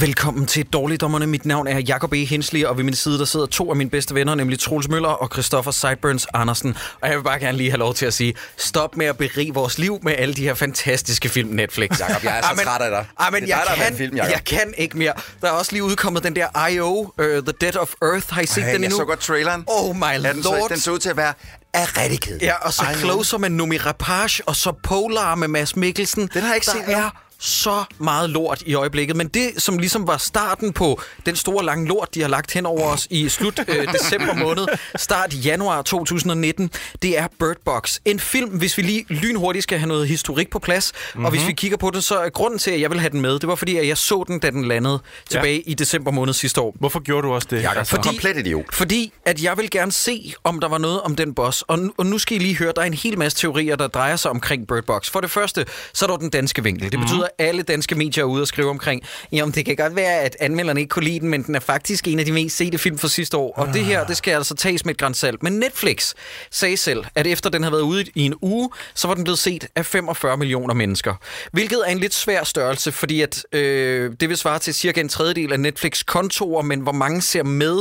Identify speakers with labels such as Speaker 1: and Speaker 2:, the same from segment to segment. Speaker 1: Velkommen til Dårligdommerne. Mit navn er Jakob E. Hensley, og ved min side der sidder to af mine bedste venner, nemlig Troels Møller og Christoffer Sideburns Andersen. Og jeg vil bare gerne lige have lov til at sige, stop med at berige vores liv med alle de her fantastiske film Netflix.
Speaker 2: Jakob, jeg er så
Speaker 1: Amen.
Speaker 2: træt af dig.
Speaker 1: Amen,
Speaker 2: Det er
Speaker 1: jeg,
Speaker 2: dig, der er
Speaker 1: kan,
Speaker 2: med i film, Jakob.
Speaker 1: jeg kan ikke mere. Der er også lige udkommet den der I.O., uh, The Dead of Earth. Har I set
Speaker 2: Ej,
Speaker 1: den
Speaker 2: jeg
Speaker 1: endnu?
Speaker 2: så godt traileren.
Speaker 1: Oh my
Speaker 2: ja, den, så,
Speaker 1: lord.
Speaker 2: den så ud til at være er rigtig kedelig.
Speaker 1: Ja, og så
Speaker 2: Ej,
Speaker 1: closer man Numi Rapage, og så Polar med Mads Mikkelsen.
Speaker 2: Den har jeg ikke
Speaker 1: der
Speaker 2: set
Speaker 1: Der
Speaker 2: endnu.
Speaker 1: er så meget lort i øjeblikket, men det, som ligesom var starten på den store lange lort, de har lagt hen over os i slut øh, december måned, start januar 2019, det er Bird Box. En film, hvis vi lige lynhurtigt skal have noget historik på plads, mm-hmm. og hvis
Speaker 2: Mhm.
Speaker 1: vi kigger på den, så er grunden til, at jeg vil have den med, det var fordi, at jeg så den, da den landede tilbage i december måned sidste år.
Speaker 3: Hvorfor gjorde du også det?
Speaker 2: Jakob,
Speaker 3: Altså,
Speaker 2: fordi... komplet idiot.
Speaker 1: Fordi at jeg vil gerne se, om der var noget om den boss. Og, nu- og nu skal I lige høre, der er en hel masse teorier, der drejer sig omkring Bird Box. For det første, så er der jo den danske vinkel. Det betyder, at alle danske medier er ude og skrive omkring, jamen det kan godt være, at anmelderne ikke kunne lide den, men den er faktisk en af de mest sete film fra sidste år. Og det her, det skal altså tages med et gran salt. Men Netflix sagde selv, at efter den havde været ude i en uge, så var den blevet set af 45 millioner mennesker. Hvilket er en lidt svær størrelse, fordi at, øh, det vil svare til cirka en tredjedel af Netflix-kontorer, men hvor mange ser med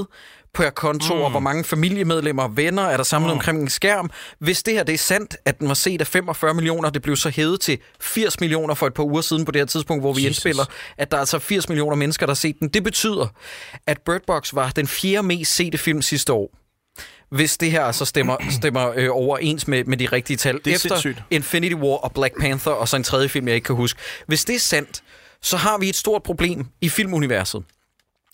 Speaker 1: per konto, mm. og hvor mange familiemedlemmer og venner er der samlet mm. omkring en skærm. Hvis det her det er sandt, at den var set af 45 millioner, det blev så hævet til 80 millioner for et par uger siden på det her tidspunkt, hvor vi Jesus. indspiller, at der er altså 80 millioner mennesker, der har set den. Det betyder, at Bird Box var den fjerde mest sete film sidste år. Hvis det her altså stemmer, stemmer øh, overens med, med de rigtige tal.
Speaker 3: er
Speaker 1: Efter
Speaker 3: sindssygt.
Speaker 1: Infinity War og Black Panther, og så en tredje film, jeg ikke kan huske. Hvis det er sandt, så har vi et stort problem i filmuniverset.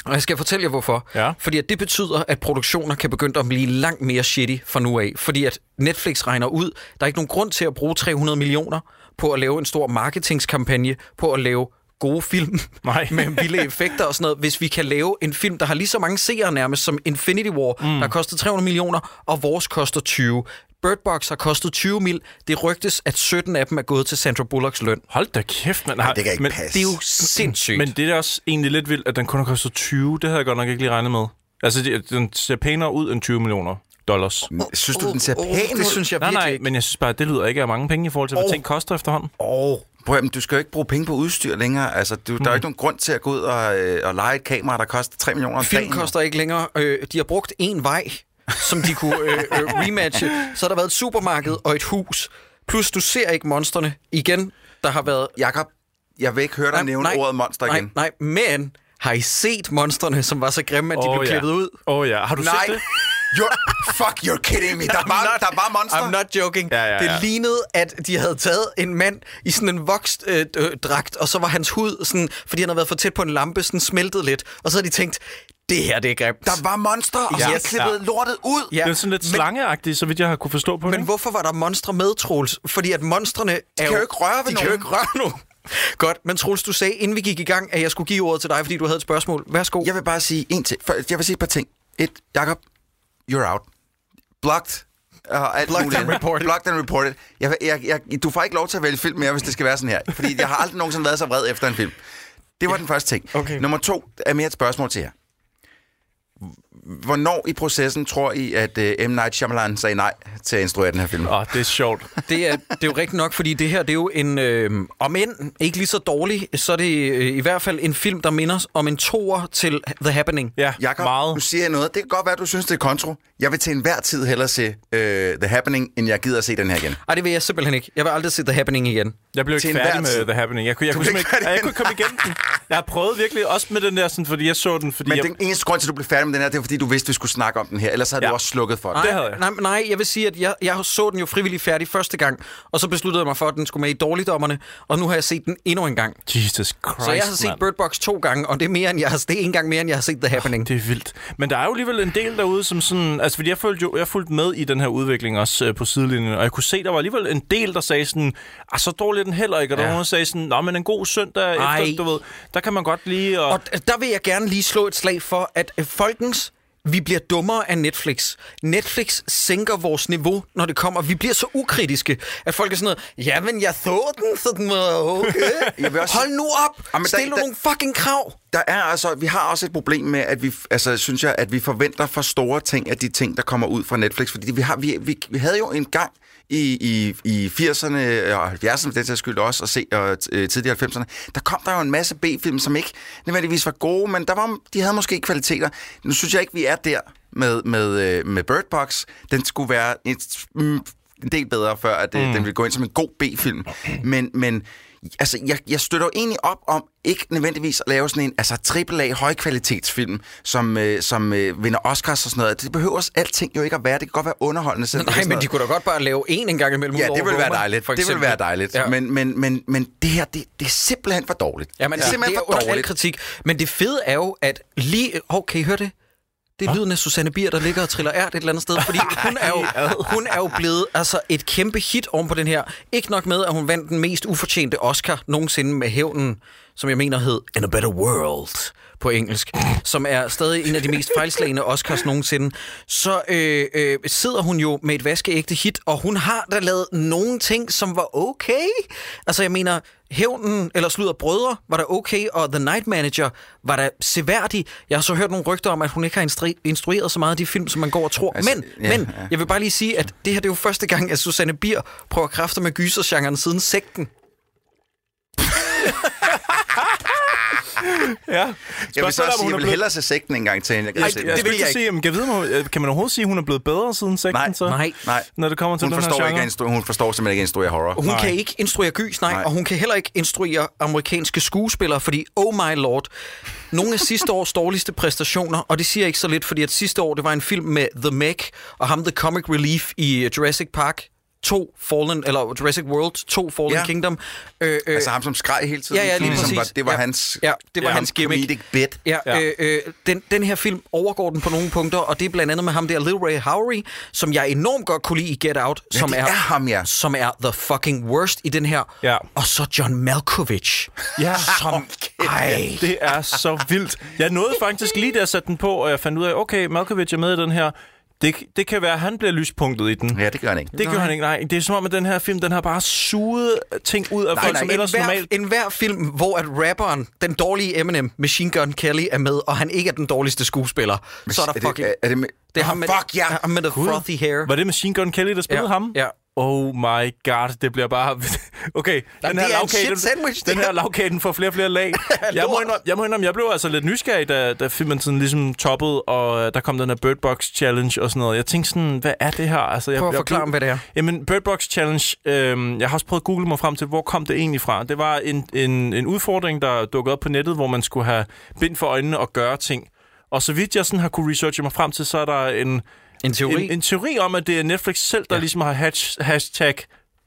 Speaker 1: Og jeg skal fortælle jer hvorfor.
Speaker 3: Ja.
Speaker 1: Fordi at det betyder, at produktioner kan begynde at blive langt mere shitty fra nu af. Fordi at Netflix regner ud, der er ikke nogen grund til at bruge 300 millioner på at lave en stor marketingskampagne, på at lave gode film
Speaker 3: Nej.
Speaker 1: med vilde effekter og sådan noget, hvis vi kan lave en film, der har lige så mange seere nærmest som Infinity War, mm. der koster 300 millioner, og vores koster 20. Bird Box har kostet 20 mil. Det rygtes, at 17 af dem er gået til Sandra Bullocks løn.
Speaker 3: Hold da kæft, man. Nej,
Speaker 2: det kan ikke
Speaker 3: men,
Speaker 2: passe.
Speaker 1: Det er jo sindssygt.
Speaker 3: Men det er da også egentlig lidt vildt, at den kun har kostet 20. Det havde jeg godt nok ikke lige regnet med. Altså, det, den ser pænere ud end 20 millioner dollars.
Speaker 2: Synes du, den ser
Speaker 1: Åh,
Speaker 2: pæn
Speaker 1: det
Speaker 2: ud?
Speaker 1: synes jeg
Speaker 3: Nej,
Speaker 1: virkelig
Speaker 3: nej,
Speaker 1: ikke.
Speaker 3: men jeg synes bare, at det lyder ikke af mange penge i forhold til, hvad
Speaker 2: Åh.
Speaker 3: ting koster efterhånden.
Speaker 2: Åh, prøv at, høre, men du skal jo ikke bruge penge på udstyr længere. Altså, du, der er jo
Speaker 1: Mm.
Speaker 2: ikke nogen grund til at gå ud og, øh, og lege et kamera, der koster 3 millioner om
Speaker 1: Film
Speaker 2: dagen.
Speaker 1: koster ikke længere. Øh, de har brugt en vej, som de kunne øh, øh, rematche. Så har der været et supermarked og et hus. Plus, du ser ikke monsterne igen, der har været...
Speaker 2: Jakob, jeg vil ikke høre dig nævne ordet monster igen.
Speaker 1: Nej, nej, men har I set monsterne, som var så grimme, at de oh,
Speaker 3: Åh,
Speaker 1: blev
Speaker 3: ja.
Speaker 1: klippet ud?
Speaker 3: Åh oh, ja, har du
Speaker 2: Nej.
Speaker 3: set det?
Speaker 2: You're, fuck, you're kidding me. Der var, der var monster.
Speaker 1: I'm not joking.
Speaker 3: Ja, ja, ja.
Speaker 1: Det lignede, at de havde taget en mand i sådan en vokst øh, øh, dragt, og så var hans hud, sådan, fordi han havde været for tæt på en lampe, sådan smeltet lidt. Og så havde de tænkt, det her det er grimt.
Speaker 2: Der var monster, og så
Speaker 1: Ja.
Speaker 2: jeg klippede
Speaker 3: Ja.
Speaker 2: lortet ud.
Speaker 1: Ja,
Speaker 3: Det er sådan lidt
Speaker 1: men-
Speaker 3: slangeagtigt, så vidt jeg har kunne forstå på det.
Speaker 1: Men hvorfor var der monstre med, Troels? Fordi at monstrene de er
Speaker 2: kan jo ikke røre ved
Speaker 1: de kan jo
Speaker 2: nogen.
Speaker 1: ikke røre nogen. Godt, men Troels, du sagde, inden vi gik i gang, at jeg skulle give ordet til dig, fordi du havde et spørgsmål. Værsgo.
Speaker 2: Jeg vil bare sige en ting. For- Jeg vil sige et par ting. Et, Jakob, you're out. Blocked. Og alt
Speaker 1: Blocked
Speaker 2: muligt.
Speaker 1: and reported.
Speaker 2: Blocked and reported. Jeg, jeg, jeg, du får ikke lov til at vælge film mere, hvis det skal være sådan her. Fordi jeg har aldrig nogensinde været så vred efter en film. Det var den første ting.
Speaker 1: Okay.
Speaker 2: Nummer to er mere et spørgsmål til jer. Hvornår i processen tror I, at uh, M. Night Shyamalan sagde nej til at instruere den her film?
Speaker 3: Åh, oh, det er sjovt.
Speaker 1: Det, er, det er jo rigtigt nok, fordi det her det er jo en, øh, om end ikke lige så dårlig, så er det øh, i hvert fald en film, der minder os om en toer til The Happening.
Speaker 3: Ja,
Speaker 2: Jakob,
Speaker 3: meget.
Speaker 2: nu siger jeg noget. Det kan godt være, at du synes, det er kontro. Jeg vil til enhver tid hellere se uh, The Happening, end jeg gider at se den her igen.
Speaker 1: Ej, det vil jeg simpelthen ikke. Jeg vil aldrig se The Happening igen.
Speaker 3: Jeg blev ikke
Speaker 2: Til enhver
Speaker 3: færdig
Speaker 2: tid.
Speaker 3: med The Happening. Jeg kunne, jeg,
Speaker 2: Du
Speaker 3: kunne
Speaker 2: blev ikke
Speaker 3: simpelthen ikke, jeg
Speaker 2: færdig
Speaker 3: kunne ikke komme igennem den. Jeg har prøvet virkelig også med den der, sådan, fordi jeg så den, fordi
Speaker 2: Men
Speaker 3: jeg...
Speaker 2: den eneste grund til, at du blev færdig med den her, det er, fordi du vidste, vi skulle snakke om den her. Ellers havde ja.
Speaker 3: Ja.
Speaker 2: du også slukket for
Speaker 1: Nej,
Speaker 2: det.
Speaker 3: Det havde jeg.
Speaker 1: Nej, nej, jeg vil sige, at jeg, jeg så den jo frivillig færdig første gang, og så besluttede jeg mig for, at den skulle med i Dårligdommerne, og nu har jeg set den endnu en gang.
Speaker 3: Jesus Christ,
Speaker 1: Så jeg har set
Speaker 3: mand.
Speaker 1: Bird Box to gange, og det er, mere end jeg har, det er en gang mere, end jeg har set The Happening.
Speaker 3: Det er vildt. Men der er jo alligevel en del derude, som sådan... Altså, fordi jeg fulgte jo jeg fulgte med i den her udvikling også øh, på sidelinjen, og jeg kunne se, der var alligevel en del, der sagde sådan, ah, så dårlig er den heller ikke, og der
Speaker 1: Ja.
Speaker 3: var nogen, der sagde sådan, nå, men en god søndag
Speaker 1: Ej.
Speaker 3: efter, du ved, der kan man godt lige... Og,
Speaker 1: Og d- der vil jeg gerne lige slå et slag for, at øh, folkens, vi bliver dummere af Netflix. Netflix sænker vores niveau, når det kommer. Vi bliver så ukritiske, at folk er sådan noget, jamen jeg så den, så den var okay.
Speaker 2: Jeg vil også-
Speaker 1: Hold nu op!
Speaker 2: Jamen, der-
Speaker 1: Stil nu
Speaker 2: der-
Speaker 1: nogle fucking krav!
Speaker 2: der er altså, vi har også et problem med, at vi, altså, synes jeg, at vi forventer for store ting af de ting, der kommer ud fra Netflix. Fordi vi, har, vi, vi, vi havde jo en gang i, i, i 80'erne og 70'erne, for den sags skyld også, og, se, og øh, tidligere 90'erne, der kom der jo en masse B-film, som ikke nødvendigvis var gode, men der var, de havde måske kvaliteter. Nu synes jeg ikke, vi er der med, med, øh, med Bird Box. Den skulle være et, mm, en del bedre, før at, mm. den ville gå ind som en god B-film. Men, men altså, jeg, jeg støtter jo egentlig op om ikke nødvendigvis at lave sådan en altså, AAA højkvalitetsfilm, som, øh, som øh, vinder Oscars og sådan noget. Det behøver også alting jo ikke at være. Det kan godt være underholdende. selv
Speaker 1: Nej,
Speaker 2: sådan
Speaker 1: men
Speaker 2: noget.
Speaker 1: de kunne da godt bare lave en en gang imellem. ud
Speaker 2: Ja,
Speaker 1: over
Speaker 2: det vil være
Speaker 1: Roma,
Speaker 2: dejligt.
Speaker 1: for
Speaker 2: Det vil
Speaker 1: eksempel.
Speaker 2: være dejligt.
Speaker 1: Ja.
Speaker 2: Ja. Men, men, men, men det her, det, det er simpelthen for dårligt.
Speaker 1: Jamen,
Speaker 2: det er simpelthen
Speaker 1: det er under al kritik. Men det fede er jo, at lige... Oh, kan I høre det? Det er lyden af Susanne Bier, der ligger og triller ært et eller andet sted, fordi hun er jo, hun er jo blevet altså, et kæmpe hit oven på den her. Ikke nok med, at hun vandt den mest ufortjente Oscar nogensinde med hævnen, som jeg mener hed In a Better World på engelsk, som er stadig en af de mest fejlslagende Oscars nogensinde, så øh, øh, sidder hun jo med et vaskeægte hit, og hun har da lavet nogle ting, som var okay. Altså, jeg mener, Hævnen eller Sludder Brødre var da okay, og The Night Manager var da seværdig. Jeg har så hørt nogle rygter om, at hun ikke har instru- instrueret så meget af de film, som man går og tror. Altså,
Speaker 2: Altså,
Speaker 1: men, ja,
Speaker 2: ja,
Speaker 1: men,
Speaker 2: ja.
Speaker 1: jeg vil bare lige sige, at det her det er jo første gang, at Susanne Bier prøver kræfter med gysergenren siden sekten.
Speaker 3: Ja.
Speaker 2: Jeg vil så
Speaker 3: Spørgsmålet er,
Speaker 2: også
Speaker 3: om
Speaker 2: sige, jeg
Speaker 3: hun er
Speaker 2: vil
Speaker 3: blevet-
Speaker 2: hellere se sekten en gang til, end jeg kan
Speaker 3: Ej,
Speaker 2: se
Speaker 3: det,
Speaker 2: den.
Speaker 3: det vil jeg ikke. Sige, jamen, kan, jeg vide, om hun- øh, kan man overhovedet sige, at hun er blevet bedre siden sekten?
Speaker 2: Nej,
Speaker 3: så?
Speaker 1: nej.
Speaker 2: Nej,
Speaker 3: Når det kommer til
Speaker 2: hun
Speaker 3: den her
Speaker 2: forstår, ikke
Speaker 3: genre.
Speaker 2: at instru- hun forstår simpelthen ikke at instruere horror.
Speaker 1: Hun nej.
Speaker 3: Nej.
Speaker 1: kan ikke instruere gys, nej, nej,
Speaker 2: Nej.
Speaker 1: og hun kan heller ikke instruere amerikanske skuespillere, fordi, oh my lord, nogle af sidste års dårligste præstationer, og det siger jeg ikke så lidt, fordi at sidste år, det var en film med The Meg og ham, The Comic Relief i øh, Jurassic Park 2 Fallen, eller Jurassic World 2 Fallen ja.
Speaker 2: Ja.
Speaker 1: Kingdom. Øh, øh,
Speaker 2: Altså ham, som skreg hele tiden.
Speaker 1: Ja, ja, lige
Speaker 2: ligesom
Speaker 1: præcis.
Speaker 2: Var, det var
Speaker 1: ja.
Speaker 2: hans,
Speaker 1: ja, det var
Speaker 2: ja,
Speaker 1: hans gimmick.
Speaker 2: comedic bit.
Speaker 1: Ja, ja.
Speaker 3: Ja.
Speaker 1: Øh, øh, den, den her film overgår den på nogle punkter, og det er blandt andet med ham der, Lil Ray Howery, som jeg enormt godt kunne lide i Get Out, som
Speaker 2: det er ham, ja.
Speaker 1: som er the fucking worst i den her.
Speaker 3: Ja.
Speaker 1: Og så John Malkovich.
Speaker 3: Ja.
Speaker 1: Som, ej.
Speaker 3: Det er så vildt. Jeg nåede faktisk lige, da jeg satte den på, og jeg fandt ud af, okay, Malkovich er med i den her. Det, det kan være, at han bliver lyspunktet i den.
Speaker 2: Ja, det gør han ikke.
Speaker 3: Det gør han ikke, nej. Det er som om, at den her film, den har bare suget ting ud af nej, folk, nej, som ellers
Speaker 1: Enhver,
Speaker 3: normalt...
Speaker 1: enhver film, hvor at rapperen, den dårlige Eminem, Machine Gun Kelly, er med, og han ikke er den dårligste skuespiller, så er der
Speaker 2: det-
Speaker 1: fucking...
Speaker 2: er- er det med-
Speaker 1: det er
Speaker 2: Nå,
Speaker 1: ham med,
Speaker 2: fuck, ja.
Speaker 1: ham med the frothy hair.
Speaker 3: Var det Machine Gun Kelly, der spillede
Speaker 1: Ja,
Speaker 3: ham?
Speaker 1: ja.
Speaker 3: Oh my god, det bliver bare... Okay, den
Speaker 1: det er
Speaker 3: her
Speaker 1: en
Speaker 3: lavkage,
Speaker 1: shit
Speaker 3: den,
Speaker 1: sandwich, det
Speaker 3: den her
Speaker 1: her.
Speaker 3: lavkage, den får flere og flere lag. jeg, må
Speaker 1: Lort.
Speaker 3: indrømme, jeg må indrømme, jeg blev altså lidt nysgerrig, da, da filmen sådan ligesom toppede, og øh, der kom den her Bird Box Challenge og sådan noget. Jeg tænkte sådan, hvad er det her? Altså, jeg,
Speaker 1: Prøv at
Speaker 3: jeg
Speaker 1: forklare, hvad det er.
Speaker 3: Jamen, Bird Box Challenge, øh, jeg har også prøvet at google mig frem til, hvor kom det egentlig fra? Det var en, en, en udfordring, der dukkede op på nettet, hvor man skulle have bind for øjnene og gøre ting. Og så vidt jeg sådan har kunne researche mig frem til, så er der en,
Speaker 1: En teori?
Speaker 3: en, en teori om, at det er Netflix selv, der ja. ligesom har hash, hashtag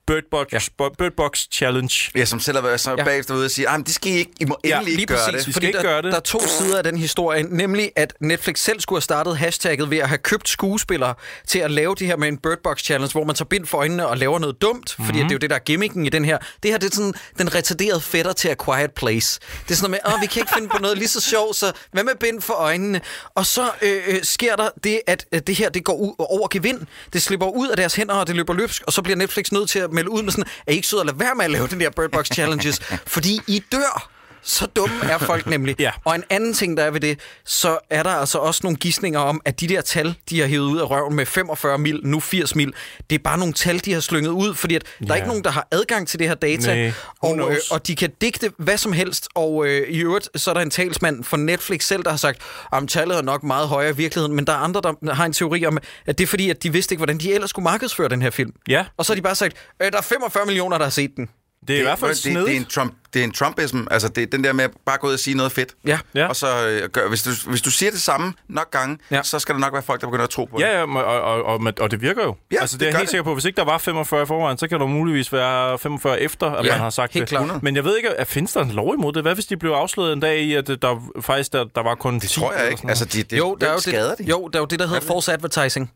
Speaker 3: Birdbox, ja. Birdbox Challenge.
Speaker 2: Ja, som selv har været så
Speaker 1: Ja.
Speaker 2: ja. bagefter ude og sige, "Ej, men det skal I ikke, I må endelig
Speaker 3: lige
Speaker 2: ikke gøre
Speaker 3: præcis.
Speaker 2: det.
Speaker 3: Vi skal ikke
Speaker 1: der,
Speaker 3: gøre det.
Speaker 1: der er to sider af den historie, nemlig at Netflix selv skulle have startet hashtagget ved at have købt skuespillere til at lave det her med en Bird Box Challenge, hvor man tager bind for øjnene og laver noget dumt, fordi mm-hmm. det er jo det, der er gimmicken i den her. Det her det er sådan den retarderede fætter til A Quiet Place. Det er sådan noget med, åh, vi kan ikke finde på noget lige så sjovt, så hvad med bind for øjnene? Og så øh, øh, sker der det, at øh, det her det går ud over gevind. Det slipper ud af deres hænder, og det løber løbsk, og så bliver Netflix nødt til at melde ud med sådan, er I ikke søde at lade være med at lave den der Bird Box Challenges, fordi I dør. Så dumme er folk nemlig.
Speaker 3: Ja.
Speaker 1: Og en anden ting, der er ved det, så er der altså også nogle gissninger om, at de der tal, de har hævet ud af røven med 45 mil, nu 80 mil, det er bare nogle tal, de har slynget ud, fordi at der er
Speaker 3: Ja.
Speaker 1: ikke nogen, der har adgang til det her data,
Speaker 3: Næ, who
Speaker 1: og, øh,
Speaker 3: knows?
Speaker 1: og de kan digte hvad som helst, og øh, i øvrigt, så er der en talsmand for Netflix selv, der har sagt, om tallet er nok meget højere i virkeligheden, men der er andre, der har en teori om, at det er fordi, at de vidste ikke, hvordan de ellers skulle markedsføre den her film.
Speaker 3: Ja.
Speaker 1: Og så har de bare sagt, øh, der er 45 millioner, der har set den.
Speaker 3: Det er i hvert fald
Speaker 2: det, det, det, er en
Speaker 3: snedigt.
Speaker 2: Trump, det er en Trumpism. Altså, det er den der med at bare gå ud og sige noget fedt.
Speaker 1: Ja.
Speaker 3: Ja.
Speaker 2: Og så øh, gør, hvis, du, hvis du siger det samme nok gange,
Speaker 1: Ja.
Speaker 2: ja. så skal der nok være folk, der begynder at tro på det.
Speaker 3: Ja, ja og, og, og, og, og det virker jo.
Speaker 2: Ja,
Speaker 3: altså, det,
Speaker 2: det
Speaker 3: er jeg
Speaker 2: gør
Speaker 3: helt
Speaker 2: det.
Speaker 3: sikker på. Hvis ikke der var 45 i forvejen, så kan der muligvis være 45 efter, at
Speaker 1: Ja,
Speaker 3: man har sagt
Speaker 1: helt
Speaker 3: det.
Speaker 1: klart. 100.
Speaker 3: Men jeg ved ikke, at findes der en lov imod det? Hvad hvis de blev afsløret en dag i, at øh, der faktisk der, der var kun
Speaker 2: Det tror jeg ikke. Altså, de, de,
Speaker 1: jo, der er jo
Speaker 2: skader
Speaker 1: det,
Speaker 2: de?
Speaker 1: Jo, der er jo det, der hedder false advertising.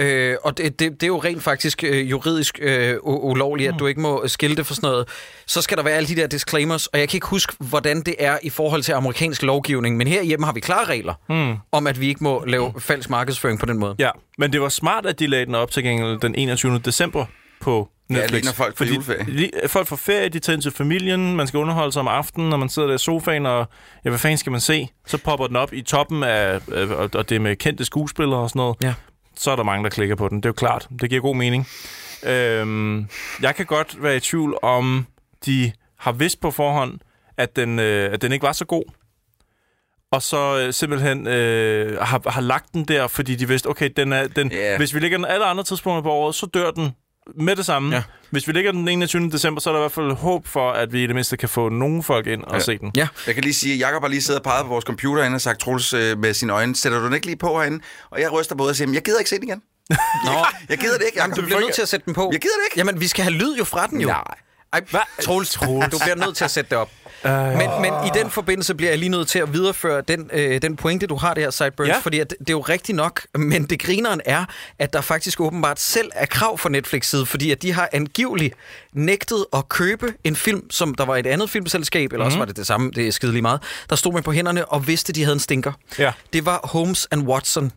Speaker 1: Øh, og det, det, det er jo rent faktisk øh, juridisk øh, u- ulovligt,
Speaker 2: Hmm.
Speaker 1: at du ikke må skilte for sådan noget. Så skal der være alle de der disclaimers, og jeg kan ikke huske, hvordan det er i forhold til amerikansk lovgivning, men herhjemme har vi klare regler
Speaker 2: Hmm.
Speaker 1: mm. om, at vi ikke må lave falsk markedsføring på den måde.
Speaker 3: Ja, men det var smart, at de lagde den op til gengæld den 21. december på
Speaker 2: lige
Speaker 3: Netflix.
Speaker 2: når folk får
Speaker 3: Fordi
Speaker 2: juleferie.
Speaker 3: Lige, øh, folk får ferie, de tager ind til familien, man skal underholde sig om aftenen, når man sidder der i sofaen, og ja, hvad fanden skal man se? Så popper den op i toppen af, øh, og og det er med kendte skuespillere og sådan noget.
Speaker 1: Ja.
Speaker 3: Så er der mange, der klikker på den. Det er jo klart. Det giver god mening. Øhm, jeg kan godt være i tvivl om, de har vidst på forhånd, at den, øh, at den ikke var så god. Og så øh, simpelthen øh, har, har lagt den der, fordi de vidste, okay, den er, den,
Speaker 2: Ja.
Speaker 3: yeah. hvis vi lægger den alle andre tidspunkter på året, så dør den med det samme.
Speaker 1: Ja.
Speaker 3: Ja. Hvis vi lægger den 21. december, så er der i hvert fald håb for, at vi i det mindste kan få nogle folk ind og ja. se den.
Speaker 1: Ja,
Speaker 2: Jeg kan lige sige, at Jacob har lige siddet og peget på vores computer herinde og sagt, Troels, øh, med sine øjne, sætter du den ikke lige på herinde? Og jeg ryster på hovedet og siger, "Men jeg gider ikke se den igen.
Speaker 1: Nå.
Speaker 2: Jeg gider det ikke,
Speaker 1: Jamen,
Speaker 2: Jacob.
Speaker 1: du bliver nødt til at sætte den på.
Speaker 2: Jeg gider det ikke.
Speaker 1: Jamen, vi skal have lyd jo fra den jo.
Speaker 2: Nej.
Speaker 1: Ej, Troels, Troels, du bliver nødt til at sætte det op.
Speaker 3: Øh.
Speaker 1: Men, men i den forbindelse bliver jeg lige nødt til at videreføre den, øh, den pointe, du har der, Sideburns, ja.
Speaker 3: Ja.
Speaker 1: fordi at det er jo rigtigt nok, men det grineren er, at der faktisk åbenbart selv er krav fra Netflix side, fordi at de har angiveligt nægtet at købe en film, som der var et andet filmselskab, eller mm.
Speaker 3: Mhm.
Speaker 1: også var det det samme, det er skide lige meget, der stod med på hænderne og vidste, de havde en stinker.
Speaker 3: Ja.
Speaker 1: Det var Holmes and Watson.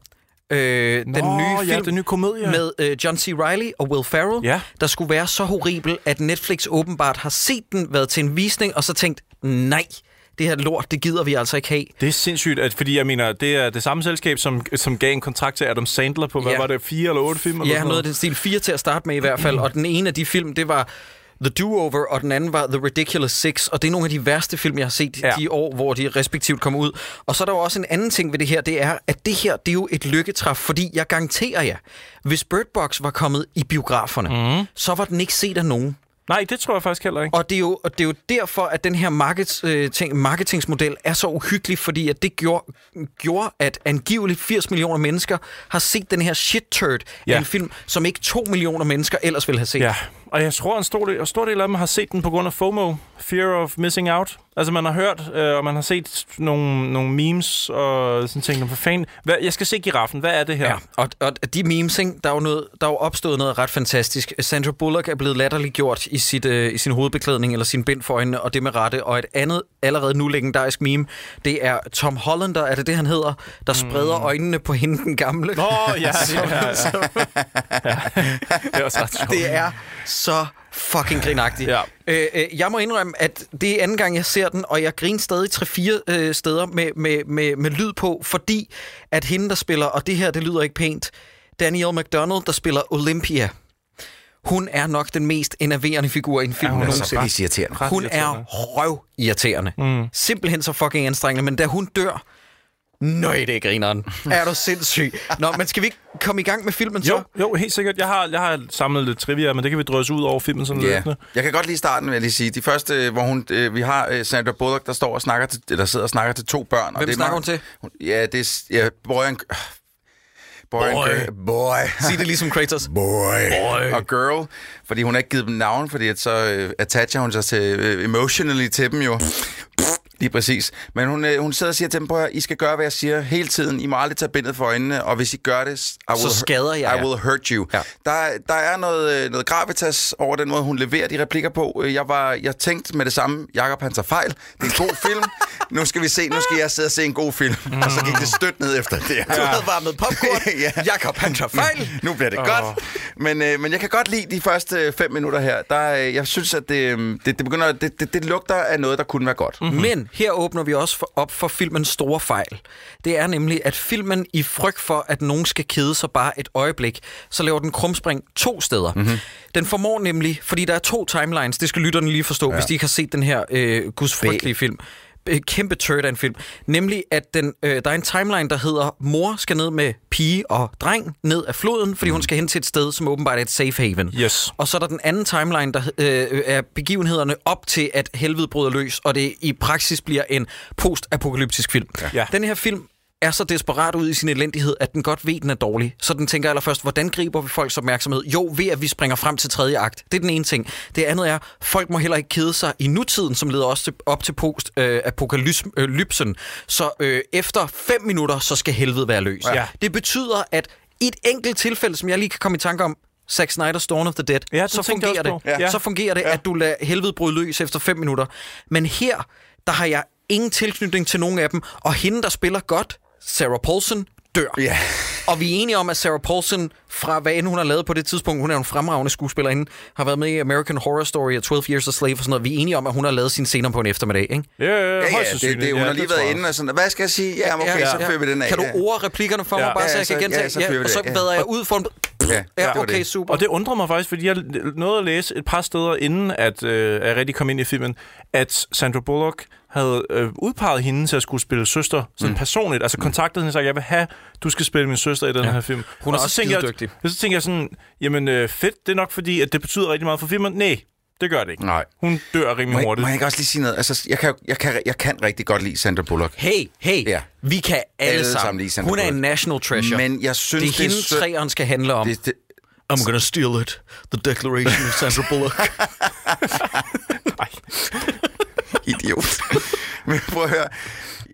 Speaker 1: Øh, den
Speaker 3: Nå,
Speaker 1: nye film
Speaker 3: ja, den nye komedie.
Speaker 1: med øh, John C. Reilly og Will Ferrell,
Speaker 3: Ja.
Speaker 1: der skulle være så horribel, at Netflix åbenbart har set den, været til en visning, og så tænkt, nej, det her lort, det gider vi altså ikke have.
Speaker 3: Det er sindssygt, at, fordi jeg mener, det er det samme selskab, som, som gav en kontrakt til Adam Sandler på, hvad
Speaker 1: Ja.
Speaker 3: ja. var det, fire eller otte film? Eller
Speaker 1: Ja,
Speaker 3: sådan
Speaker 1: noget af den stil. Fire til at starte med i hvert fald, og den ene af de film, det var The Do-Over, og den anden var The Ridiculous Six, og det er nogle af de værste film, jeg har set ja.
Speaker 3: Ja.
Speaker 1: de år, hvor de respektivt kom ud. Og så er der jo også en anden ting ved det her, det er, at det her, det er jo et lykketræf, fordi jeg garanterer jer, hvis Bird Box var kommet i biograferne, mm.
Speaker 3: Mhm.
Speaker 1: så var den ikke set af nogen.
Speaker 3: Nej, det tror jeg faktisk heller ikke.
Speaker 1: Og det, er jo, og det er jo derfor, at den her markets, øh, ting, marketingsmodel er så uhyggelig, fordi at det gjorde, gjorde, at angiveligt 80 millioner mennesker har set den her shit-turd ja. af
Speaker 3: Ja.
Speaker 1: en film, som ikke 2 millioner mennesker ellers ville have set.
Speaker 3: Ja, og jeg tror, en stor del, en stor del af dem har set den på grund af FOMO, Fear of Missing Out. Altså, man har hørt, øh, og man har set nogle, nogle memes, og sådan tænkt, "Nå, for fanden, hvad, jeg skal se giraffen, hvad er det her?
Speaker 1: Ja, og, og de memes, ikke? Der, er jo noget, der er jo opstået noget ret fantastisk. Sandra Bullock er blevet latterliggjort i, sit, øh, i sin hovedbeklædning, eller sin bind for øjnene, og det med rette. Og et andet allerede nu legendarisk meme, det er Tom Hollander, er det det, han hedder, der spreder øjnene på hende den gamle.
Speaker 3: Nå, ja, ja, ja, ja. det er også ret sjovt.
Speaker 1: Det er så fucking grinagtigt.
Speaker 3: Ja.
Speaker 1: Øh, øh, jeg må indrømme, at det er anden gang, jeg ser den, og jeg griner stadig 3-4 øh, steder med, med, med, med lyd på, fordi at hende, der spiller, og det her, det lyder ikke pænt, Danielle McDonald, der spiller Olympia, hun er nok den mest enerverende figur i en film
Speaker 3: hun er så
Speaker 1: nogensinde.
Speaker 2: pisse irriterende.
Speaker 3: Ret
Speaker 1: Hun er
Speaker 3: irriterende.
Speaker 1: røvirriterende. Mm. Simpelthen så fucking anstrengende, men da hun dør, Nøj, det er grineren. Er du sindssyg? Nå, men skal vi ikke komme i gang med filmen så?
Speaker 3: Jo, jo, helt sikkert. Jeg har, jeg har samlet lidt trivia, men det kan vi drøse ud over filmen sådan
Speaker 2: Ja,
Speaker 3: løbende.
Speaker 2: jeg kan godt lige starte med at lige sige, de første, øh, hvor hun, øh, vi har øh, Sandra Bullock, der står og snakker til, eller sidder og snakker til to børn. og
Speaker 1: Hvem
Speaker 2: det er
Speaker 1: snakker
Speaker 2: meget-
Speaker 1: hun til?
Speaker 2: hun til? Ja, det er ja, boy and, øh, boy, boy. And, girl- boy.
Speaker 1: Sig det ligesom Kratos.
Speaker 2: Boy. Boy. Og girl, fordi hun har ikke givet dem navn, fordi at så øh, attacher hun sig til, øh, emotionally til dem jo. Lige præcis. Men hun, øh, hun sidder og siger til dem, prøv at høre, I skal gøre, hvad jeg siger hele tiden. I må aldrig tage bindet for øjnene, og hvis I gør det, s- I will, hu-
Speaker 1: skader jeg jer."
Speaker 2: I will hurt you.
Speaker 1: Ja.
Speaker 2: Ja. Der, der er noget, øh, noget gravitas over den måde, hun leverer de replikker på. Øh, Jeg, var, jeg tænkte med det samme, Jakob han tager fejl. Det er en god film. Nu skal vi se, nu skal jeg sidde og se en god film. Mm. Og så gik det stødt ned efter det.
Speaker 1: Du havde varmet popcorn.
Speaker 2: Ja.
Speaker 1: Jakob, han tager fejl.
Speaker 2: Nu bliver det oh.
Speaker 3: Åh.
Speaker 2: godt. Men, øh, men jeg kan godt lide de første øh, fem minutter her. Der, øh, jeg synes, at det, øh, det, det begynder det, det, det lugter af noget, der kunne være godt. Mm.
Speaker 1: Men her åbner vi også for, op for filmens store fejl. Det er nemlig, at filmen i frygt for, at nogen skal kede sig bare et øjeblik, så laver den krumspring to steder. Mm-hmm. Den formår nemlig, fordi der er to timelines, det skal lytterne lige forstå, ja. hvis de ikke har set den her øh, gudsfrygtelige film. Øh, Kæmpe turd af en film. Nemlig, at den, øh, der er en timeline, der hedder, mor skal ned med pige og dreng ned af floden, fordi mm. hun skal hen til et sted, som åbenbart er et safe haven.
Speaker 3: Yes.
Speaker 1: Og så er der den anden timeline, der øh, er begivenhederne op til, at helvede bryder løs, og det i praksis bliver en postapokalyptisk film.
Speaker 3: Ja.
Speaker 1: Den her film er så desperat ud i sin elendighed, at den godt ved, den er dårlig. Så den tænker allerførst, hvordan griber vi folks opmærksomhed? Jo, ved at vi springer frem til tredje akt. Det er den ene ting. Det andet er, folk må heller ikke kede sig i nutiden, som leder også til, op til post-apokalypsen. Øh, apokalypsen. så øh, efter fem minutter, så skal helvede være løs.
Speaker 3: Ja.
Speaker 1: Det betyder, at I et enkelt tilfælde, som jeg lige kan komme i tanke om, Zack Snyder's Dawn of the Dead,
Speaker 3: Ja, det
Speaker 1: så,
Speaker 3: tænkte jeg
Speaker 1: fungerer
Speaker 3: også
Speaker 1: det.
Speaker 3: på. Ja.
Speaker 1: så fungerer det,
Speaker 3: Ja.
Speaker 1: at du lader helvede bryde løs efter 5 minutter. Men her, der har jeg ingen tilknytning til nogen af dem, og hende, der spiller godt, Sarah Paulson, dør.
Speaker 2: Ja.
Speaker 1: Og vi er enige om, at Sarah Paulson, fra hvad end hun har lavet på det tidspunkt, hun er jo en fremragende skuespillerinde, har været med i American Horror Story og 12 Years a Slave og sådan noget. Vi er enige om, at hun har lavet sine scener på en eftermiddag, ikke?
Speaker 3: Ja, ja, ja,
Speaker 2: Ja, ja,
Speaker 3: højst
Speaker 2: det,
Speaker 3: sandsynligt.
Speaker 2: det, hun
Speaker 3: Ja,
Speaker 2: har lige
Speaker 3: tror
Speaker 2: været
Speaker 3: jeg
Speaker 2: inde og sådan, hvad skal jeg sige? Ja, men okay,
Speaker 1: Ja,
Speaker 2: så
Speaker 1: ja.
Speaker 2: fyrer vi den af.
Speaker 1: Kan
Speaker 2: ja.
Speaker 1: du orde replikkerne for
Speaker 3: Ja.
Speaker 1: mig, bare
Speaker 3: Ja,
Speaker 1: så
Speaker 2: ja,
Speaker 1: jeg
Speaker 2: så-
Speaker 1: kan gentage?
Speaker 2: ja, så fyrer vi
Speaker 1: og
Speaker 2: det
Speaker 1: så
Speaker 2: af. Ja.
Speaker 1: vader jeg ud for en...
Speaker 2: Ja, det
Speaker 1: Ja,
Speaker 2: var
Speaker 1: okay,
Speaker 2: det.
Speaker 1: super.
Speaker 3: Og det undrer mig faktisk, fordi jeg nåede at læse et par steder, inden at øh, jeg rigtig kom ind i filmen, at Sandra Bullock havde øh, udpeget hende til at skulle spille søster, sådan mm. personligt, altså kontaktet hende og sagt, jeg vil have, du skal spille min søster i den ja. her film.
Speaker 1: Hun er
Speaker 3: og så
Speaker 1: også
Speaker 3: tænkte jeg-
Speaker 1: skidedygtig.
Speaker 3: Og så tænkte jeg sådan, jamen øh, fedt, det er nok fordi, at det betyder rigtig meget for filmen. Nej, det gør det ikke.
Speaker 2: Nej.
Speaker 3: Hun dør rimelig
Speaker 2: Må jeg,
Speaker 3: hurtigt.
Speaker 2: må jeg ikke også lige sige noget? Altså, jeg kan, jo- jeg kan, jeg kan rigtig godt lide Sandra Bullock.
Speaker 1: Hey, hey,
Speaker 2: Ja.
Speaker 1: vi kan alle,
Speaker 2: Alle sammen
Speaker 1: sammen.
Speaker 2: lide Sandra
Speaker 1: hun er en
Speaker 2: Bullock.
Speaker 1: national treasure.
Speaker 2: Men jeg synes,
Speaker 1: det er hende,
Speaker 2: sød-
Speaker 1: træerne skal handle om.
Speaker 2: Det, det,
Speaker 1: I'm gonna steal it. The Declaration of Sandra Bullock.
Speaker 2: idiot. Men prøv at høre.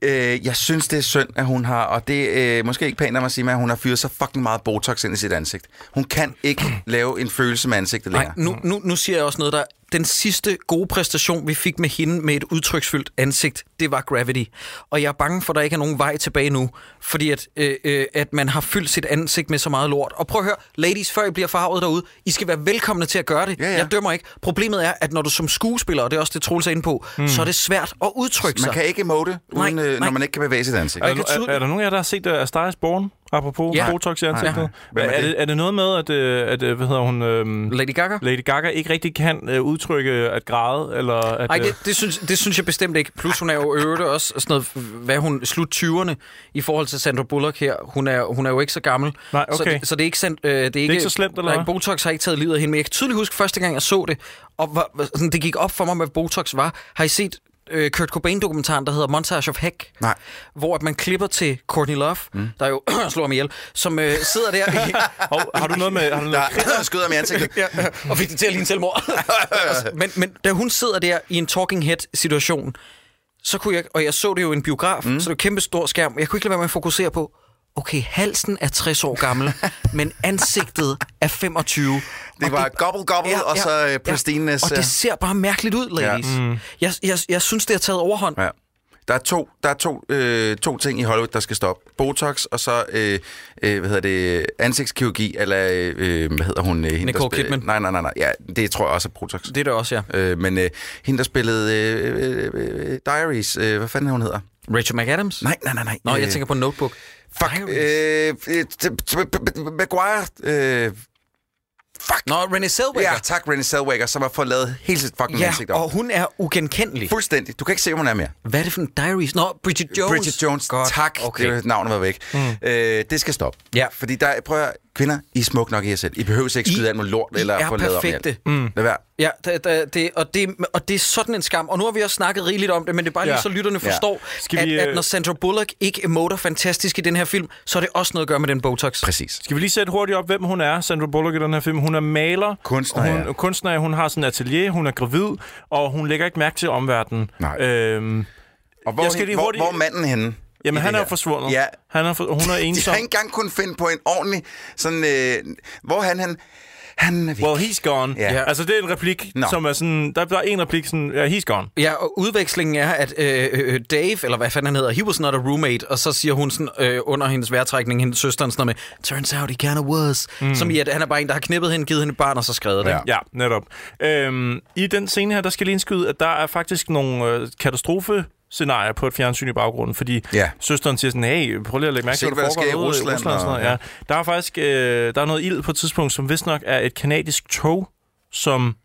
Speaker 2: Øh, jeg synes, det er synd, at hun har, og det er øh, måske ikke pænt af mig at sige, men at hun har fyret så fucking meget Botox ind i sit ansigt. Hun kan ikke lave en følelse med ansigtet
Speaker 1: Nej,
Speaker 2: længere. Mm.
Speaker 1: nu, nu, nu siger jeg også noget, der... Den sidste gode præstation, vi fik med hende med et udtryksfyldt ansigt, det var Gravity. Og jeg er bange for, at der ikke er nogen vej tilbage nu, fordi at, øh, øh, at man har fyldt sit ansigt med så meget lort. Og prøv at høre, ladies, før I bliver farvet derude, I skal være velkomne til at gøre det.
Speaker 2: Ja, ja.
Speaker 1: Jeg dømmer ikke. Problemet er, at når du som skuespiller, og det er også det, Troels er inde på, mm. så er det svært at udtrykke
Speaker 2: Man
Speaker 1: sig.
Speaker 2: kan ikke emote, uden,
Speaker 1: Nej,
Speaker 2: øh, når
Speaker 1: nej.
Speaker 2: man ikke kan bevæge sit ansigt.
Speaker 3: Er,
Speaker 1: Jeg
Speaker 3: der,
Speaker 1: kan
Speaker 3: no-
Speaker 1: tydeligt-
Speaker 3: er, er der nogen af jer, der har set uh, A Star is Born? Apropos
Speaker 1: Ja.
Speaker 3: ja. Botox i
Speaker 2: Nej.
Speaker 3: ansigtet. Ja.
Speaker 2: Hvem er
Speaker 3: Er, er,
Speaker 2: det?
Speaker 3: det, er det noget med, at, øh, at øh, hvad hedder hun, øhm,
Speaker 1: Lady Gaga?
Speaker 3: Lady Gaga ikke rigtig kan øh, udtrykke at græde? Eller at,
Speaker 1: Nej,
Speaker 3: øh,
Speaker 1: det, det, synes, det synes jeg bestemt ikke. Plus hun er jo i øvrigt også sådan noget, hvad hun, slut 20'erne i forhold til Sandra Bullock her. Hun er, hun er jo ikke så gammel.
Speaker 3: Nej,
Speaker 1: Så,
Speaker 3: okay.
Speaker 1: det, så det er ikke, sendt, øh, det er ikke,
Speaker 3: ikke så slemt, eller
Speaker 1: nej,
Speaker 3: hvad?
Speaker 1: Botox har ikke taget livet af hende, men jeg kan tydeligt huske første gang, jeg så det, og hvor, hvor- sådan, det gik op for mig, hvad Botox var. Har I set øh, Kurt Cobain-dokumentaren, der hedder Montage of Heck?
Speaker 2: Nej.
Speaker 1: Hvor at man klipper til Courtney Love, mm. der jo slår ham ihjel, som øh, sidder der i,
Speaker 3: Hov, har du noget med... Har du noget,
Speaker 2: Der er skøder med ansigtet.
Speaker 1: ja, og fik det til at ligne selvmord. men, men da hun sidder der i en talking head-situation, så kunne jeg, og jeg så det jo i en biograf, mm. så det var en kæmpe stor skærm, jeg kunne ikke lade være med at fokusere på, okay, halsen er 60 år gammel, men ansigtet er 25.
Speaker 2: Det var gobble gobble, og så øh, Pristines.
Speaker 1: Og det ser bare mærkeligt ud, ladies. Ja. Mm. Jeg, jeg, jeg synes, det har taget overhånd.
Speaker 2: Ja. Der er to, der er to, øh, to ting i Hollywood, der skal stoppe. Botox, og så, øh, øh, hvad hedder det, ansigtskirurgi, eller, øh, hvad hedder hun? Øh, hende, der
Speaker 1: Nicole
Speaker 2: spil-
Speaker 1: Kidman.
Speaker 2: Nej, nej, nej, nej. Ja, det tror jeg også er Botox.
Speaker 1: Det er det også, ja.
Speaker 2: Øh, men øh, hende, der spillede øh, øh, øh, Diaries, øh, hvad fanden er hun hedder?
Speaker 1: Rachel McAdams?
Speaker 2: Nej, nej, nej, nej.
Speaker 1: Nå,
Speaker 2: Øh,
Speaker 1: jeg tænker på Notebook.
Speaker 2: Fuck. Øh, øh, t- t- b- b- Maguire. Øh, fuck.
Speaker 1: Nå, Renée Zellweger.
Speaker 2: Ja, tak, Renée Zellweger, som har fået lavet hele sit fucking ansigt
Speaker 1: ja
Speaker 2: op.
Speaker 1: og hun er ugenkendelig.
Speaker 2: Fuldstændig. Du kan ikke se, hvor hun er mere.
Speaker 1: Hvad er det for en diaries? Nå, Bridget Jones.
Speaker 2: Bridget Jones,
Speaker 1: Godt.
Speaker 2: tak.
Speaker 1: Okay.
Speaker 2: Det, navnet var væk. Mm. Øh, det skal stoppe.
Speaker 1: Ja.
Speaker 2: Fordi der, prøv at, høre, kvinder, I er smuk nok i jer selv. I behøver ikke
Speaker 1: I-
Speaker 2: skyde alt med lort,
Speaker 1: I
Speaker 2: eller
Speaker 1: er
Speaker 2: få lavet om i alt.
Speaker 1: perfekte.
Speaker 2: Mm. Lad være.
Speaker 1: Ja, da, da, det, og, det, og det er sådan en skam. Og nu har vi også snakket rigeligt om det, men det er bare lige
Speaker 3: Ja.
Speaker 1: så lytterne
Speaker 2: Ja.
Speaker 1: forstår,
Speaker 3: Skal
Speaker 1: at,
Speaker 3: vi, øh,
Speaker 1: at når Sandra Bullock ikke emoter fantastisk i den her film, så er det også noget at gøre med den Botox.
Speaker 2: Præcis.
Speaker 3: skal vi lige sætte hurtigt op, hvem hun er, Sandra Bullock i den her film? Hun er maler.
Speaker 2: Kunstner,
Speaker 3: Hun,
Speaker 2: ja.
Speaker 3: kunstner, hun har sådan en atelier, hun er gravid, og hun lægger ikke mærke til omverdenen.
Speaker 2: Nej.
Speaker 3: Øhm,
Speaker 2: Og hvor,
Speaker 3: Jeg skal lige
Speaker 2: hvor,
Speaker 3: hurtigt-
Speaker 2: hvor er manden henne? i
Speaker 3: jamen, han
Speaker 2: det
Speaker 3: er jo
Speaker 2: her?
Speaker 3: forsvundet.
Speaker 2: Ja.
Speaker 3: Han er for, hun er
Speaker 2: De
Speaker 3: ensom.
Speaker 2: har ikke engang kunnet finde på en ordentlig sådan... Øh, hvor han, han... Han er væk.
Speaker 3: Well, he's gone.
Speaker 2: Ja.
Speaker 3: Ja. Altså, det er en replik,
Speaker 2: Nå.
Speaker 3: no. som er sådan... Der, der er en replik, sådan... Ja, he's gone.
Speaker 1: Ja, og udvekslingen er, at øh, øh, Dave, eller hvad fanden han hedder, he was not a roommate, og så siger hun sådan, øh, under hendes vejrtrækning, hendes søsteren sådan noget med, turns out he kinda was, mm. som i, at han er bare en, der har knippet hende, givet hende et barn, og så skrevet det.
Speaker 2: Ja.
Speaker 1: Ja.
Speaker 3: Ja, netop. Øhm, I den scene her, der skal lige indskyde, at der er faktisk nogle øh, katastrofe scenarier på et fjernsyn i baggrunden, fordi
Speaker 2: Ja.
Speaker 3: ja. søsteren siger sådan, hey, prøv lige at lægge mærke
Speaker 2: Se,
Speaker 3: til, hvad
Speaker 2: hvad
Speaker 3: der
Speaker 2: der
Speaker 3: foregår
Speaker 2: sker i
Speaker 3: derude
Speaker 2: Rusland,
Speaker 3: og sådan noget.
Speaker 2: og-
Speaker 3: Ja. Der er faktisk øh, der er noget ild på et tidspunkt, som vist nok er et kanadisk tog, som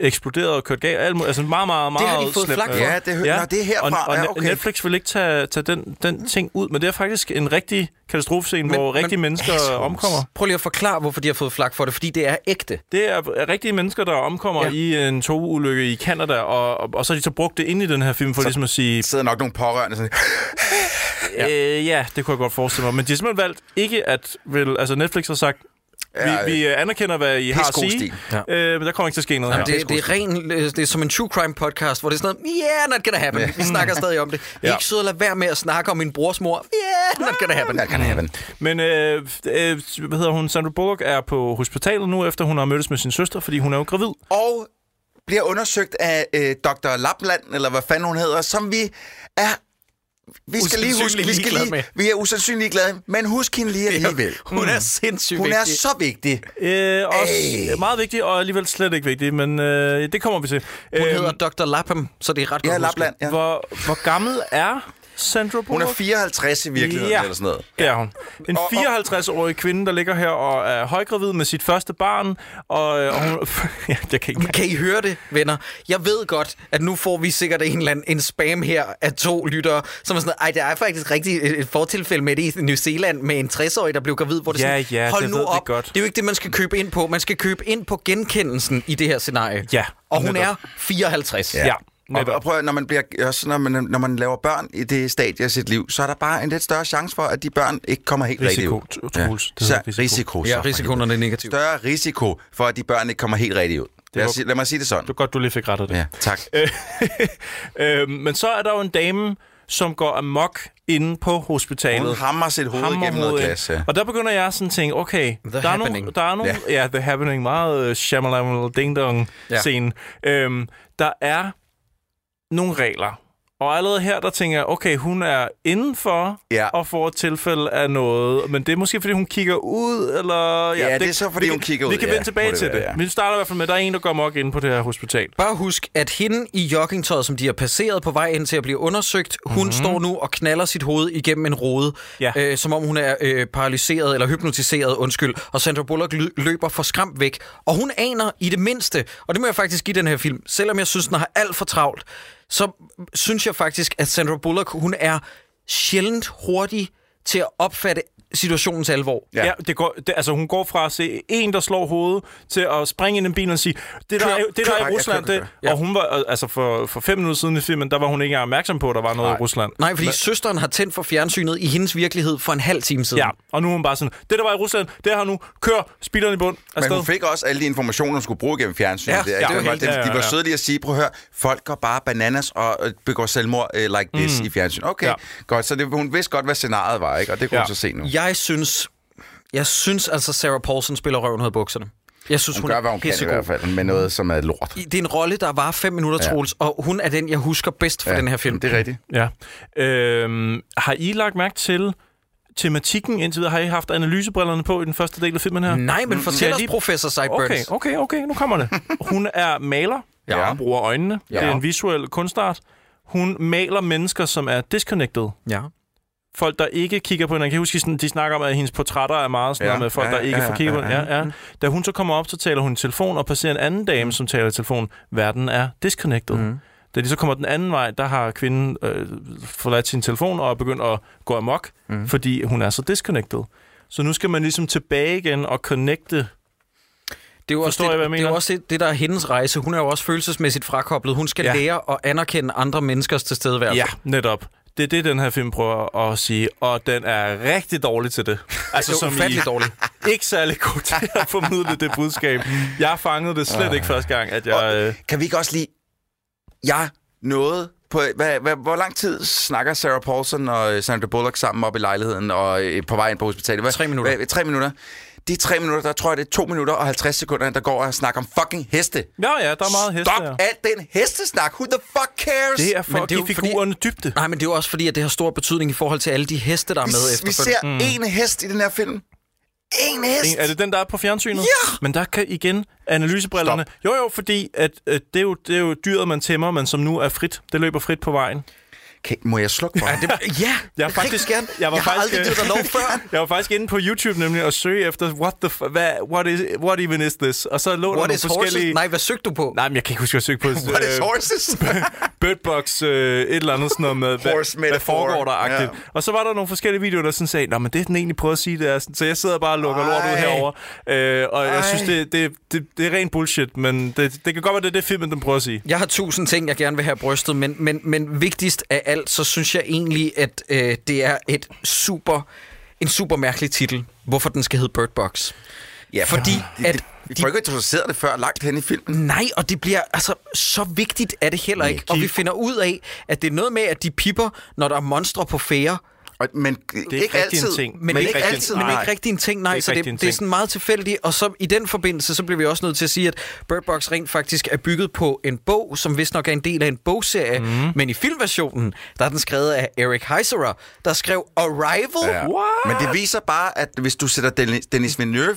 Speaker 3: eksploderede og kørte galt. Alt, mu- altså meget, meget, meget
Speaker 1: Det har de fået
Speaker 3: slemt.
Speaker 1: flak for.
Speaker 2: Ja, det hø- Nå, det er herfra.
Speaker 3: Og, og
Speaker 2: Ja, okay.
Speaker 3: Netflix vil ikke tage, tage den, den ting ud, men det er faktisk en rigtig katastrofescene,
Speaker 1: Men-
Speaker 3: hvor rigtige
Speaker 1: men-
Speaker 3: mennesker
Speaker 2: Assholes.
Speaker 3: omkommer.
Speaker 1: Prøv lige at forklare, hvorfor de har fået flak for det, fordi det er ægte.
Speaker 3: Det er rigtige mennesker, der omkommer
Speaker 1: Ja.
Speaker 3: ja. i en togulykke i Kanada, og, og, og så har de så brugt det ind i den her film, for så, ligesom at sige,
Speaker 2: sidder nok nogle pårørende sådan...
Speaker 3: ja. Øh, ja, det kunne jeg godt forestille mig. Men de har simpelthen valgt ikke at... Vil, altså Netflix har sagt, Vi, vi øh, anerkender, hvad I har at
Speaker 2: Pissegod
Speaker 3: sige,
Speaker 2: stil.
Speaker 3: ja. øh, men der kommer ikke til at ske noget
Speaker 1: Jamen,
Speaker 3: her.
Speaker 1: det, det, er ren, øh, det er som en true crime podcast, hvor det er sådan noget, yeah, not gonna happen. Vi snakker stadig om det. Ja.
Speaker 3: Ja.
Speaker 1: Ikke sød at lade være med at snakke om min brors mor. Yeah, not gonna happen.
Speaker 2: Not gonna happen.
Speaker 3: Men øh, øh, hvad hedder hun? Sandra Bullock er på hospitalet nu, efter hun har mødtes med sin søster, fordi hun er jo gravid.
Speaker 2: Og bliver undersøgt af øh, Dr. Lapland, eller hvad fanden hun hedder, som vi er... Vi skal lige huske, vi,
Speaker 1: Usandsynligt
Speaker 2: skal
Speaker 1: ligeglade med.
Speaker 2: lige, vi er usandsynligt glade, men husk hende lige alligevel.
Speaker 1: Hun er sindssygt
Speaker 2: Hun er
Speaker 1: vigtig.
Speaker 2: så vigtig.
Speaker 3: Øh, også
Speaker 2: Ey.
Speaker 3: meget vigtig, og alligevel slet ikke vigtig, men øh, det kommer vi til.
Speaker 1: Hun
Speaker 3: Øhm,
Speaker 1: hedder Dr. Lapham, så det er ret godt
Speaker 2: Ja,
Speaker 1: husket.
Speaker 2: Lapland. Ja.
Speaker 3: Hvor, hvor gammel er Sandra Bullock?
Speaker 2: Hun er 54 i virkeligheden, ja. eller sådan noget.
Speaker 3: det er hun. En
Speaker 2: Og- og-
Speaker 3: 54-årig kvinde, der ligger her og er højgravid med sit første barn, og, øh, og hun... ja, jeg kan ikke...
Speaker 1: Kan I høre det, venner? Jeg ved godt, at nu får vi sikkert en eller anden en spam her af to lyttere, som er sådan, ej, der er faktisk rigtig et et fortilfælde med det i New Zealand med en 60-årig, der blev gravid, hvor det
Speaker 3: Ja,
Speaker 1: sådan,
Speaker 3: ja,
Speaker 1: hold
Speaker 3: det
Speaker 1: nu
Speaker 3: ved vi
Speaker 1: op.
Speaker 3: godt.
Speaker 1: Det er jo ikke det, man skal købe ind på. Man skal købe ind på genkendelsen i det her scenarie.
Speaker 3: Ja,
Speaker 1: Og hun
Speaker 3: netop.
Speaker 1: er 54.
Speaker 3: Ja,
Speaker 2: Og,
Speaker 3: netop.
Speaker 2: og prøv, at- når man, bliver, også når, man, når man laver børn i det stadie af sit liv, så er der bare en lidt større chance for, at de børn ikke kommer helt
Speaker 3: Risiko,
Speaker 2: rigtigt ud.
Speaker 3: Troels. Det hedder
Speaker 2: Så
Speaker 3: risiko.
Speaker 2: risiko.
Speaker 1: Ja,
Speaker 2: så.
Speaker 1: risikoen er negativ.
Speaker 2: Større risiko for, at de børn ikke kommer helt rigtigt ud. Lad,
Speaker 3: var-
Speaker 2: os, sige- lad mig sige det sådan.
Speaker 3: Det er godt, du lige fik rettet det.
Speaker 2: Ja, tak.
Speaker 3: øhm, men så er der jo en dame, som går amok inde på hospitalet.
Speaker 2: Hun hammer sit hoved
Speaker 3: Hammer
Speaker 2: igennem noget
Speaker 3: hovedet ind.
Speaker 2: glas. Ja.
Speaker 3: Og der begynder jeg sådan at tænke, okay,
Speaker 1: The
Speaker 3: der er, nogle,
Speaker 1: Happening.
Speaker 3: der er nogle...
Speaker 2: Ja.
Speaker 3: Ja. ja, The Happening, meget uh, Shyamalan Ding
Speaker 1: Ja.
Speaker 3: Dong-scenen. Ja. Øhm, der er nogle regler. Og allerede her, der tænker jeg, okay, hun er indenfor
Speaker 2: Ja.
Speaker 3: og får et tilfælde af noget. Men det er måske, fordi hun kigger ud, eller...
Speaker 2: Ja, det er så, fordi
Speaker 3: vi
Speaker 2: hun
Speaker 3: kan,
Speaker 2: kigger
Speaker 3: Vi
Speaker 2: ud,
Speaker 3: kan
Speaker 2: ja,
Speaker 3: vende
Speaker 2: må
Speaker 3: tilbage
Speaker 2: det
Speaker 3: til
Speaker 2: være,
Speaker 3: det.
Speaker 2: ja.
Speaker 3: Vi starter i hvert fald med, at der er en, der går amok inde på det her hospital.
Speaker 1: Bare husk, at hende i joggingtøjet, som de har passeret på vej ind til at blive undersøgt, hun mm-hmm. står nu og knaller sit hoved igennem en rode, ja.
Speaker 3: Mhm. Ja.
Speaker 1: øh, som om hun er øh, paralyseret eller hypnotiseret, undskyld. Og Sandra Bullock ly- løber forskræmt væk, og hun aner i det mindste, og det må jeg faktisk give den her film, selvom jeg synes, den har alt for travlt, så synes jeg faktisk, at Sandra Bullock, hun er sjældent hurtig til at opfatte situationens alvor.
Speaker 2: Ja.
Speaker 3: Ja, ja det går, det, altså hun går fra at se en, der slår hovedet, til at springe ind i en bil og sige, det der,
Speaker 1: Kør,
Speaker 3: er, det der
Speaker 1: kør,
Speaker 3: er
Speaker 2: kør,
Speaker 3: i Rusland,
Speaker 2: kør, kør,
Speaker 3: det.
Speaker 1: kør.
Speaker 3: Og hun var, altså for, for fem minutter siden i filmen, der var hun ikke engang opmærksom på, at der var noget i Rusland.
Speaker 1: Nej, fordi søsteren har tændt for fjernsynet i hendes virkelighed for en halv time siden.
Speaker 3: Ja, og nu er hun bare sådan, det der var i Rusland, det er her nu, kør, speederen i bund,
Speaker 2: Men
Speaker 3: afsted.
Speaker 2: hun fik også alle de informationer, hun skulle bruge gennem fjernsynet.
Speaker 1: Ja,
Speaker 2: Det er-
Speaker 1: ja,
Speaker 2: det
Speaker 1: det var
Speaker 2: var-
Speaker 1: helt-
Speaker 2: det-
Speaker 3: ja, ja,
Speaker 2: De var
Speaker 3: ja.
Speaker 2: søde lige at sige, prøv at høre, folk går bare bananas og øh, begår selvmord øh, like this
Speaker 1: Mm.
Speaker 2: i fjernsynet. Okay,
Speaker 3: Ja.
Speaker 2: godt. Så det, hun vidste godt, hvad scenariet var, ikke? og det kunne
Speaker 3: Ja.
Speaker 2: hun så se nu.
Speaker 1: Jeg synes, jeg synes altså, Sarah Paulson spiller røven ud af bukserne. Jeg synes, hun,
Speaker 2: Hun gør,
Speaker 1: er
Speaker 2: hvad hun kan i
Speaker 1: pissegod.
Speaker 2: hvert fald, med noget, som er lort.
Speaker 1: Det er en rolle, der var fem minutter,
Speaker 2: Ja.
Speaker 1: Troels, og hun er den, jeg husker bedst fra
Speaker 2: Ja,
Speaker 1: den her film.
Speaker 2: Det er rigtigt.
Speaker 3: Ja. Øhm, har I lagt mærke til tematikken indtil videre? Har I haft analysebrillerne på i den første del af filmen
Speaker 2: Mm,
Speaker 3: her?
Speaker 1: Nej, men
Speaker 3: Skal
Speaker 1: fortæl
Speaker 3: jeg
Speaker 1: os,
Speaker 3: lige-
Speaker 1: professor Sideburns.
Speaker 3: Okay, okay, okay, nu kommer det. Hun er maler.
Speaker 2: Ja.
Speaker 3: Hun bruger øjnene.
Speaker 2: Ja.
Speaker 3: Ja. Det er en visuel kunstart. Hun maler mennesker, som er disconnected.
Speaker 1: Ja.
Speaker 3: folk, der ikke kigger på hende. Jeg kan huske, sådan, de snakker om, at hendes portrætter er meget sådan
Speaker 2: Ja,
Speaker 3: ja, med folk,
Speaker 2: ja,
Speaker 3: der
Speaker 2: ja,
Speaker 3: ikke
Speaker 2: ja,
Speaker 3: får kigget på
Speaker 2: ja,
Speaker 3: hende. Ja, ja. Da hun så kommer op, så taler hun i telefon og passerer en anden
Speaker 2: Mm.
Speaker 3: dame, som taler i telefon. Verden er disconnected. Mm. Da de så kommer den anden vej, der har kvinden øh, forladt sin telefon og er begyndt at gå amok,
Speaker 1: Mhm.
Speaker 3: mm. fordi hun er så disconnected. Så nu skal man ligesom tilbage igen og connecte.
Speaker 1: Det er jo også,
Speaker 3: Forstår
Speaker 1: det,
Speaker 3: I, hvad jeg
Speaker 1: det, er jo
Speaker 3: mener?
Speaker 1: også det, det, der er hendes rejse. Hun er jo også følelsesmæssigt frakoblet. Hun skal ja.
Speaker 3: Ja.
Speaker 1: lære at anerkende andre menneskers tilstedeværelse.
Speaker 3: Ja, netop. Det er det, den her film prøver at sige, og den er rigtig dårlig til det. Altså
Speaker 1: Det er ufattelig dårlig.
Speaker 3: ikke særlig god til at formidle det budskab. Jeg fangede det
Speaker 1: Ah.
Speaker 3: slet ikke første gang, at jeg... Øh,
Speaker 2: Kan vi ikke også lige... Jeg nåede på... Hvad, hvad, hvor lang tid snakker Sarah Paulson og øh, Sandra Bullock sammen op i lejligheden og øh, på vej ind på hospitalet? Hvad,
Speaker 1: Tre minutter.
Speaker 2: Hvad, tre minutter. De tre minutter, der tror jeg, det er to minutter og 50 sekunder, der går og snakker om fucking heste.
Speaker 3: ja, ja, der er meget heste
Speaker 2: Stop
Speaker 3: her.
Speaker 2: alt den hestesnak. Who the fuck cares?
Speaker 3: Det er for
Speaker 1: Men
Speaker 3: at
Speaker 1: det er
Speaker 3: give
Speaker 1: jo fordi-
Speaker 3: figurerne dybde.
Speaker 1: Nej, men det er jo også fordi, at det har stor betydning i forhold til alle de heste, der er
Speaker 2: vi,
Speaker 1: med
Speaker 2: vi
Speaker 1: efterfølgende.
Speaker 2: ser én hest i den her film. Én hest!
Speaker 3: Mm. En- Er det den, der er på fjernsynet?
Speaker 2: Ja!
Speaker 3: Men der kan igen analysebrillerne...
Speaker 2: Stop.
Speaker 3: Stop. Jo, jo, fordi at, øh, det, er jo, det er jo dyret, man tæmmer, men som nu er frit. Det løber frit på vejen.
Speaker 2: Okay, må jeg slukke for?
Speaker 1: Ja, det, ja,
Speaker 3: Jeg er
Speaker 1: rigtig
Speaker 3: faktisk-
Speaker 1: gerne.
Speaker 3: jeg var
Speaker 1: jeg har
Speaker 3: faktisk,
Speaker 1: aldrig
Speaker 3: øh,
Speaker 1: givet dig lov før.
Speaker 3: Jeg var faktisk inde på YouTube nemlig og søge efter, what, the f- hvad, what, is, what even is this? Og så lå der
Speaker 1: What
Speaker 3: nogle
Speaker 1: is forskellige...
Speaker 3: forskellige...
Speaker 1: horses? Nej, hvad søgte du på?
Speaker 3: Nej, men jeg kan ikke huske, hvad jeg søgte på.
Speaker 2: What
Speaker 3: Øh,
Speaker 2: is horses?
Speaker 3: Birdbox, øh, et eller andet sådan noget med,
Speaker 2: Horse
Speaker 3: hvad, hvad
Speaker 2: metaphor.
Speaker 3: foregår der agtigt.
Speaker 2: Ja.
Speaker 3: Ja. Og så var der nogle forskellige videoer, der sådan sagde, Nå, men det er den egentlig prøver at sige, det er sådan. Så jeg sidder bare og lukker lort ud
Speaker 2: Ej.
Speaker 3: herover. Øh, og Ej.
Speaker 2: Ej.
Speaker 3: jeg synes, det, det, det, det er ren bullshit, men det, det kan godt være, det er det filmen, den prøver at sige.
Speaker 1: Jeg har tusind ting, jeg gerne vil have brystet, men, men, men vigtigst af alt, så synes jeg egentlig, at øh, det er et super, en super mærkelig titel, hvorfor den skal hedde Bird Box. Ja, fordi at...
Speaker 2: Vi
Speaker 1: de-
Speaker 2: får ikke introduceret det før langt hen i filmen.
Speaker 1: Nej, og det bliver, altså, så vigtigt er det heller ikke. Og vi finder ud af, at det er noget med, at de pipper, når der er monstre på fære.
Speaker 2: Og, men
Speaker 3: er
Speaker 2: ikke
Speaker 3: ikke rigtig en
Speaker 2: altid.
Speaker 3: ting.
Speaker 1: Men, men ikke,
Speaker 3: rigtig en
Speaker 1: altid,
Speaker 3: ting.
Speaker 1: men
Speaker 2: Nej.
Speaker 1: ikke rigtig en ting, nej. Det
Speaker 3: Det er ikke
Speaker 1: så det,
Speaker 3: rigtig en
Speaker 1: det er
Speaker 3: ting.
Speaker 1: sådan meget tilfældigt. Og så i den forbindelse, så bliver vi også nødt til at sige, at Bird Box rent faktisk er bygget på en bog, som vist nok er en del af en bogserie.
Speaker 3: Mhm.
Speaker 1: Mm. Men i filmversionen, der er den skrevet af Eric Heiserer, der skrev Arrival. Ja.
Speaker 2: Men det viser bare, at hvis du sætter Denis- Denis Villeneuve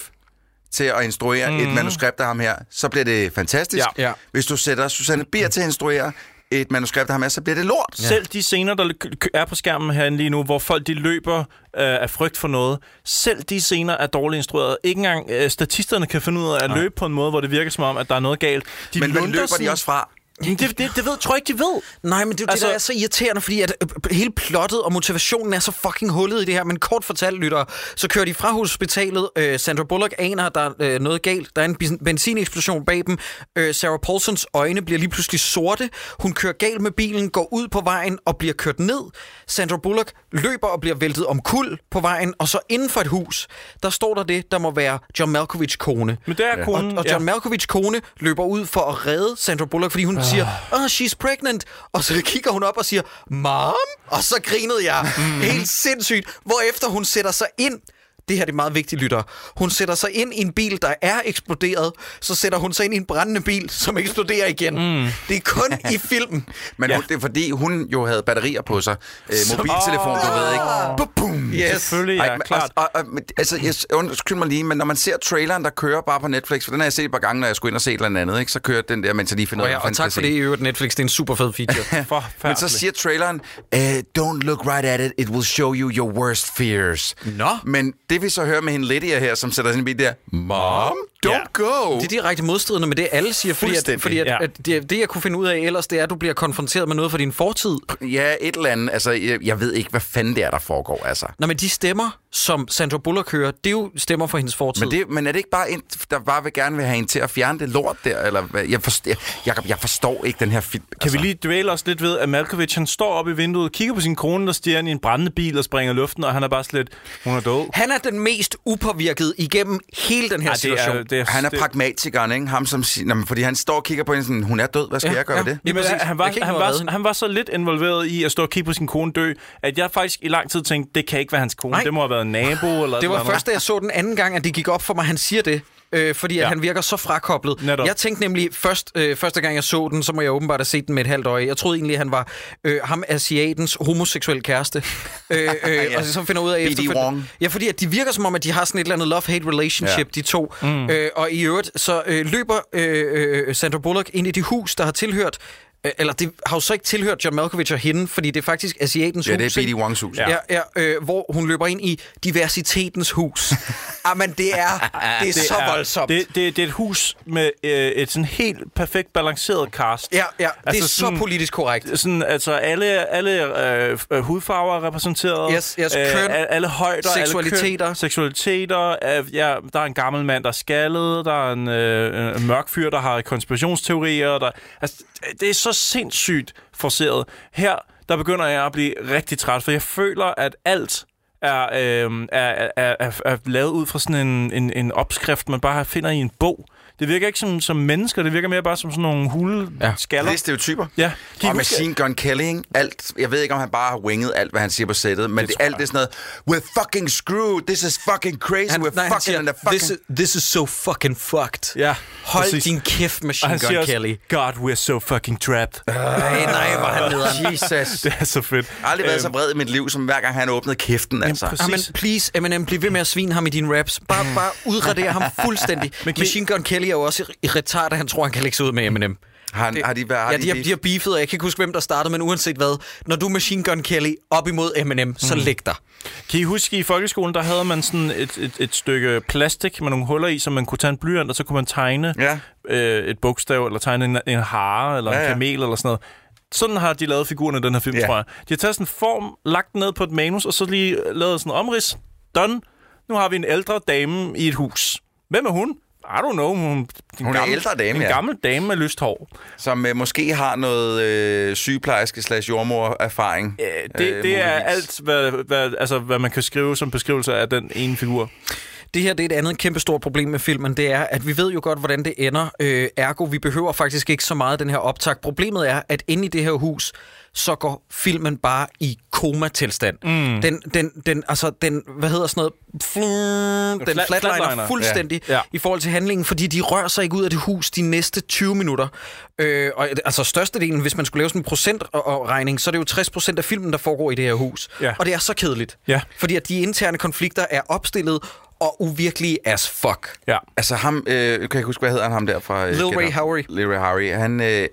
Speaker 2: til at instruere mm. et manuskript af ham her, så bliver det fantastisk.
Speaker 3: Ja.
Speaker 1: Ja.
Speaker 2: Hvis du sætter Susanne Bier til at instruere et manuskript af ham her, så bliver det lort.
Speaker 3: Ja. Selv de scener, der k- k- er på skærmen herinde lige nu, hvor folk de løber øh, af frygt for noget, selv de scener er dårligt instrueret. Ikke engang øh, statisterne kan finde ud af at løbe på en måde, hvor det virker som om, at der er noget galt. De
Speaker 2: Men hvad
Speaker 3: lunder
Speaker 2: løber
Speaker 3: sådan-
Speaker 2: de også fra?
Speaker 3: Jamen, Det, det, det ved, tror jeg ikke, de ved.
Speaker 1: Nej, men det er jo altså,
Speaker 3: Altså-
Speaker 1: det, der er så irriterende, fordi at øh, hele plottet og motivationen er så fucking hullet i det her. Men kort fortalt, lyttere, så kører de fra hospitalet. Øh, Sandra Bullock aner, at der er øh, noget galt. Der er en ben- benzineksplosion bag dem. Øh, Sarah Paulsons øjne bliver lige pludselig sorte. Hun kører galt med bilen, går ud på vejen og bliver kørt ned. Sandra Bullock løber og bliver væltet om kul på vejen. Og så inden for et hus, der står der det, der må være John Malkovich kone.
Speaker 3: Men det er ja. konen.
Speaker 1: Og, og John Malkovich kone løber ud for at redde Sandra Bullock, fordi hun siger, oh, she's pregnant. Og så kigger hun op og siger, mom? Og så grinede jeg mm. helt sindssygt, hvorefter hun sætter sig ind det her det er meget vigtigt, lytter. Hun sætter sig ind i en bil, der er eksploderet. Så sætter hun sig ind i en brændende bil, som eksploderer igen. Mm. Det er kun i filmen.
Speaker 2: Men ja. hun, det er fordi, hun jo havde batterier på sig. Øh, mobiltelefon, du ved ikke. Bum!
Speaker 1: Yes.
Speaker 3: Selvfølgelig, ja,
Speaker 2: men,
Speaker 3: klart.
Speaker 2: Og, og, men, altså, jeg, undskyld mig lige, men når man ser traileren, der kører bare på Netflix, for den har jeg set et par gange, når jeg skulle ind og se et eller andet, ikke? så kører den der, mens jeg lige finder
Speaker 1: Og,
Speaker 2: ud af,
Speaker 1: ja, og
Speaker 2: hvad fanden
Speaker 1: tak for
Speaker 2: skal
Speaker 1: det
Speaker 2: jeg
Speaker 1: i øvrigt, Netflix. Det er en super fed feature.
Speaker 2: se. Men så siger traileren, eh, don't look right at it, it will show you your worst fears.
Speaker 1: Nå.
Speaker 2: Men det vi så hører med hende Lydia her, som sætter sin bil der, mom, don't
Speaker 3: Ja.
Speaker 2: yeah. go.
Speaker 1: Det er direkte modstridende med det, alle siger, fordi, at,
Speaker 2: Fuldstændig,
Speaker 1: fordi at,
Speaker 3: ja.
Speaker 1: at det, det, jeg kunne finde ud af ellers, det er, at du bliver konfronteret med noget fra din fortid.
Speaker 2: Ja, et eller andet. Altså, jeg, jeg ved ikke, hvad fanden det er, der foregår, altså.
Speaker 1: Nå, men de stemmer, som Sandra Bullock hører, det er jo stemmer fra hendes fortid.
Speaker 2: Men, det, men er det ikke bare en, der bare vil gerne vil have en til at fjerne det lort der? Eller hvad? Jeg, forstår, Jacob, jeg forstår ikke den her film. Altså,
Speaker 3: Kan
Speaker 1: Altså-
Speaker 3: vi lige dvæle os lidt ved, at Malkovich han står op i vinduet, kigger på sin kone, der stiger ind i en brændende bil og springer i luften, og han er bare sådan lidt, hun er død.
Speaker 1: Han er den mest upåvirkede igennem hele den her
Speaker 3: Ej,
Speaker 1: Ej, situation.
Speaker 3: det er,
Speaker 2: Han er
Speaker 3: det-
Speaker 2: pragmatikeren, ikke? Ham, som, siger- jamen, fordi han står og kigger på hende sådan, hun er død, hvad skal ja, jeg gøre ja. ved det?
Speaker 1: Lige
Speaker 3: Jamen,
Speaker 1: præcis.
Speaker 3: han, var,
Speaker 1: Jeg kan ikke
Speaker 3: han,
Speaker 1: nå at redde
Speaker 3: var,
Speaker 1: hende.
Speaker 3: han var så lidt involveret i at stå og kigge på sin kone dø, at jeg faktisk i lang tid tænkte, det kan ikke være hans kone.
Speaker 1: Nej.
Speaker 3: Nej. Det må have været en nabo eller et
Speaker 1: Det var
Speaker 3: eller andet.
Speaker 1: først, da jeg så den anden gang, at det gik op for mig, han siger det. Øh, fordi ja. at
Speaker 3: Ja.
Speaker 1: han virker så frakoblet.
Speaker 3: Netop.
Speaker 1: Jeg tænkte nemlig, først, øh, første gang jeg så den, så må jeg åbenbart have set den med et halvt øje. Jeg troede egentlig, at han var øh, ham asiatens homoseksuel kæreste. øh, øh,
Speaker 2: Ja.
Speaker 1: Og så finder jeg ud af
Speaker 2: B.D.
Speaker 1: efterfølgende-
Speaker 2: Wong.
Speaker 1: Ja, fordi at de virker som om, at de har sådan et eller andet love-hate relationship, ja. de to. Mm. Øh, og i øvrigt, så øh, løber øh, øh, Sandra Bullock ind i det hus, der har tilhørt øh, eller det har jo så ikke tilhørt John Malkovich og hende, fordi det er faktisk Asiatens
Speaker 2: Ja,
Speaker 1: hus.
Speaker 2: det er
Speaker 1: ikke?
Speaker 2: B.D. Wongs hus.
Speaker 1: Ja, ja øh, hvor hun løber ind i diversitetens hus. Jamen, det er, det er det så
Speaker 3: er-
Speaker 1: voldsomt. Det,
Speaker 3: Det, det, det er et hus med øh, et sådan helt perfekt balanceret cast.
Speaker 1: ja, ja, altså det er
Speaker 3: Altså
Speaker 1: så
Speaker 3: sådan-
Speaker 1: politisk korrekt.
Speaker 3: Sådan, altså alle, alle øh, øh, hudfarver er repræsenteret. Øh,
Speaker 1: Yes, yes, køn,
Speaker 3: al- alle højder, Alle
Speaker 1: seksualiteter.
Speaker 3: køn, seksualiteter. Øh, ja, der er en gammel mand, der er skaldet. Der er en, øh, en mørk fyr, der har konspirationsteorier. Der, altså, det er så sindssygt forceret. Her, der begynder jeg at blive rigtig træt, for jeg føler, at alt er, øh, er, er, er, er lavet ud fra sådan en, en, en opskrift, man bare finder i en bog. Det virker ikke som, som mennesker, det virker mere bare som sådan nogle hule ja. skaller.
Speaker 2: Det er stereotyper.
Speaker 3: Ja,
Speaker 2: Og
Speaker 3: huske-
Speaker 2: Machine Gun Kelly, ikke? alt, jeg ved ikke, om han bare har winget alt, hvad han siger på sættet, men det, alt det er sådan noget, we're fucking screwed, this is fucking crazy, we're
Speaker 1: nej,
Speaker 2: fucking in the fucking...
Speaker 1: this, is, this is so fucking fucked.
Speaker 3: Ja,
Speaker 1: Hold
Speaker 3: præcis.
Speaker 1: din kæft,
Speaker 3: Og
Speaker 1: Machine
Speaker 3: han siger
Speaker 1: Gun
Speaker 3: også,
Speaker 1: Kelly.
Speaker 3: God, we're so fucking trapped.
Speaker 1: Nej, nej, hvor han leder.
Speaker 2: Jesus.
Speaker 3: Det er så
Speaker 2: Jeg
Speaker 3: fedt.
Speaker 2: har aldrig været så vred i mit liv, som hver gang han åbnede kæften, altså.
Speaker 3: præcis.
Speaker 1: Jamen, please, Eminem, bliv ved med at svine ham i dine raps. Bare, bare udradere ham fuldstændig.
Speaker 3: Men kan-
Speaker 1: Machine Gun Kelly er jo også i- i retard, at han tror, han kan lægge sig ud med Eminem.
Speaker 2: Har, det, har de været...
Speaker 1: Ja, de har, de har beefet, og jeg kan ikke huske, hvem der startede, men uanset hvad, når du er Machine Gun Kelly op imod Eminem, så mm. læg dig.
Speaker 3: Kan I huske, i folkeskolen, der havde man sådan et, et, et stykke plastik med nogle huller i, som man kunne tage en blyant, og så kunne man tegne
Speaker 2: Ja.
Speaker 3: øh, et bogstav, eller tegne en, en hare, eller ja,
Speaker 2: Ja,
Speaker 3: en
Speaker 2: ja.
Speaker 3: kamel, eller sådan noget. Sådan har de lavet figurerne i den her film,
Speaker 2: Ja.
Speaker 3: tror jeg. De har taget sådan en form, lagt den ned på et manus, og så lige øh, lavet sådan en omrids. Done. Nu har vi en ældre dame i et hus. Hvem er hun? I don't know. Hun, en
Speaker 2: Hun er ældre dame,
Speaker 3: En
Speaker 2: ja.
Speaker 3: gammel dame med lyst hår.
Speaker 2: som øh, måske har noget øh, sygeplejerske slash jordmor erfaring.
Speaker 3: Øh, det, det er alt, hvad, hvad, altså, hvad man kan skrive som beskrivelse af den ene figur.
Speaker 1: Det Det her det er et andet kæmpestort problem med filmen, det er, at vi ved jo godt, hvordan det ender. Øh, ergo, vi behøver faktisk ikke så meget den her optag. Problemet er, at inde i det her hus, så går filmen bare i komatilstand. Mm. Den, den, den, altså, den, hvad hedder sådan noget? Flum, den
Speaker 3: flat-
Speaker 1: flatliner,
Speaker 3: flatliner.
Speaker 1: flatliner. fuldstændig
Speaker 3: Ja.
Speaker 1: ja.
Speaker 3: Ja.
Speaker 1: Ja. i forhold til handlingen, fordi de rører sig ikke ud af det hus de næste 20 minutter. Øh, og altså størstedelen, hvis man skulle lave sådan en procentregning, så er det jo 60 procent af filmen, der foregår i det her hus.
Speaker 3: Ja.
Speaker 1: Og det er så kedeligt.
Speaker 3: Ja.
Speaker 1: Fordi at de interne konflikter er opstillet og uvirkelige as fuck.
Speaker 3: Ja.
Speaker 2: Altså ham, øh, kan jeg huske, hvad hedder han ham der fra... Øh,
Speaker 1: Lil
Speaker 2: Get
Speaker 1: Ray
Speaker 2: Up?
Speaker 1: Howery.
Speaker 2: Lil Ray Howery. Han, øh,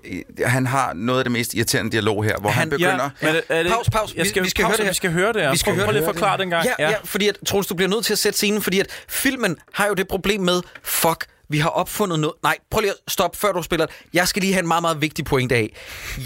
Speaker 2: han har noget af det mest irriterende dialog her, hvor han,
Speaker 1: Han-
Speaker 2: han
Speaker 1: ja.
Speaker 2: begynder...
Speaker 3: Men er- er det,
Speaker 1: Pause, pause.
Speaker 3: Jeg
Speaker 1: Vi-
Speaker 3: skal,
Speaker 1: vi skal
Speaker 3: pause,
Speaker 1: høre det her.
Speaker 3: Vi skal høre det her.
Speaker 1: Vi skal
Speaker 3: prøv,
Speaker 1: høre
Speaker 3: prøv lige at
Speaker 1: det.
Speaker 3: forklare det en gang.
Speaker 1: Ja, ja. ja fordi at, Troels, du bliver nødt til at sætte scenen, fordi at filmen har jo det problem med, fuck, vi har opfundet noget. Nej, prøv lige at stoppe, før du spiller. Jeg skal lige have en meget, meget vigtig pointe af.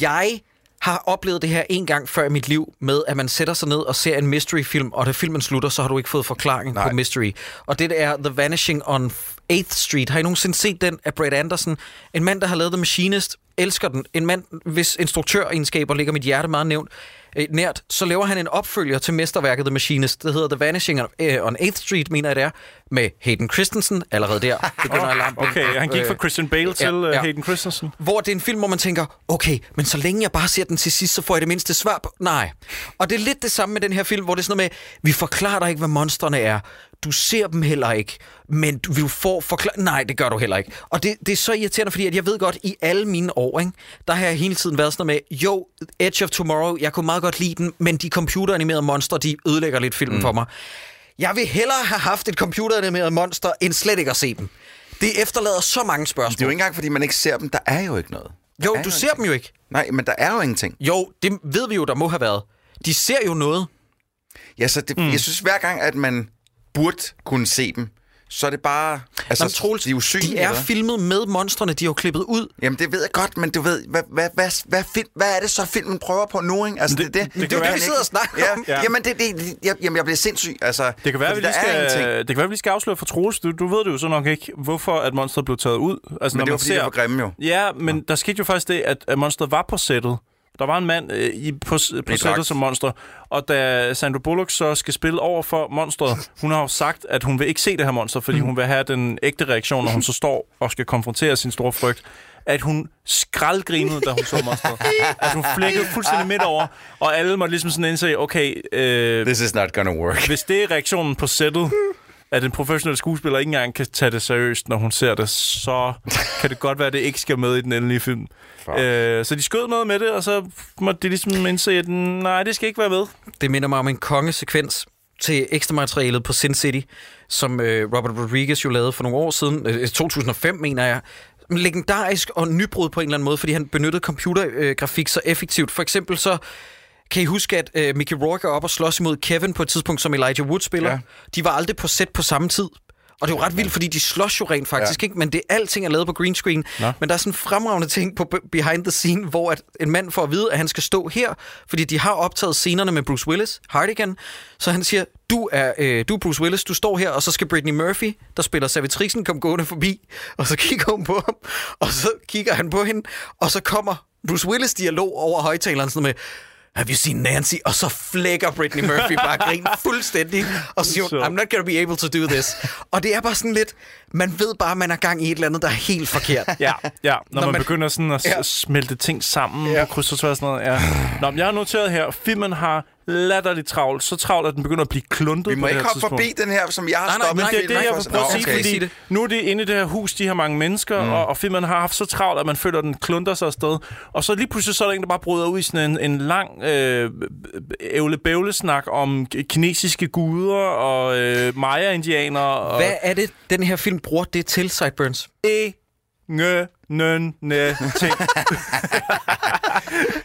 Speaker 1: Jeg har oplevet det her en gang før i mit liv med, at man sætter sig ned og ser en mystery-film, og da filmen slutter, så har du ikke fået forklaring Nej. på mystery. Og det er The Vanishing on 8th Street. Har I nogensinde set den af Brad Anderson? En mand, der har lavet The Machinist, elsker den. En mand, hvis instruktøregenskaber ligger mit hjerte meget nævnt, øh, nært, så laver han en opfølger til mesterværket The Machinist. Det hedder The Vanishing on, øh, on 8th Street, mener jeg det er, med Hayden Christensen allerede der. Begynder at lampe.
Speaker 3: Okay, han gik fra Christian Bale til øh,
Speaker 1: ja.
Speaker 3: Hayden Christensen.
Speaker 1: Hvor det er en film, hvor man tænker, okay, men så længe jeg bare ser den til sidst, så får jeg det mindste svar på... Nej. Og det er lidt det samme med den her film, hvor det er sådan noget med, vi forklarer dig ikke, hvad monstrene er. Du ser dem heller ikke, men du, du får forklaret... Nej, det gør du heller ikke. Og det, det er så irriterende, fordi at jeg ved godt, i alle mine år, ikke, der har jeg hele tiden været sådan noget med, jo, Edge of Tomorrow, jeg kunne meget godt lide den, men de computeranimerede monstre, de ødelægger lidt filmen mm. for mig. Jeg vil hellere have haft et computeranimeret monster, end slet ikke at se dem. Det efterlader så mange spørgsmål.
Speaker 2: Det er jo ikke engang, fordi man ikke ser dem. Der er jo ikke noget. Der
Speaker 1: Jo,
Speaker 2: er
Speaker 1: du ser
Speaker 2: ingenting.
Speaker 1: dem jo ikke.
Speaker 2: Nej, men der er jo ingenting.
Speaker 1: Jo, det ved vi jo, der må have været. De ser jo noget.
Speaker 2: Ja, så det, mm. jeg synes, hver gang, at man burde kunne se dem, så er det bare... Altså,
Speaker 1: Nå, Troels,
Speaker 2: de er usynlige.
Speaker 1: de er
Speaker 2: eller?
Speaker 1: filmet med monstrene, de har jo klippet ud.
Speaker 2: Jamen, det ved jeg godt, men du ved, hvad, hvad, hvad, hvad, film, hvad er det så, filmen prøver på nu, ikke? Altså, det, det, det,
Speaker 3: kan
Speaker 2: er
Speaker 3: være,
Speaker 2: vi
Speaker 3: vi
Speaker 1: sidder og snakker
Speaker 2: ja.
Speaker 1: om.
Speaker 2: Ja.
Speaker 3: Ja.
Speaker 2: Jamen, det, det, det- jeg, jamen, jeg bliver sindssyg, altså.
Speaker 3: Det kan være, vi
Speaker 2: fordi
Speaker 3: lige
Speaker 2: der er
Speaker 3: skal, øh,
Speaker 2: ingenting.
Speaker 3: det kan være, vi lige skal afsløre for Troels. Du, du ved det jo så nok ikke, hvorfor at monstret blev taget ud. Altså,
Speaker 2: Men det var, fordi de var grimme, jo.
Speaker 3: Ja, men ja. der skete jo faktisk det, at, at monstret var på sættet. Der var en mand øh, i, på, s- på sættet
Speaker 2: dragt.
Speaker 3: som monster, og da Sandra Bullock så skal spille over for monstret, hun har jo sagt, at hun vil ikke se det her monster, fordi hun vil have den ægte reaktion, når hun så står og skal konfrontere sin store frygt at hun skraldgrinede, da hun så monstret. At hun flækkede fuldstændig midt over, og alle måtte ligesom sådan indse, okay, øh,
Speaker 2: This is not gonna work.
Speaker 3: hvis det er reaktionen på sættet, at en professionel skuespiller ikke engang kan tage det seriøst, når hun ser det, så kan det godt være, at det ikke skal med i den endelige film. Øh, så de skød noget med det, og så måtte de ligesom indse, at nej, det skal ikke være med.
Speaker 1: Det minder mig om en kongesekvens til ekstra materialet på Sin City, som øh, Robert Rodriguez jo lavede for nogle år siden, øh, 2005 mener jeg, legendarisk og nybrud på en eller anden måde, fordi han benyttede computergrafik så effektivt. For eksempel så kan I huske, at øh, Mickey Rourke er op og slås imod Kevin på et tidspunkt, som Elijah Wood spiller.
Speaker 2: Ja.
Speaker 1: Ja. De var aldrig på sæt på samme tid. Og det er jo ret vildt, fordi de slås jo rent faktisk, ja. ikke? Men det alting er lavet på green screen. Nå. Men der er sådan en fremragende ting på be- behind the scene, hvor at en mand får at vide, at han skal stå her, fordi de har optaget scenerne med Bruce Willis, Hardigan. Så han siger, du er, øh, du er Bruce Willis, du står her, og så skal Britney Murphy, der spiller servitrisen, komme gående forbi, og så kigger hun på ham, og så kigger han på hende, og så kommer Bruce Willis dialog over højtaleren sådan med, Have you seen Nancy? Og så flækker Britney Murphy bare grin fuldstændig, og så siger hun,
Speaker 3: Sjovt.
Speaker 1: I'm not gonna be able to do this. Og det er bare sådan lidt, man ved bare, man er gang i et eller andet, der er helt forkert.
Speaker 3: Ja, ja når,
Speaker 1: Når
Speaker 3: man,
Speaker 1: man-
Speaker 3: begynder sådan at ja.
Speaker 1: Ja.
Speaker 3: smelte ting sammen ja.
Speaker 1: Ja.
Speaker 3: på kryds og tværs og sådan noget. Ja. Nå, men jeg har noteret her, filmen har latterligt travlt. Så travlt, at den begynder at blive kluntet
Speaker 2: Vi
Speaker 3: på
Speaker 2: må
Speaker 3: det
Speaker 2: ikke
Speaker 3: her
Speaker 2: hoppe
Speaker 3: tidspunkt.
Speaker 2: forbi den her, som jeg har
Speaker 1: Nej, nej,
Speaker 2: stoppet
Speaker 3: Men det er det,
Speaker 1: nej,
Speaker 3: jeg
Speaker 1: for
Speaker 3: vil prøve at
Speaker 1: Nå,
Speaker 3: sige,
Speaker 1: okay.
Speaker 3: fordi
Speaker 1: Sig det.
Speaker 3: nu er det inde i det her hus, de her mange mennesker, mm. og, og filmen har haft så travlt, at man føler, at den klunter sig afsted. Og så lige pludselig så er der en, der bare bryder ud i sådan en, en lang øh, ævle-bævle-snak om k- kinesiske guder og øh, maya-indianere. Og
Speaker 1: Hvad er det, den her film bruger det til, Sideburns?
Speaker 3: Nø, nø, nø, ting.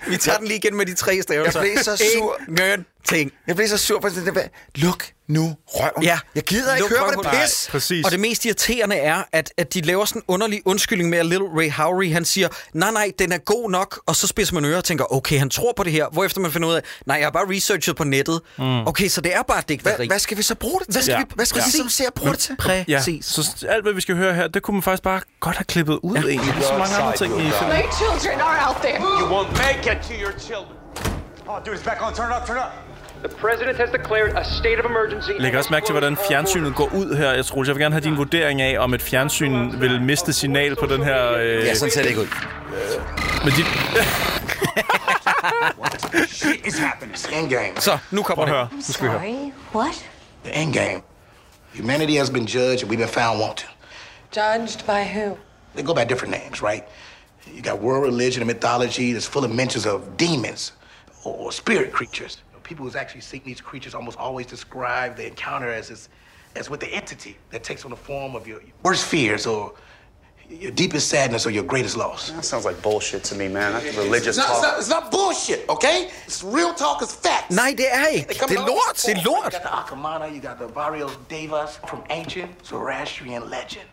Speaker 1: Vi tager den lige igen med de tre stavelser.
Speaker 2: Jeg blev så sur.
Speaker 1: Ingen ting.
Speaker 2: Jeg blev så sur på sådan det. Luk nu røven.
Speaker 1: Ja.
Speaker 2: Jeg gider
Speaker 1: Luk
Speaker 2: ikke høre på
Speaker 1: røven.
Speaker 2: det pis.
Speaker 1: Nej,
Speaker 3: præcis.
Speaker 1: Og det mest irriterende er, at, at de laver sådan en underlig undskyldning med, at Little Ray Howery, han siger, nej, nej, den er god nok, og så spidser man ører og tænker, okay, han tror på det her, hvorefter man finder ud af, nej, jeg har bare researchet på nettet. Mm. Okay, så det er bare digteri.
Speaker 2: Hvad, hvad skal vi så bruge det til? Hvad
Speaker 3: skal
Speaker 2: skal,
Speaker 3: Ja.
Speaker 2: ja.
Speaker 3: vi-
Speaker 2: vi,
Speaker 3: hvad
Speaker 2: hvad skal ja. vi ligesom se at bruge det til?
Speaker 3: Ja,
Speaker 1: Præcis.
Speaker 3: så alt, hvad vi skal høre her, det kunne man faktisk bare godt have klippet ud ja. egentlig. Der er Så mange andre ting i filmen.
Speaker 4: My children are out there.
Speaker 5: You won't make it to your children.
Speaker 6: Oh, dude, it's back on. Turn it up, turn it up.
Speaker 4: The president has declared a state of emergency.
Speaker 3: Læg også mærke til, hvordan fjernsynet går ud her. Jeg tror, jeg vil gerne have din vurdering af, om et fjernsyn vil miste signal på den her... Øh,
Speaker 2: Ja, sådan ser det ikke ud.
Speaker 3: med dit,
Speaker 5: It's happening. Endgame.
Speaker 1: Så, nu kommer
Speaker 3: prøv at
Speaker 1: det.
Speaker 3: høre. Nu skal vi høre.
Speaker 6: Sorry? What?
Speaker 5: The endgame. Humanity has been judged and we've been found wanting.
Speaker 6: Judged by who?
Speaker 5: They go by different names, right? You got world religion and mythology that's full of mentions of demons or, or spirit creatures. People who's actually seeking these creatures almost always describe the encounter as this, as with the entity that takes on the form of your worst fears or your deepest sadness or your greatest loss.
Speaker 7: That sounds like bullshit to me, man. That's religious
Speaker 5: It's not,
Speaker 7: talk.
Speaker 5: it's not, it's not bullshit, okay? It's real talk, it's facts.
Speaker 1: Nej, det er ikke.
Speaker 5: They come
Speaker 1: Det er
Speaker 5: out
Speaker 1: lort.
Speaker 5: in
Speaker 1: Det er
Speaker 5: form.
Speaker 1: lort.
Speaker 5: You got the Akamana, you got the Varios Devas from ancient Zoroastrian legend.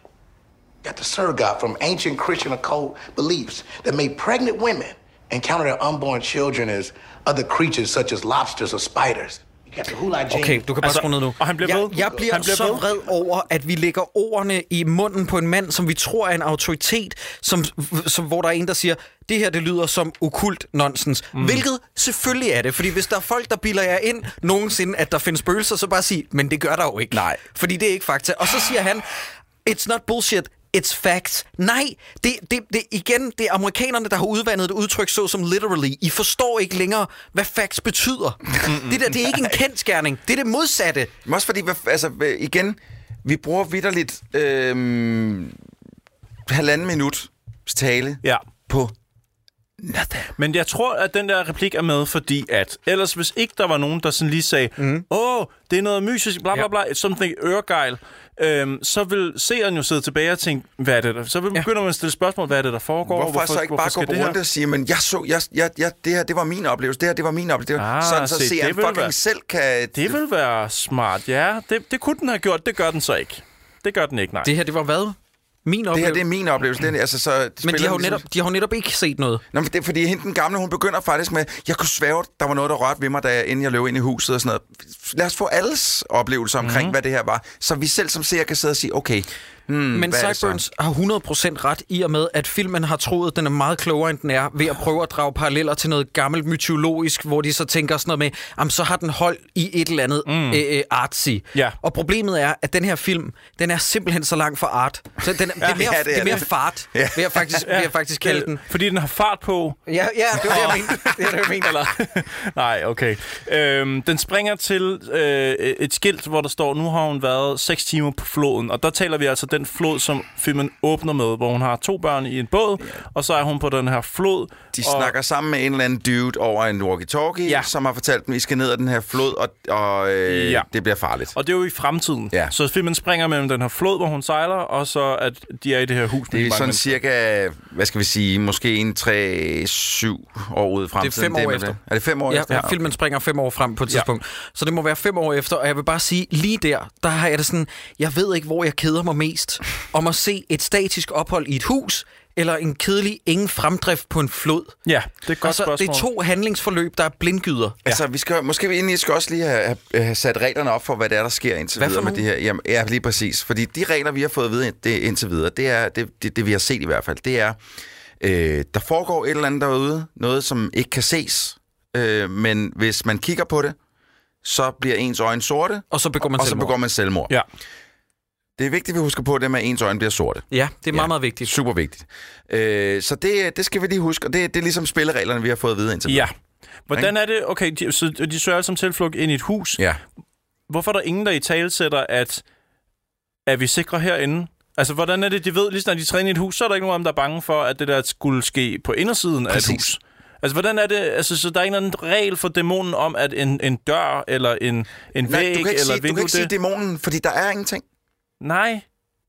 Speaker 5: You got the Surga from ancient Christian occult beliefs that made pregnant women encounter their unborn children as other creatures such as lobsters or spiders. You got the Hulai Jinn.
Speaker 1: Okay, du kan bare altså,
Speaker 3: Altså,
Speaker 1: skrue ned nu.
Speaker 3: og han bliver
Speaker 1: jeg,
Speaker 3: ved.
Speaker 1: jeg bliver,
Speaker 3: Han bliver
Speaker 1: så
Speaker 3: ved.
Speaker 1: vred over, at vi lægger ordene i munden på en mand, som vi tror er en autoritet, som, som, hvor der er en, der siger, det her det lyder som okult nonsens. Mm. Hvilket selvfølgelig er det, fordi hvis der er folk, der bilder jer ind nogensinde, at der findes spøgelser, så bare sig, men det gør der jo ikke. Nej. Fordi det er ikke fakta. Og så siger han, it's not bullshit, It's facts. Nej, det, det, det, igen, det er amerikanerne, der har udvandet et udtryk så som literally. I forstår ikke længere, hvad facts betyder. det der, det er ikke en kendskærning. Det er det modsatte.
Speaker 2: Men også fordi, hvad- altså hvad- igen, vi bruger vidderligt øhm, halvanden minut tale
Speaker 3: Ja.
Speaker 2: på
Speaker 3: Men jeg tror, at den der replik er med, fordi at ellers hvis ikke der var nogen, der sådan lige sagde, åh,
Speaker 2: Mhm.
Speaker 3: mm. oh, det er noget mysisk, bla bla bla, ja. something øregejl, øhm, så vil seeren jo sidde tilbage og tænke, hvad er det der? Så vil begynder man at stille spørgsmål, hvad er det, der foregår?
Speaker 2: Hvorfor, hvorfor så ikke bare gå
Speaker 3: skal
Speaker 2: på
Speaker 3: det her-
Speaker 2: rundt og sige, men jeg så, jeg, jeg, jeg, det her, det var min oplevelse, det her, det var min oplevelse. Det var-
Speaker 3: Ah,
Speaker 2: sådan, så
Speaker 3: se,
Speaker 2: se,
Speaker 3: det
Speaker 2: han
Speaker 3: ville
Speaker 2: fucking
Speaker 3: være-
Speaker 2: selv kan...
Speaker 3: Det vil være smart, ja. Det, det kunne den have gjort, det gør den så ikke. Det gør den ikke, nej.
Speaker 1: Det her, det var hvad? Min
Speaker 2: Det her,
Speaker 1: oplevelse.
Speaker 2: det er min oplevelse. Det, er- altså, så
Speaker 1: men de har, jo
Speaker 2: ligesom-
Speaker 1: netop, de har jo netop ikke set noget.
Speaker 2: Nå, men det er fordi, hende den gamle, hun begynder faktisk med, jeg kunne svære, der var noget, der rørte ved mig, da jeg, inden jeg løb ind i huset og sådan noget. Lad os få alles oplevelser
Speaker 3: Mhm.
Speaker 2: omkring, mm-hmm. hvad det her var, så vi selv som seer kan sidde og sige, okay, hmm,
Speaker 1: Men
Speaker 2: hvad er det så?
Speaker 1: Sideburns har 100% ret i og med, at filmen har troet, at den er meget klogere, end den er, ved at prøve at drage paralleller til noget gammelt mytologisk, hvor de så tænker sådan noget med, jamen så har den hold i et eller andet mm. øh, artsy.
Speaker 3: Ja.
Speaker 1: Og problemet er, at den her film, den er simpelthen så langt fra art. Så den, er, det, er mere,
Speaker 2: det er
Speaker 1: det, er mere
Speaker 2: det.
Speaker 1: fart, ja. vil jeg faktisk, vil jeg faktisk kalde den.
Speaker 3: Øh, Fordi den har fart på. Ah.
Speaker 1: Ja, ja, det var det, jeg mente. Det er det, jeg mente.
Speaker 3: Eller? Nej, okay. Øhm, den springer til øh, et skilt, hvor der står, nu har hun været 6 timer på floden. Og der taler vi altså den flod, som filmen åbner med, hvor hun har to børn i en båd, og så er hun på den her flod.
Speaker 2: De
Speaker 3: og,
Speaker 2: snakker sammen med en eller anden dude over en walkie-talkie,
Speaker 3: Ja.
Speaker 2: ja. som har fortalt dem, I skal ned ad den her flod, og, og øh,
Speaker 3: Ja.
Speaker 2: ja. det bliver farligt.
Speaker 3: Og det er jo i fremtiden.
Speaker 2: Ja.
Speaker 3: Så filmen springer mellem den her flod, hvor hun sejler, og så at de er i det her
Speaker 2: Det
Speaker 3: hus. med de
Speaker 2: er
Speaker 3: mange
Speaker 2: sådan
Speaker 3: mennesker.
Speaker 2: cirka, hvad skal vi sige, måske en 3-7 år ude i fremtiden.
Speaker 1: fem år
Speaker 2: man-
Speaker 1: efter.
Speaker 2: Er det fem år
Speaker 1: Ja,
Speaker 2: efter?
Speaker 1: ja, filmen springer fem år frem på et tidspunkt. Så det må være fem år efter, og jeg vil bare sige, lige der, der har jeg det sådan, jeg ved ikke, hvor jeg keder mig mest. Om at se et statisk ophold i et hus, eller en kedelig ingen fremdrift på en flod.
Speaker 3: Ja, det er et godt
Speaker 1: altså,
Speaker 3: spørgsmål.
Speaker 1: det er to handlingsforløb, der er blindgyder.
Speaker 2: Altså, vi skal, måske vi egentlig skal også lige have, have- have sat reglerne op for, hvad det er, der sker indtil
Speaker 1: Hvad for
Speaker 2: videre med det
Speaker 1: nogle?
Speaker 2: her. Jamen, ja, lige præcis. Fordi de regler, vi har fået at vide ind- det, indtil videre, det er, det, det, det vi har set i hvert fald, det er, øh, der foregår et eller andet derude, noget som ikke kan ses, øh, men hvis man kigger på det, så bliver ens øjne sorte,
Speaker 1: Og så begår man
Speaker 2: og så
Speaker 1: selvmord.
Speaker 2: begår man selvmord.
Speaker 3: Ja.
Speaker 2: Det er vigtigt, at vi husker på det med, at ens øjne bliver sorte.
Speaker 1: Ja, det er meget, ja. meget vigtigt.
Speaker 2: Super vigtigt. Øh, så det, det skal vi lige huske, og det, det er ligesom spillereglerne, vi har fået at vide indtil videre.
Speaker 3: Ja. Hvordan er det? Okay, de, så de søger som tilflugt ind i et hus.
Speaker 2: Ja.
Speaker 3: Hvorfor er der ingen, der i tale sætter, at er vi sikre herinde? Altså, hvordan er det, de ved, lige når de træner i et hus, så er der ikke nogen af dem, der er bange for, at det der skulle ske på indersiden Præcis. af et
Speaker 2: Præcis.
Speaker 3: hus. Altså, hvordan er det? Altså, så der er en eller anden regel for dæmonen om, at en, en dør eller en, en
Speaker 2: Nej, du
Speaker 3: væg
Speaker 2: kan ikke,
Speaker 3: eller
Speaker 2: sige, du kan
Speaker 3: vindue...
Speaker 2: ikke sige
Speaker 3: det-
Speaker 2: dæmonen, fordi der er ingenting.
Speaker 3: Nej.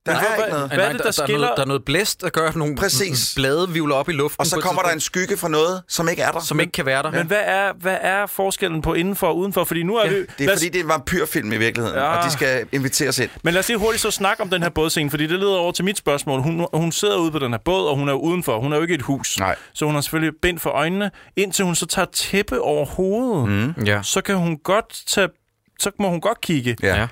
Speaker 2: Der er
Speaker 3: hvad,
Speaker 2: ikke noget.
Speaker 3: Hvad er
Speaker 1: Nej,
Speaker 3: det,
Speaker 1: der,
Speaker 3: der,
Speaker 1: der, er
Speaker 3: skiller?
Speaker 1: noget, der er noget blæst, der gør, at nogle
Speaker 2: Præcis.
Speaker 1: blade vivler op i luften.
Speaker 2: Og så
Speaker 1: på et
Speaker 2: kommer der en
Speaker 1: tidspunkt,
Speaker 2: skygge fra noget, som ikke er der.
Speaker 1: Som ikke kan være der.
Speaker 3: Men hvad er, hvad er forskellen på indenfor og udenfor? Fordi nu er ja, vi...
Speaker 2: Det
Speaker 3: lad
Speaker 2: er
Speaker 3: os-
Speaker 2: fordi, det er en vampyrfilm i virkeligheden,
Speaker 3: Ja.
Speaker 2: ja.
Speaker 1: Ah.
Speaker 2: og de skal inviteres ind.
Speaker 3: Men lad os lige hurtigt så snakke om den her bådscene, fordi det leder over til mit spørgsmål. Hun, hun sidder ude på den her båd, og hun er udenfor. Hun er jo ikke i et hus.
Speaker 2: Nej.
Speaker 3: Så hun har selvfølgelig bind for øjnene, indtil hun så tager et tæppe over hovedet. Mm.
Speaker 1: Ja.
Speaker 3: Så kan hun godt tage... Så må hun godt kigge.
Speaker 2: Ja.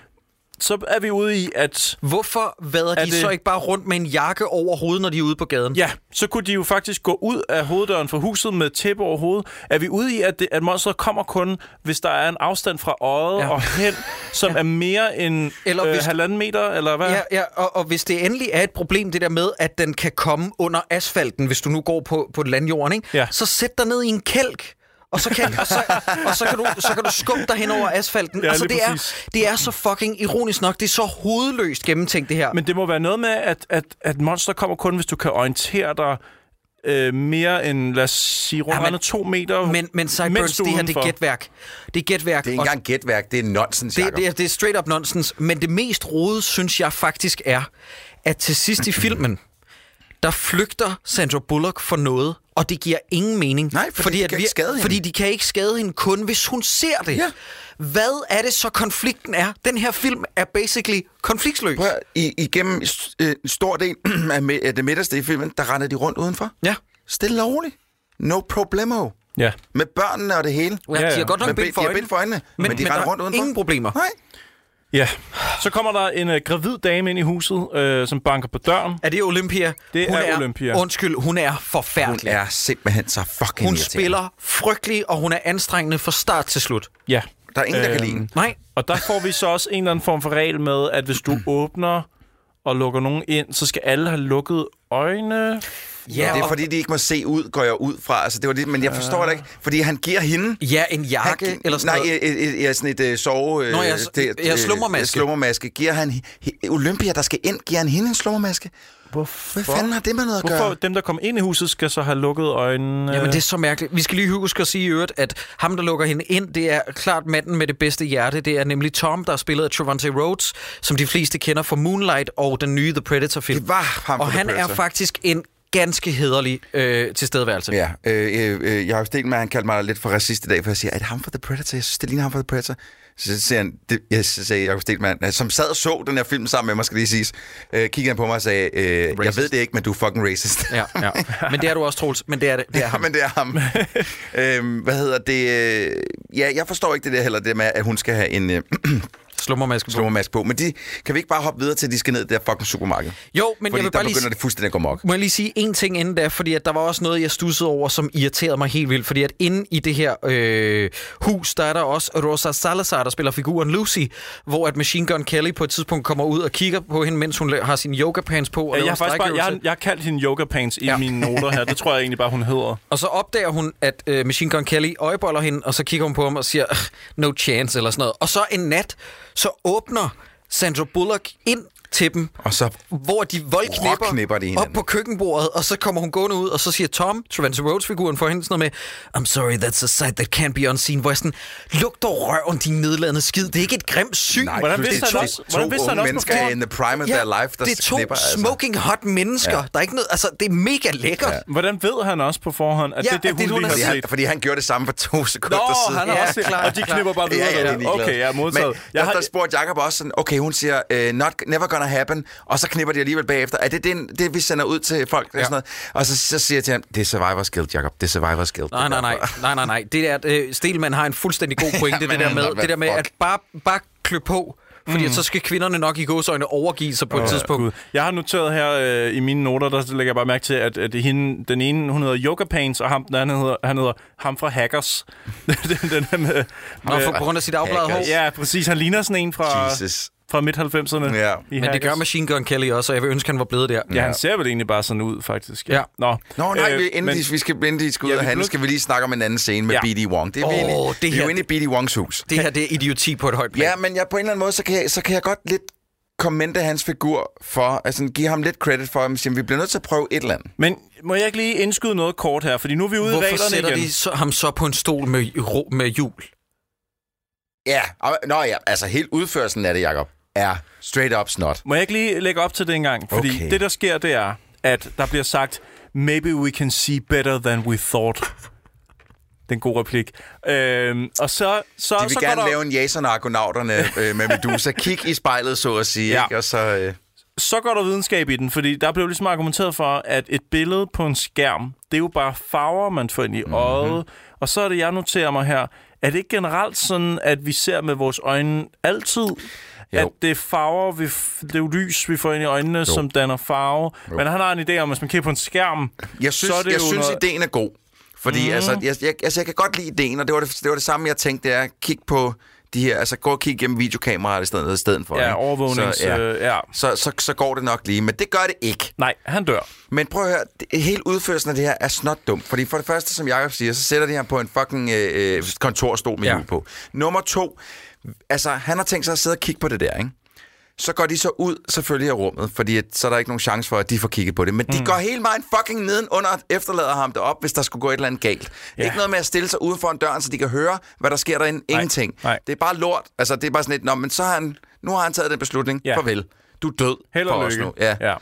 Speaker 3: så er vi ude i, at
Speaker 1: Hvorfor vader de
Speaker 3: Er
Speaker 1: det...
Speaker 3: det-
Speaker 1: så ikke bare rundt med en jakke over hovedet, når de er ude på gaden?
Speaker 3: ja, så kunne de jo faktisk gå ud af hoveddøren fra huset med tæppe over hovedet. Er vi ude i, at, det, at monsteret kommer kun, hvis der er en afstand fra øjet
Speaker 1: Ja.
Speaker 3: ja. og hen, som ja. er mere end
Speaker 1: Eller
Speaker 3: eller øh,
Speaker 1: hvis-
Speaker 3: halvanden meter, eller hvad?
Speaker 1: Ja, ja og, og hvis det endelig er et problem, det der med, at den kan komme under asfalten, hvis du nu går på, på landjorden, ikke?
Speaker 3: Ja.
Speaker 1: så sæt dig ned i en kælk. Og, så kan, og, så, og så, kan du, så kan du skubbe dig hen over asfalten.
Speaker 3: Ja,
Speaker 1: altså,
Speaker 3: lige
Speaker 1: det, er,
Speaker 3: præcis.
Speaker 1: det er så fucking ironisk nok. Det er så hovedløst gennemtænkt, det her.
Speaker 3: Men det må være noget med, at, at, at monster kommer kun, hvis du kan orientere dig øh, mere end, lad os sige, rundt
Speaker 1: Ja, men-
Speaker 3: ja, to meter.
Speaker 1: men, men
Speaker 3: mens
Speaker 1: Sideburns,
Speaker 3: du
Speaker 1: det her, det er
Speaker 3: udenfor.
Speaker 1: gætværk. Det er gætværk.
Speaker 2: Det er ikke
Speaker 1: og
Speaker 2: engang gætværk, det er nonsens,
Speaker 1: det,
Speaker 2: Jacob.
Speaker 1: det, er, det er straight up nonsens, men det mest rode, synes jeg faktisk er, at til sidst i filmen, der flygter Sandra Bullock for noget, og det giver ingen mening.
Speaker 2: Nej, fordi de kan ikke skade hende.
Speaker 1: Fordi de kan ikke skade hende kun, hvis hun ser det.
Speaker 2: Ja.
Speaker 1: Hvad er det så, konflikten er? Den her film er basically konfliktsløs.
Speaker 2: Prøv, at høre, i, igennem s- øh, en stor del af, mi- af det midterste i filmen, der render de rundt udenfor.
Speaker 1: Ja.
Speaker 2: Stille og roligt. No problemo.
Speaker 3: Ja.
Speaker 2: Med børnene og det hele.
Speaker 1: Ja,
Speaker 3: ja.
Speaker 1: de har godt nok
Speaker 2: Men
Speaker 1: bind for
Speaker 2: de har
Speaker 1: øjnene,
Speaker 2: bind for øjnene, men, men de
Speaker 1: der
Speaker 2: render
Speaker 1: er
Speaker 2: rundt udenfor.
Speaker 1: ingen problemer.
Speaker 2: Nej.
Speaker 3: ja. Så kommer der en øh, gravid dame ind i huset, øh, som banker på døren.
Speaker 1: Er det Olympia?
Speaker 3: Det
Speaker 1: hun
Speaker 3: er Olympia.
Speaker 1: Undskyld, hun er
Speaker 2: Hun
Speaker 1: forfærdelig.
Speaker 2: er simpelthen så fucking
Speaker 1: hun
Speaker 2: irriterende.
Speaker 1: spiller frygtelig, og hun er anstrengende fra start til slut.
Speaker 3: Ja.
Speaker 2: Der er ingen,
Speaker 1: Øhm,
Speaker 2: der kan lide hende.
Speaker 1: Nej,
Speaker 3: Og der får vi så også en eller anden form for regel med, at hvis du åbner og lukker nogen ind, så skal alle have lukket øjne.
Speaker 2: Ja, det er
Speaker 1: og- Øh.
Speaker 2: fordi, de ikke må se ud, går jeg ud fra. Altså, det var det, men jeg forstår det ikke, fordi han giver hende...
Speaker 1: Ja, en jakke
Speaker 2: han,
Speaker 1: eller sådan
Speaker 2: øh, nej,
Speaker 1: noget.
Speaker 2: noget. Nej, ja, sådan et øh, sove... Øh,
Speaker 1: Nå, ja, s-
Speaker 2: det-
Speaker 1: ja,
Speaker 2: øh,
Speaker 1: slummermaske.
Speaker 2: Slummermaske. Giver han... he- Olympia, der skal ind, giver han hende en slummermaske?
Speaker 3: Hvorfor?
Speaker 2: Hvad fanden har det med noget at
Speaker 3: Hvorfor
Speaker 2: gøre?
Speaker 3: dem, der kommer ind i huset, skal så have lukket øjnene?
Speaker 1: Jamen, det er så mærkeligt. Vi skal lige huske at sige i øvrigt, at ham, der lukker hende ind, det er klart manden med det bedste hjerte. Det er nemlig Tom, der er spillet af Trevante Rhodes, som de fleste kender fra Moonlight og den nye The Predator-film.
Speaker 2: Det var ham fra
Speaker 1: Og
Speaker 2: The
Speaker 1: han er
Speaker 2: Predator.
Speaker 1: faktisk en ganske hederlig øh, tilstedeværelse.
Speaker 2: Ja, øh, øh, øh, Jacob Stelman, han kaldte mig lidt for racist i dag, for jeg siger, er det ham fra The Predator? Jeg synes, det ligner ham fra The Predator. Så siger han, det, jeg så sagde Jacob Stelman, øh, som sad og så den her film sammen med mig, skal lige siges, øh, kiggede han på mig og sagde, øh, jeg
Speaker 1: Racist.
Speaker 2: ved det ikke, men du er fucking racist.
Speaker 1: Ja, ja. Men det er du også, Troels. Men det er det. det er ham.
Speaker 2: men det er ham. øhm, hvad hedder det? øh, Ja, jeg forstår ikke det der heller, det med, at hun skal have en øh,
Speaker 1: Slummermaske på.
Speaker 2: slummermaske på. Men de, kan vi ikke bare hoppe videre til, at de skal ned i det der fucking supermarked?
Speaker 1: Jo, men
Speaker 2: Fordi
Speaker 1: jeg vil
Speaker 2: der
Speaker 1: bare lige...
Speaker 2: begynder det fuldstændig at gå mok.
Speaker 1: Må jeg lige sige en ting inden da, fordi at der var også noget, jeg stussede over, som irriterede mig helt vildt. Fordi at inde i det her øh, hus, der er der også Rosa Salazar, der spiller figuren Lucy, hvor at Machine Gun Kelly på et tidspunkt kommer ud og kigger på hende, mens hun la- har sin yoga pants på. Og,
Speaker 3: Ja,
Speaker 1: laver
Speaker 3: Øh, jeg,
Speaker 1: en
Speaker 3: har faktisk bare, jeg,
Speaker 1: strækøvelse.
Speaker 3: har, jeg har kaldt hende yoga pants i
Speaker 1: Ja.
Speaker 3: ja. mine noter her. Det tror jeg egentlig bare, hun hedder.
Speaker 1: og så opdager hun, at øh, Machine Gun Kelly øjeboller hende, og så kigger hun på ham og siger, "Ugh, no chance, eller sådan noget. Og så en nat, så åbner Sandra Bullock ind til dem,
Speaker 2: Og så
Speaker 1: hvor de voldknipper
Speaker 2: Råknipper de
Speaker 1: op
Speaker 2: hinanden.
Speaker 1: på køkkenbordet, og så kommer hun gående ud, og så siger Tom, Trevante Rhodes-figuren, for hende sådan noget med, I'm sorry, that's a sight that can't be unseen, hvor jeg sådan, luk dog røven, din nedladende skid, det er ikke et grimt syn.
Speaker 2: Nej,
Speaker 3: Hvordan
Speaker 2: plus
Speaker 3: vidste
Speaker 2: det er
Speaker 3: han
Speaker 2: to-
Speaker 3: også- hvordan vidste
Speaker 2: to
Speaker 3: han
Speaker 2: unge
Speaker 3: også på
Speaker 2: mennesker
Speaker 3: forhånd?
Speaker 2: in the prime of
Speaker 1: Ja,
Speaker 2: their life, der altså.
Speaker 1: det er to
Speaker 2: knipper,
Speaker 1: smoking hot mennesker.
Speaker 2: Ja.
Speaker 1: Der er ikke noget, altså, det er mega lækkert. Ja.
Speaker 3: Hvordan ved han også på forhånd, at
Speaker 1: Ja,
Speaker 3: ja, det er
Speaker 1: at
Speaker 3: det,
Speaker 1: det er
Speaker 3: hun
Speaker 1: hun, der
Speaker 3: lige
Speaker 2: Fordi
Speaker 3: har
Speaker 2: han,
Speaker 3: set?
Speaker 2: fordi han gjorde det samme for to sekunder
Speaker 3: Nå,
Speaker 2: siden.
Speaker 3: han har
Speaker 1: Ja,
Speaker 3: også
Speaker 1: klar,
Speaker 3: og de
Speaker 1: klar.
Speaker 3: knipper bare videre.
Speaker 2: Ja, ja, det er
Speaker 3: der.
Speaker 2: ligeglad.
Speaker 3: okay, jeg er
Speaker 2: Men
Speaker 3: modtaget.
Speaker 2: jeg
Speaker 3: jeg
Speaker 2: der,
Speaker 3: har,
Speaker 2: der spurgte Jacob også sådan, okay, hun siger, øh, not, never gonna happen, og så knipper de alligevel bagefter. Er det den, det, vi sender ud til folk? Ja. Og, sådan noget? og så, så siger jeg til ham, det er survivor's guilt, Jacob. Det er survivor's guilt.
Speaker 1: Nej,
Speaker 2: Det
Speaker 1: nej,
Speaker 2: er
Speaker 1: nej,
Speaker 2: derfor."
Speaker 1: nej, nej, nej. Det er, at øh, Stelman har en fuldstændig god pointe, det
Speaker 2: men
Speaker 1: der
Speaker 2: han har
Speaker 1: med,
Speaker 2: været
Speaker 1: det der med
Speaker 2: fuck.
Speaker 1: at bare, bare klø på, fordi at så skal kvinderne nok i gåsøjne overgive sig på et tidspunkt.
Speaker 3: Gud. jeg har noteret her øh, i mine noter, der lægger jeg bare mærke til, at, at hende, den ene, hun hedder Yoga Pants, og ham, den anden hedder, han hedder ham fra Hackers. den, den er med,
Speaker 1: Nå,
Speaker 3: med,
Speaker 1: for, på grund af sit afbladet hår.
Speaker 2: Hackers.
Speaker 3: Ja, præcis. Han ligner sådan en fra,
Speaker 2: Jesus.
Speaker 3: fra midt-90'erne.
Speaker 2: Ja.
Speaker 3: i
Speaker 1: Men det
Speaker 3: Hackers.
Speaker 1: gør Machine Gun Kelly også, og jeg vil ønske, han var blevet der.
Speaker 3: Ja, han ser vel egentlig bare sådan ud, faktisk.
Speaker 1: Ja.
Speaker 3: Nå,
Speaker 2: Nå, nej,
Speaker 3: Øh,
Speaker 2: øh, inden,
Speaker 3: men-
Speaker 2: men, de, vi skal, inden de skal ud
Speaker 3: Ja,
Speaker 2: ja, og
Speaker 3: vi
Speaker 2: handle,
Speaker 3: blev-
Speaker 2: skal vi lige snakke om en anden scene med
Speaker 3: Ja.
Speaker 2: ja. B.D. Wong. Det er
Speaker 1: Åh,
Speaker 2: oh,
Speaker 1: det
Speaker 2: vi er
Speaker 1: her-
Speaker 2: jo inde i B.D. Wongs hus.
Speaker 1: Det her, det er idioti på et højt plan.
Speaker 2: Ja, men jeg, på en eller anden måde, så kan jeg, så kan jeg godt lidt kommente hans figur for, altså give ham lidt credit for, at sige, vi bliver nødt til at prøve et eller andet.
Speaker 3: Men må jeg ikke lige indskyde noget kort her? Fordi nu er vi ude i
Speaker 1: Hvorfor
Speaker 3: reglerne
Speaker 1: sætter
Speaker 3: igen.
Speaker 1: de så, ham så på en stol med, ro- med hjul?
Speaker 2: Ja, og- nå ja, altså helt udførelsen af det, Jacob, er straight up snot.
Speaker 3: Må jeg ikke lige lægge op til det engang? Fordi
Speaker 2: Okay.
Speaker 3: okay. det, der sker, det er, at der bliver sagt, maybe we can see better than we thought. Den gode replik. Øhm, og så, så,
Speaker 2: De vil
Speaker 3: så går
Speaker 2: gerne
Speaker 3: der,
Speaker 2: lave en Jason-argonauterne øh, med Medusa. Kig i spejlet, så at sige. Ja.
Speaker 3: Ja.
Speaker 2: Ikke? Og så, øh,
Speaker 3: så går der videnskab i den, fordi der blev ligesom argumenteret for, at et billede på en skærm, det er jo bare farver, man får ind i
Speaker 2: Mhm.
Speaker 3: øjet. Og så er det, jeg noterer mig her, er det ikke generelt sådan, at vi ser med vores øjne altid?
Speaker 2: Jo.
Speaker 3: at det er farver, vi f- det er jo lys, vi får ind i øjnene, jo. som danner farve. Jo. Men han har en idé om, at hvis man kigger på en skærm,
Speaker 2: Jeg synes,
Speaker 3: så er det Mhm.
Speaker 2: jeg
Speaker 3: jo
Speaker 2: synes
Speaker 3: noget...
Speaker 2: ideen er god. Fordi mm. altså, jeg, jeg, altså, jeg kan godt lide ideen, og det var det, det, var det samme, jeg tænkte, det er at kigge på de her, altså gå og kigge gennem videokameraer i stedet, i stedet for.
Speaker 3: Ja,
Speaker 2: ikke?
Speaker 3: overvågnings-
Speaker 2: Så, ja.
Speaker 3: øh, ja.
Speaker 2: Så, så, så går det nok lige, men det gør det ikke.
Speaker 3: Nej, han dør.
Speaker 2: Men prøv at høre, det- hele udførelsen af det her er snot dum. Fordi for det første, som Jacob siger, så sætter de ham på en fucking øh, øh, kontorstol med
Speaker 1: Ja.
Speaker 2: ja. hjul på. Nummer to, altså han har tænkt sig at sidde og kigge på det der, ikke? Så går de så ud selvfølgelig af rummet, fordi at, så er der ikke nogen chance for, at de får kigget på det. Men de
Speaker 3: Mm.
Speaker 2: går hele vejen fucking nedenunder og efterlader ham derop, hvis der skulle gå et eller andet galt.
Speaker 3: Ja.
Speaker 2: Ja. Ikke noget med at stille sig ude foran døren, så de kan høre, hvad der sker derinde. Ingenting.
Speaker 3: nej.
Speaker 2: Det er bare lort. Altså, det er bare sådan lidt, Nå, men så har han, nu har han taget den beslutning.
Speaker 3: Ja.
Speaker 2: Ja. Farvel. Du er død
Speaker 3: Held
Speaker 2: for
Speaker 3: og
Speaker 2: os
Speaker 3: lykke.
Speaker 2: nu. Ja.
Speaker 3: Ja.
Speaker 2: ja.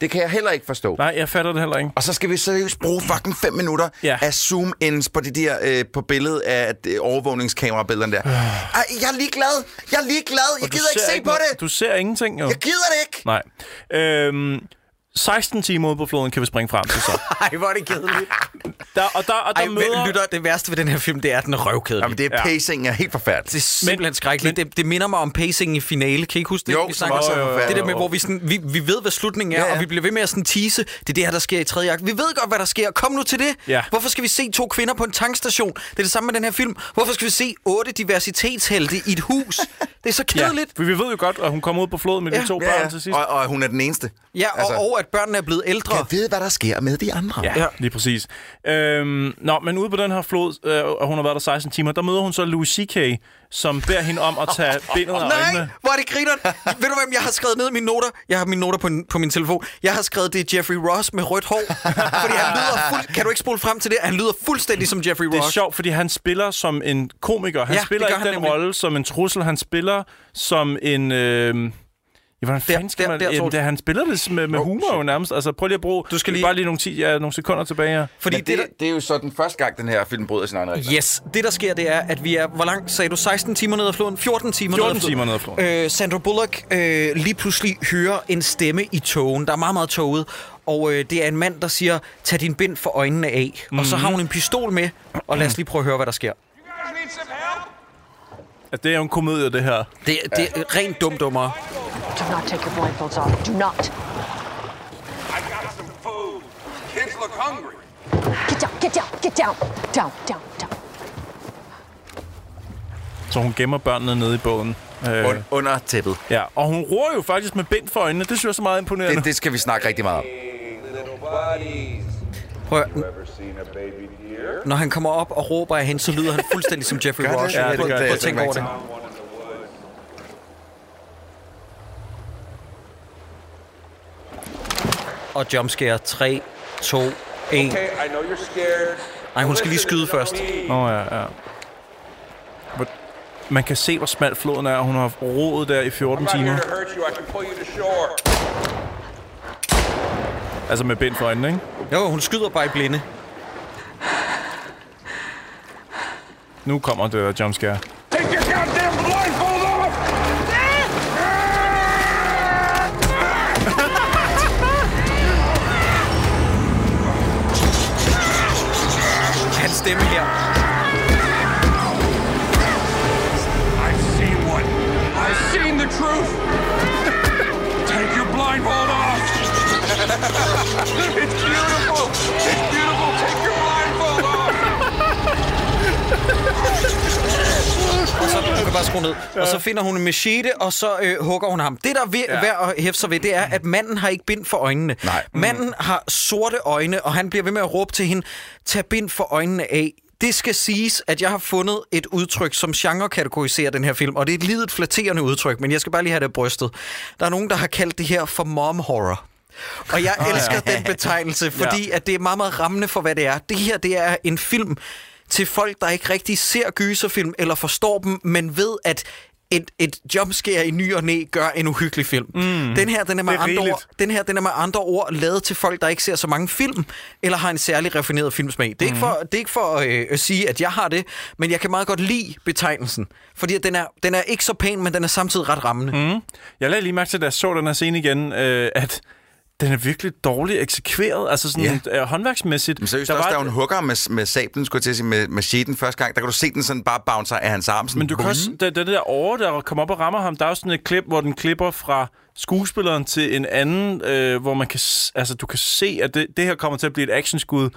Speaker 2: Det kan jeg heller ikke forstå.
Speaker 3: Nej, jeg fatter det heller ikke.
Speaker 2: Og så skal vi seriøst bruge fucking 5 minutter
Speaker 3: Ja.
Speaker 2: ja. af zoom-ins på det der øh, på billedet af øh, overvågningskamerabillederne
Speaker 3: Øh.
Speaker 2: der. Ej, jeg er ligeglad. Jeg er ligeglad. Jeg
Speaker 3: Du
Speaker 2: gider ikke
Speaker 3: ser
Speaker 2: se på
Speaker 3: no-
Speaker 2: det.
Speaker 3: Du ser ingenting, jo.
Speaker 2: Jeg gider det ikke.
Speaker 3: Nej. Øhm, 16 timer ude på floden kan vi springe frem til så.
Speaker 1: Ej, hvor er det kedeligt.
Speaker 3: Der, og der, og der
Speaker 1: Ej,
Speaker 3: møder...
Speaker 1: men, lytter, det værste ved den her film, det er, at den er røvkedelig.
Speaker 2: Jamen,
Speaker 1: Jamen, det,
Speaker 2: det er pacingen er helt forfærdeligt.
Speaker 1: det er simpelthen skrækkeligt. Det, det minder mig om pacing i finale. Kan I ikke huske det?
Speaker 2: Jo,
Speaker 1: vi
Speaker 2: som
Speaker 1: snakker
Speaker 2: også er
Speaker 1: om?
Speaker 2: forfærdeligt.
Speaker 1: Det der med, hvor vi, sådan, vi, vi ved, hvad slutningen er, ja,
Speaker 2: Ja,
Speaker 1: ja.
Speaker 2: ja.
Speaker 1: og vi bliver ved med at sådan tease. Det er det her, der sker i tredje akt. Vi ved godt, hvad der sker. Kom nu til det.
Speaker 3: Ja.
Speaker 1: Hvorfor skal vi se to kvinder på en tankstation? Det er det samme med den her film. Hvorfor skal vi se otte diversitetshelte i et hus? Det er så kedeligt.
Speaker 3: Ja, vi ved jo godt, at hun kommer ud på floden med de
Speaker 1: Ja.
Speaker 3: to
Speaker 2: Ja,
Speaker 3: børn til sidst.
Speaker 2: ja. Og, og hun er den eneste.
Speaker 1: Ja, og, altså, og at børnene er blevet ældre.
Speaker 2: Jeg ved, hvad der sker med de andre.
Speaker 3: Ja, lige præcis. Øhm, nå, men ude på den her flod, øh, og hun har været der 16 timer, der møder hun så Louis C.K., som beder hende om at tage bindet af
Speaker 1: Nej,
Speaker 3: øjnene.
Speaker 1: hvor er det griner. Ved du, hvem jeg har skrevet ned i mine noter? Jeg har mine noter på, på min telefon. Jeg har skrevet, det er Jeffrey Ross med rødt hår. fordi han lyder fuld... Kan du ikke spole frem til det? Han lyder fuldstændig som Jeffrey
Speaker 3: Det er
Speaker 1: Ross.
Speaker 3: sjovt, fordi han spiller som en komiker. Han
Speaker 1: Ja,
Speaker 3: ja,
Speaker 1: det
Speaker 3: spiller
Speaker 1: gør
Speaker 3: ikke
Speaker 1: han
Speaker 3: den
Speaker 1: nemlig.
Speaker 3: rolle som en trussel. Han spiller som en... Øh, Ja, hvordan fanden skal
Speaker 1: der-
Speaker 3: man...
Speaker 1: der,
Speaker 3: Der,
Speaker 1: Troels.
Speaker 3: der, han spiller det med, med oh, humor jo nærmest. Altså, prøv lige at bruge...
Speaker 1: Du skal lige-
Speaker 3: Bare lige nogle, 10, ja, nogle sekunder tilbage her.
Speaker 1: Fordi
Speaker 2: Men det, det er jo så den første gang, den her film bryder sin egen regler.
Speaker 1: der, yes, det der sker, det er, at vi er... Hvor langt sagde du? 16 timer ned ad floden? 14 timer
Speaker 3: 14 timer ned ad floden.
Speaker 1: Øh, Sandra Bullock øh, lige pludselig hører en stemme i togen, der er meget, meget toget. Og øh, det er en mand, der siger, tag din bind for øjnene af. Mm-hmm. Og
Speaker 3: Mhm.
Speaker 1: så har hun en pistol med, og lad os lige prøve at høre, hvad der sker.
Speaker 3: At det er jo en komedie, det her.
Speaker 1: Det, det er rent dumdummere.
Speaker 8: Do not take your blindfolds off. Do not.
Speaker 9: I got some food. Kids look hungry.
Speaker 6: Get down, get down, get down. Down, down, down.
Speaker 3: Så hun gemmer børnene nede i båden. Øh,
Speaker 2: Un- under tæppet.
Speaker 3: ja, og hun roer jo faktisk med bind for øjnene. Det synes jeg er så meget imponerende.
Speaker 2: Det, det skal vi snakke rigtig meget om.
Speaker 9: Hey, little buddies.
Speaker 1: Prøv at,
Speaker 9: Ever seen a baby deer?
Speaker 1: Når han kommer op og råber af hende, så lyder han fuldstændig som Jeffrey
Speaker 2: Gør det?
Speaker 1: Ross.
Speaker 2: Ja, det
Speaker 1: Prøv-
Speaker 3: gør det.
Speaker 1: prøv at tænke over det.
Speaker 9: Found one in the woods.
Speaker 1: Og jumpscare. 3, 2, 1.
Speaker 9: Hey, I know you're scared.
Speaker 1: Nej, hun skal lige
Speaker 9: Listen,
Speaker 1: skyde
Speaker 9: it's on
Speaker 1: først.
Speaker 9: me.
Speaker 3: Nå ja, ja. Hvor- Man kan se, hvor smalt floden er, og hun har rodet der i 14
Speaker 9: I'm not
Speaker 3: timer.
Speaker 9: here to hurt you. I can pull you to shore.
Speaker 3: Altså med bind for øjnene, ikke?
Speaker 1: Jo, hun skyder bare i blinde.
Speaker 3: Nu kommer det der jumpscare.
Speaker 9: Take your goddamn blindfold off!
Speaker 1: Hans stemme her.
Speaker 9: I've seen one. I've seen the truth. Take your blindfold off. it's beautiful. It's beautiful. Take your blindfold off.
Speaker 1: Og så du kan bare skrue ned. Og så finder hun en machete, og så øh, hugger hun ham. Det, der er ved, ja. værd at hæfte sig ved, det er, at manden har ikke bind for øjnene.
Speaker 2: Nej.
Speaker 1: Manden har sorte øjne, og han bliver ved med at råbe til hende, tag bind for øjnene af. Det skal siges, at jeg har fundet et udtryk, som genre-kategoriserer den her film, og det er et lidet flatterende udtryk, men jeg skal bare lige have det brystet. Der er nogen, der har kaldt det her for mom horror. Og jeg elsker den betegnelse, fordi at det er meget, meget rammende for, hvad det er. Det her, det er en film til folk, der ikke rigtig ser gyserfilm eller forstår dem, men ved, at et, et jumpscare i ny og næ gør en uhyggelig film. Mm. Den her, den er med
Speaker 3: Det er
Speaker 1: andre
Speaker 3: rigeligt.
Speaker 1: ord, den her, den er med andre ord lavet til folk, der ikke ser så mange film, eller har en særlig refineret filmsmag. Det er
Speaker 3: Mm.
Speaker 1: ikke for, det er ikke for øh, at sige, at jeg har det, men jeg kan meget godt lide betegnelsen. Fordi at den er, den er ikke så pæn, men den er samtidig ret rammende. Mm.
Speaker 3: Jeg lagde lige mærke til, da jeg så den her scene igen, øh, at den er virkelig dårligt eksekveret, altså sådan yeah. øh, håndværksmæssigt.
Speaker 2: Men seriøst, der også, da hun hugger med, med sablen, skulle jeg til at sige, med, med sheten første gang, der kan du se den sådan bare bouncer af hans arm. Sådan,
Speaker 3: Men du kan også, det, det der over, der kommer op og rammer ham, der er også sådan et klip, hvor den klipper fra skuespilleren til en anden, øh, hvor man kan, s- altså, du kan se, at det, det her kommer til at blive et actionskud,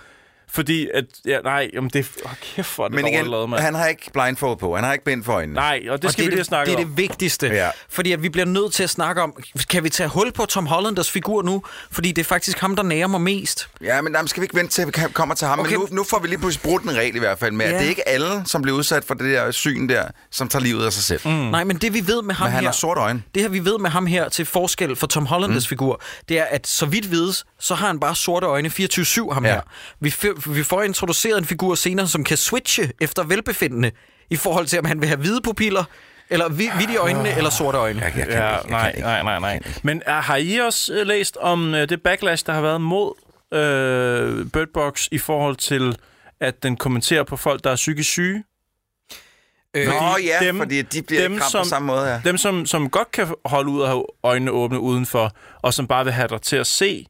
Speaker 3: fordi at, ja, nej, jamen det er, oh, kæft, hvor er det
Speaker 2: Men igen,
Speaker 3: dårligt lavet, mand.
Speaker 2: han har ikke blindfold på. Han har ikke bind for øjnene.
Speaker 3: Nej, og det skal
Speaker 1: og det,
Speaker 3: vi lige have
Speaker 1: er det,
Speaker 3: snakket
Speaker 1: det er
Speaker 3: om.
Speaker 1: det vigtigste.
Speaker 2: Ja.
Speaker 1: Ja. Fordi at vi bliver nødt til at snakke om, kan vi tage hul på Tom Hollanders figur nu? Fordi det er faktisk ham, der nærer mig mest.
Speaker 2: Ja, men jamen, skal vi ikke vente til, at vi kan- kommer til ham? Okay.
Speaker 1: Okay.
Speaker 2: Men nu, nu får vi lige pludselig brudt en regel i hvert fald med, ja. at
Speaker 1: Ja.
Speaker 2: det er ikke alle, som bliver udsat for det der syn der, som tager livet af sig selv. Mm.
Speaker 1: Mm. Nej, men det vi ved med ham
Speaker 2: Men han
Speaker 1: her...
Speaker 2: har sorte øjne.
Speaker 1: Det her vi ved med ham her, til forskel fra Tom Hollanders mm. figur, det er, at så vidt vides, så har han bare sorte øjne 24-7, ham
Speaker 2: Ja.
Speaker 1: ja. her. Vi, f- vi får introduceret en figur senere, som kan switche efter velbefindende, i forhold til, om han vil have hvide pupiller, eller hvi- hvidt i øjnene, eller sorte øjne.
Speaker 2: Ah. Jeg, jeg kan
Speaker 3: Ja,
Speaker 2: ikke, jeg
Speaker 3: nej,
Speaker 2: kan ikke.
Speaker 3: nej, nej, nej. Men er, har I også øh, læst om øh, det backlash, der har været mod øh, Bird Box i forhold til, at den kommenterer på folk, der er psykisk syge?
Speaker 1: Øh,
Speaker 2: Nå
Speaker 3: Fordi
Speaker 2: ja, dem,
Speaker 3: dem-
Speaker 2: fordi de bliver
Speaker 3: dem,
Speaker 2: dem, kramt på
Speaker 3: som-
Speaker 2: samme måde her.
Speaker 3: Dem, som, som godt kan holde ud og have øjnene åbne udenfor, og som bare vil have dig til at se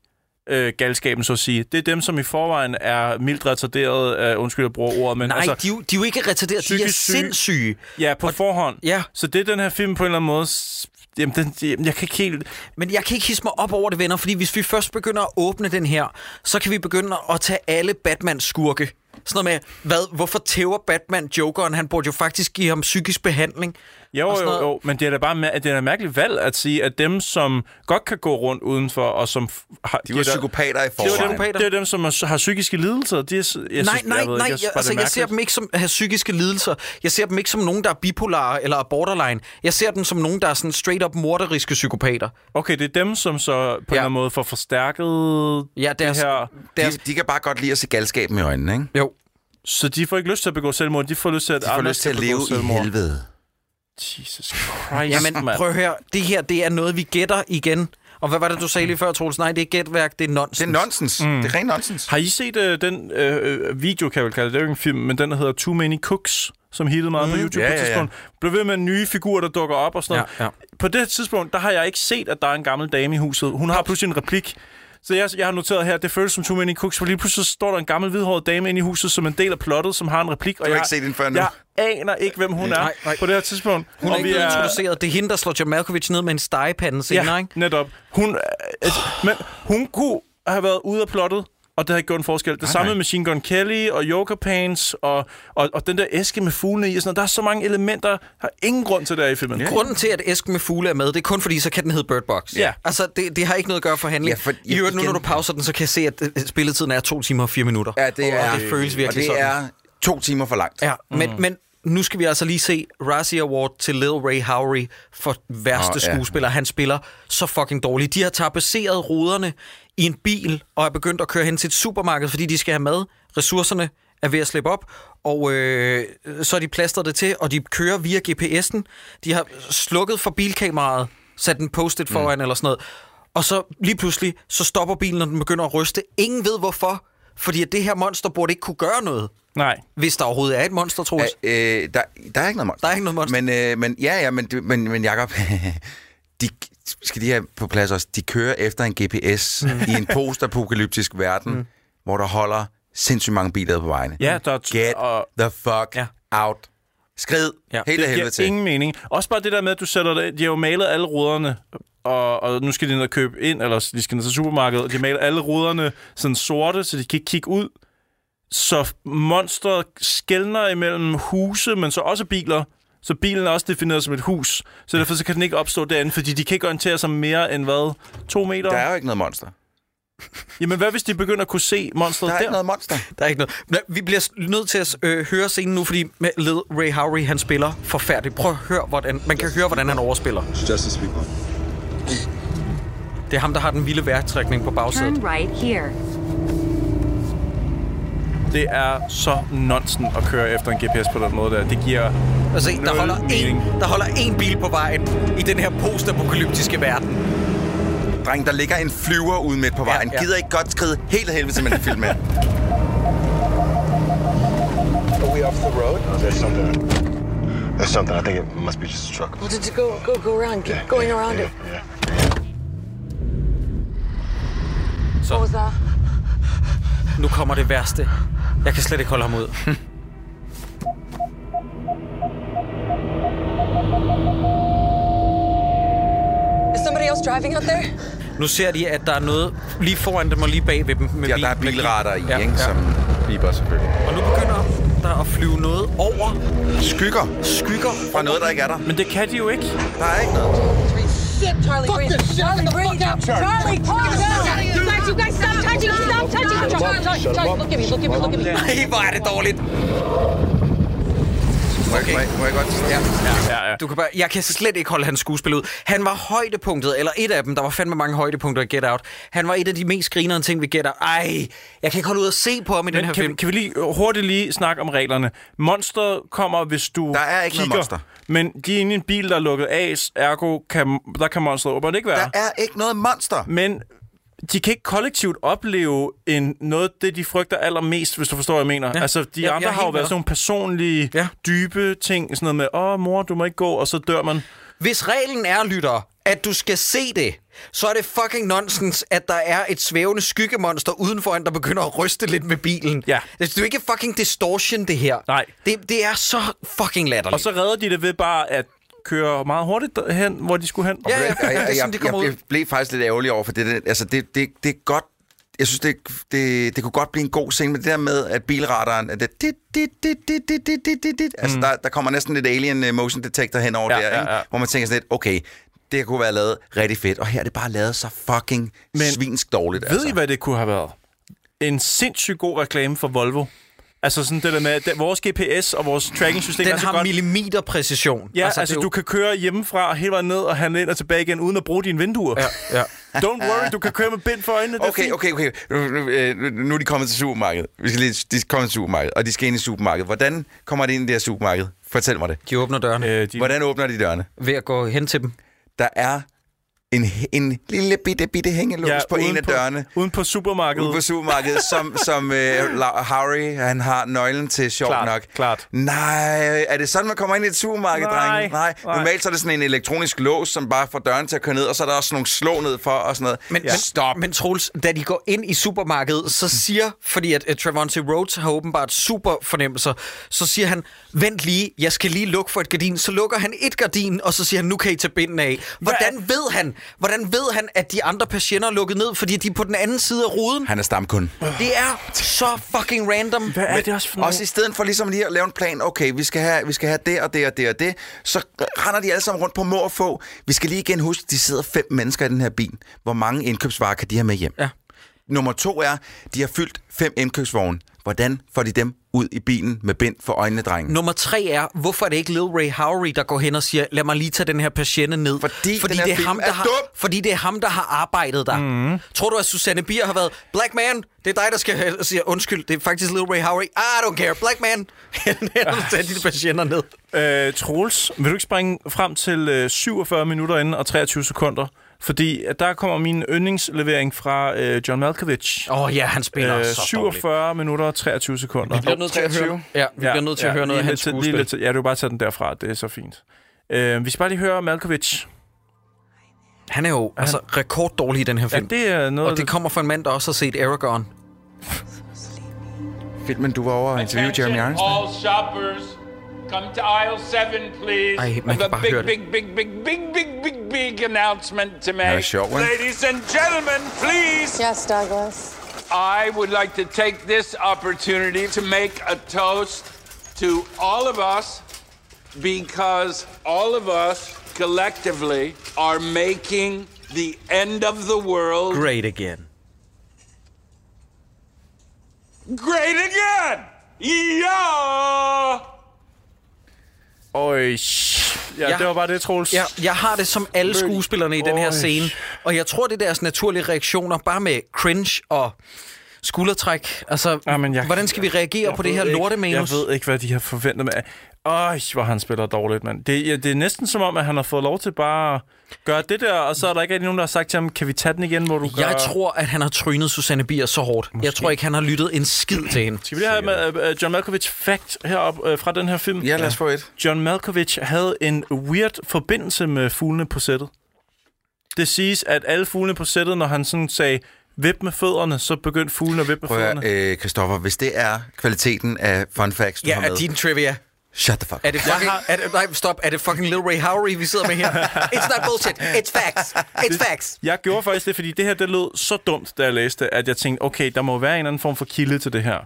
Speaker 3: øh, galskaben, så at sige. Det er dem, som i forvejen er mildt retarderet, øh, undskyld, jeg bruger ordet, men
Speaker 1: Nej, altså,
Speaker 3: altså,
Speaker 1: de, er jo- de er jo ikke retarderet, de er
Speaker 3: psykisk syge.
Speaker 1: sindssyge.
Speaker 3: ja, på forhånd.
Speaker 1: Ja.
Speaker 3: Så det er den her film på en eller anden måde, s- jamen, den, jamen jeg kan ikke helt...
Speaker 1: Men jeg kan ikke hisse mig op over det, venner, fordi hvis vi først begynder at åbne den her, så kan vi begynde at tage alle Batmans skurke. Sådan noget med, hvad, hvorfor tæver Batman Jokeren? Han burde jo faktisk give ham psykisk behandling.
Speaker 3: Jo,
Speaker 1: og
Speaker 3: jo,
Speaker 1: sådan
Speaker 3: jo,
Speaker 1: noget.
Speaker 3: jo, men det er da bare ma- det er da et mærkeligt valg at sige, at dem, som godt kan gå rundt udenfor, og som... f- Har,
Speaker 2: De var
Speaker 3: giver dig-
Speaker 2: psykopater i
Speaker 3: Det er,
Speaker 2: forvejen.
Speaker 3: dem, det er dem, som er, har psykiske lidelser. De er, s- jeg
Speaker 1: Nej,
Speaker 3: synes,
Speaker 1: nej,
Speaker 3: jeg ved,
Speaker 1: nej,
Speaker 3: ikke, jeg, synes,
Speaker 1: jeg,
Speaker 3: bare,
Speaker 1: altså
Speaker 3: det er
Speaker 1: jeg ser
Speaker 3: mærkeligt.
Speaker 1: dem ikke som have psykiske lidelser. Jeg ser dem ikke som nogen, der er bipolare eller er borderline. Jeg ser dem som nogen, der er sådan straight up morderiske psykopater.
Speaker 3: Okay, det er dem, som så på ja. en eller anden måde får forstærket
Speaker 1: Ja, deres,
Speaker 3: det her.
Speaker 1: deres,
Speaker 2: De, de kan bare godt lide at se galskaben i øjnene, ikke?
Speaker 1: jo.
Speaker 3: Så de får ikke lyst til at begå selvmord. De får lyst til at,
Speaker 2: De får
Speaker 3: andre
Speaker 2: lyst til at
Speaker 3: skal begå
Speaker 2: leve i
Speaker 3: selvmord.
Speaker 2: helvede.
Speaker 3: Jesus Christ,
Speaker 1: Jamen,
Speaker 3: mand.
Speaker 1: prøv at høre. Det her, det er noget, vi gætter igen. Og hvad var det, du
Speaker 3: Mm.
Speaker 1: sagde lige før, Troels? Nej, det er gætværk, det er nonsens.
Speaker 2: Det er nonsens. Mm. Det er ren nonsens.
Speaker 3: Har I set øh, den øh, øh, video, kan jeg vel kalde det, det er jo ikke en film, men den, der hedder Too Many Cooks, som hittede meget mm. på YouTube
Speaker 2: Ja,
Speaker 3: ja, på
Speaker 2: ja,
Speaker 3: et
Speaker 2: ja.
Speaker 3: tidspunkt. Blev ved med nye figurer, der dukker op og sådan noget.
Speaker 1: Ja, ja.
Speaker 3: På det her tidspunkt, der har jeg ikke set, at der er en gammel dame i huset. Hun har pludselig en replik. Så jeg, jeg har noteret her, at det føles som Too Many Cooks, for lige pludselig så står der en gammel hvidhåret dame inde i huset, som en del af plottet, som har en replik. Og
Speaker 2: har
Speaker 3: jeg,
Speaker 2: ikke set den før nu.
Speaker 3: Jeg aner ikke, hvem hun er
Speaker 1: Nej, nej.
Speaker 3: på det her tidspunkt.
Speaker 1: Hun er
Speaker 3: Og
Speaker 1: ikke
Speaker 3: vi
Speaker 1: blevet introduceret. Det er hende, der slår John Malkovich ned med en stegepande senere, ikke?
Speaker 3: netop. Hun, altså, men hun kunne have været ude af plottet, og det havde ikke gjort en forskel. Det samme med Machine Gun Kelly og Joker Pants og, og, og den der æske med fuglene i. Og sådan noget. Der er så mange elementer, der har ingen grund til det her i filmen. Yeah.
Speaker 1: Grunden til, at æsken med fugle er med, det er kun fordi, så kan den hedde Bird Box.
Speaker 3: Ja.
Speaker 1: Altså, det, det har ikke noget at gøre for handling.
Speaker 2: Ja, for-
Speaker 1: I øvrigt, nu
Speaker 2: igen-
Speaker 1: når du pauser den, så kan jeg se, at øh, spilletiden er to timer og fire minutter.
Speaker 2: Ja, det er,
Speaker 1: og det føles virkelig
Speaker 2: og det
Speaker 1: sådan.
Speaker 2: er to timer for langt.
Speaker 1: Ja, men, men nu skal vi altså lige se Razzie Award til Lil Ray Howery for værste
Speaker 2: Åh,
Speaker 1: oh,
Speaker 2: ja.
Speaker 1: skuespiller. Han spiller så fucking dårligt. De har tapaceret ruderne i en bil og er begyndt at køre hen til et supermarked, fordi de skal have mad. Ressourcerne er ved at slippe op, og øh, så er de plastret det til, og de kører via GPS'en. De har slukket for bilkameraet, sat en post-it foran mm. eller sådan noget. Og så lige pludselig, så stopper bilen, og den begynder at ryste. Ingen ved hvorfor, fordi at det her monster burde ikke kunne gøre noget.
Speaker 3: Nej.
Speaker 1: Hvis der overhovedet er et monster, Troels.
Speaker 2: Øh, øh, der, der er ikke noget monster.
Speaker 1: Der er ikke noget monster.
Speaker 2: Men, øh, men ja, ja, men, det- men, men Jacob, de, skal de have på plads også, de kører efter en GPS i en postapokalyptisk verden, mm. hvor der holder sindssygt mange biler på vejene.
Speaker 3: Ja, der er t-
Speaker 2: Get
Speaker 3: og-
Speaker 2: the fuck
Speaker 1: Ja.
Speaker 2: out. Skrid ja.
Speaker 1: Ja.
Speaker 2: helt af
Speaker 3: Det
Speaker 2: helvede
Speaker 3: giver
Speaker 2: til.
Speaker 3: ingen mening. Også bare det der med, at du sætter det, de har jo malet alle ruderne, og, og nu skal de ned og købe ind, eller de skal ned til supermarkedet, og de maler alle ruderne sådan sorte, så de kan ikke kigge ud. Så monstret skældner imellem huse, men så også biler. Så bilen er også defineret som et hus, så derfor så kan den ikke opstå derinde, fordi de kan ikke orientere sig mere end hvad? To meter?
Speaker 2: Der er jo ikke noget monster.
Speaker 3: Jamen hvad hvis de begynder at kunne se monstret
Speaker 2: Der er
Speaker 3: der?
Speaker 2: ikke noget monster.
Speaker 1: Der er ikke noget. Men Vi bliver s- nødt til at øh, høre scenen nu, fordi med Lil Ray Howery, han spiller forfærdeligt. Prøv at høre, hvordan, man kan høre, hvordan han overspiller.
Speaker 10: Justice people.
Speaker 1: Det er ham, der har den vilde værktrækning på bagsædet.
Speaker 6: Turn right here.
Speaker 3: Det er så nonsen at køre efter en GPS på den måde der. Det giver...
Speaker 1: Altså, der
Speaker 3: Nul
Speaker 1: holder, en,
Speaker 3: mening.
Speaker 1: der holder en bil på vejen i den her postapokalyptiske verden.
Speaker 2: Dreng, der ligger en flyver ude midt på vejen. Ja,
Speaker 1: ja.
Speaker 2: Gider ikke godt skride helt af helvede til, man kan filme her.
Speaker 10: Are we off the road? there's something. There's something. I think it must be just a truck.
Speaker 8: Well, just go, go, go around. Keep going around it.
Speaker 10: Yeah.
Speaker 1: så. Nu kommer det værste. Jeg kan slet ikke holde ham ud.
Speaker 6: Is somebody else driving out there?
Speaker 1: Nu ser de, at der er noget lige foran dem og lige bag ved dem. Med
Speaker 2: Ja,
Speaker 1: bil-
Speaker 2: der er
Speaker 1: med bil.
Speaker 2: bilradar i, ja, ikke, som biber selvfølgelig.
Speaker 1: Og nu begynder der at flyve noget over
Speaker 2: Skygger
Speaker 1: skygger.
Speaker 2: fra noget, der ikke er der.
Speaker 3: Men det kan de jo ikke.
Speaker 2: Der er ikke noget.
Speaker 6: Charlie, fuck breathe. This shit. Charlie, breathe. Charlie, calm down. You guys, you guys, stop touching. Stop touching. Charlie, Charlie, Charlie, look at me. Look at me. Look at me.
Speaker 1: Nej, hvor er det dårligt.
Speaker 2: Må jeg, må jeg, må jeg godt? Ja.
Speaker 3: Ja, ja.
Speaker 1: Du kan bare, jeg kan slet ikke holde hans skuespil ud. Han var højdepunktet, eller et af dem. Der var fandme mange højdepunkter i Get Out. Han var et af de mest grinerende ting ved Get Out. Ej, jeg kan ikke holde ud at se på ham i den her
Speaker 3: Men kan,
Speaker 1: film.
Speaker 3: vi- kan vi lige øh, hurtigt lige snakke om reglerne? Monster kommer, hvis du
Speaker 2: Der er ikke noget
Speaker 3: kigger,
Speaker 2: monster.
Speaker 3: Men de er inde i en bil, der er lukket af, ergo kan, der kan monsteret åbenbart ikke være.
Speaker 2: Der er ikke noget monster.
Speaker 3: Men de kan ikke kollektivt opleve en, noget af det, de frygter allermest, hvis du forstår, hvad jeg mener. Ja. Altså, de
Speaker 1: Ja,
Speaker 3: andre
Speaker 1: jeg er
Speaker 3: har jo
Speaker 1: helt med.
Speaker 3: været sådan nogle personlige,
Speaker 1: Ja.
Speaker 3: ja. dybe ting. Sådan noget med, åh mor, du må ikke gå, og så dør man.
Speaker 1: Hvis reglen er, lytter, at du skal se det, så er det fucking nonsens, at der er et svævende skyggemonster udenfor, der begynder at ryste lidt med bilen. Altså,
Speaker 3: Ja.
Speaker 1: Det er jo ikke fucking distortion, det her.
Speaker 3: Nej.
Speaker 1: Det, det er så fucking latterligt.
Speaker 3: Og så redder de det ved bare at køre meget hurtigt hen, hvor de skulle hen.
Speaker 1: Ja, ja,
Speaker 2: jeg,
Speaker 1: det er
Speaker 2: jeg,
Speaker 1: sådan,
Speaker 2: jeg,
Speaker 1: det
Speaker 2: jeg,
Speaker 1: kommer ud.
Speaker 2: jeg blev faktisk lidt ærgerlig over, for det, det, altså det, det, det er godt... Jeg synes, det, det, det kunne godt blive en god scene, men det der med, at bilradaren... At det, dit, dit, dit, dit, dit, dit, dit, dit, dit. Altså, der, der kommer næsten lidt alien øh, motion detector hen over
Speaker 3: Ja,
Speaker 2: der,
Speaker 3: ja,
Speaker 2: ikke?
Speaker 3: ja.
Speaker 2: hvor man tænker sådan lidt, okay, det kunne være lavet rigtig fedt, og her er det bare lavet så fucking men, svinsk dårligt. altså.
Speaker 3: Ved I,
Speaker 1: Altså.
Speaker 3: hvad det kunne have været? En sindssygt god reklame for Volvo. Altså sådan det der med, at den- vores GPS og vores tracking-system er
Speaker 1: Den
Speaker 3: så
Speaker 1: har
Speaker 3: godt.
Speaker 1: millimeter præcision.
Speaker 3: Ja, altså, altså
Speaker 1: det er
Speaker 3: du
Speaker 1: jo-
Speaker 3: kan køre hjemmefra og hele vejen ned og handle ind og tilbage igen, uden at bruge dine vinduer.
Speaker 1: Ja, ja.
Speaker 3: Don't worry, du kan køre med bind for øjnene. det er
Speaker 2: Okay,
Speaker 3: fint.
Speaker 2: okay, okay. Nu, nu, øh, nu, nu er de kommet til supermarkedet. Vi skal lige, de er kommet til supermarkedet, og de skal ind i supermarkedet. Hvordan kommer de ind i det her supermarked? Fortæl mig det.
Speaker 1: De åbner dørene
Speaker 3: Øh, de,
Speaker 2: Hvordan åbner de dørene?
Speaker 1: ved at gå hen til dem.
Speaker 2: der er en, en lille bitte, bitte hængelås ja, på en
Speaker 3: uden
Speaker 2: af dørene
Speaker 3: Uden på supermarkedet.
Speaker 2: ude på supermarkedet, som, som øh, La- Harry, han har nøglen til, sjovt
Speaker 3: Klart,
Speaker 2: nok.
Speaker 3: klart.
Speaker 2: Nej, er det sådan, man kommer ind i et supermarked,
Speaker 3: Nej,
Speaker 2: drenge?
Speaker 3: nej.
Speaker 2: Normalt så er det sådan en elektronisk lås, som bare får døren til at køre ned, og så er der også nogle slå ned for og sådan noget.
Speaker 1: Men, Mm.
Speaker 2: ja.
Speaker 1: men,
Speaker 2: Stop.
Speaker 1: men Troels, da de går ind i supermarkedet, så siger, fordi at, at Trevante Rhodes har åbenbart super fornemmelser, så siger han, vent lige, jeg skal lige lukke for et gardin. Så lukker han et gardin, og så siger han, nu kan I tage binden af. Hvordan ved han, hvordan ved han at de andre patienter er lukket ned, fordi de er på den anden side af ruden?
Speaker 2: Han er stamkunde.
Speaker 1: Det er så fucking random.
Speaker 3: Hvad er det også for
Speaker 2: Også i stedet for ligesom lige at lave en plan, okay, vi skal have, vi skal have det og det og det og det, så render de alle sammen rundt på mor og få. Vi skal lige igen huske, de sidder fem mennesker i den her bil. Hvor mange indkøbsvarer kan de have med hjem?
Speaker 1: Ja.
Speaker 2: Nummer to er, de har fyldt fem indkøbsvogne. Hvordan får de dem ud i bilen med bind for øjnene, drengen?
Speaker 1: Nummer tre er, hvorfor er det ikke Lil Ray Howery, der går hen og siger, lad mig lige tage den her patiente ned.
Speaker 2: Fordi den
Speaker 1: fordi
Speaker 2: her
Speaker 1: det er
Speaker 2: film
Speaker 1: ham, der
Speaker 2: er
Speaker 1: har,
Speaker 2: dum.
Speaker 1: Fordi det er ham, der har arbejdet der. Mm. Tror du, at Susanne Bier har været, Black man, det er dig, der skal sige, undskyld, det er faktisk Lil Ray Howery. "Ah, I don't care, Black man. Han har taget de patienter ned.
Speaker 3: Øh, Troels, vil du ikke springe frem til øh, 47 minutter inden og 23 sekunder? Fordi at der kommer min yndlingslevering fra øh, John Malkovich.
Speaker 1: Åh oh, ja, han spiller øh,
Speaker 3: øh,
Speaker 1: så 47.
Speaker 3: 47 minutter og 23 sekunder. Vi
Speaker 1: bliver nødt til at høre, ja, vi bliver nødt til at høre noget af hans skuespil.
Speaker 3: Lidt, til- ja, du kan bare tage den derfra, det er så fint. Øh, vi skal bare lige høre Malkovich.
Speaker 1: Han er jo altså, rekorddårlig i den her
Speaker 3: Ja,
Speaker 1: film.
Speaker 3: det er noget...
Speaker 1: Og det kommer fra en mand, der også har set Aragorn.
Speaker 2: Filmen, du var over og interviewe Jeremy Irons. med.
Speaker 9: All shoppers, come to aisle seven, please.
Speaker 1: Ej, man kan
Speaker 9: I've got
Speaker 1: bare
Speaker 9: big,
Speaker 1: høre det.
Speaker 9: big, big, big, big, big, big, big announcement to make.
Speaker 2: er sjov, ikke?
Speaker 9: Ladies and gentlemen, please.
Speaker 6: Yes, Douglas.
Speaker 9: I would like to take this opportunity to make a toast to all of us because all of us collectively are making the end of the world
Speaker 1: Great again.
Speaker 9: great again. Yeah!
Speaker 3: Øj, ja,
Speaker 1: Ja.
Speaker 3: ja, det var bare det, Troels.
Speaker 1: Ja, jeg har det som alle skuespillerne i den her
Speaker 3: Øj.
Speaker 1: scene, og jeg tror, det er deres naturlige reaktioner, bare med cringe og skuldertræk. Altså,
Speaker 3: Jamen, jeg-
Speaker 1: hvordan skal vi reagere
Speaker 3: Jeg
Speaker 1: på det
Speaker 3: ved
Speaker 1: her
Speaker 3: ikke-
Speaker 1: lortemanus?
Speaker 3: Jeg ved ikke, hvad de har forventet med. Øj, hvor han spiller dårligt, mand. Det, ja, det er næsten som om, at han har fået lov til bare at gøre det der, og så er der ikke rigtig nogen, der har sagt til ham, kan vi tage den igen, hvor du gør...
Speaker 1: Jeg tror, at han har trynet Susanne Bier så hårdt. Måske. Jeg tror ikke, han har lyttet en skid til hende.
Speaker 3: Skal vi lige have med, uh, John Malkovich fact herop uh, fra den her film?
Speaker 2: Ja, lad os få et.
Speaker 3: John Malkovich havde en weird forbindelse med fuglene på sættet. Det siges, at alle fuglene på sættet, når han sådan sagde, Vip med fødderne, så begyndte fuglen at vippe med
Speaker 2: Prøv at
Speaker 3: fødderne.
Speaker 2: høre, øh, Christoffer, hvis det er kvaliteten af fun facts, du
Speaker 1: Ja,
Speaker 2: har med,
Speaker 1: er din trivia.
Speaker 2: shut the fuck
Speaker 1: Er det fucking, er det, nej, stop. Er det fucking Lil Ray Howery, vi sidder med her? It's not bullshit. It's facts. It's facts.
Speaker 3: Jeg gjorde faktisk det, fordi det her det lød så dumt, da jeg læste, det, at jeg tænkte, okay, der må være en eller anden form for kilde til det her.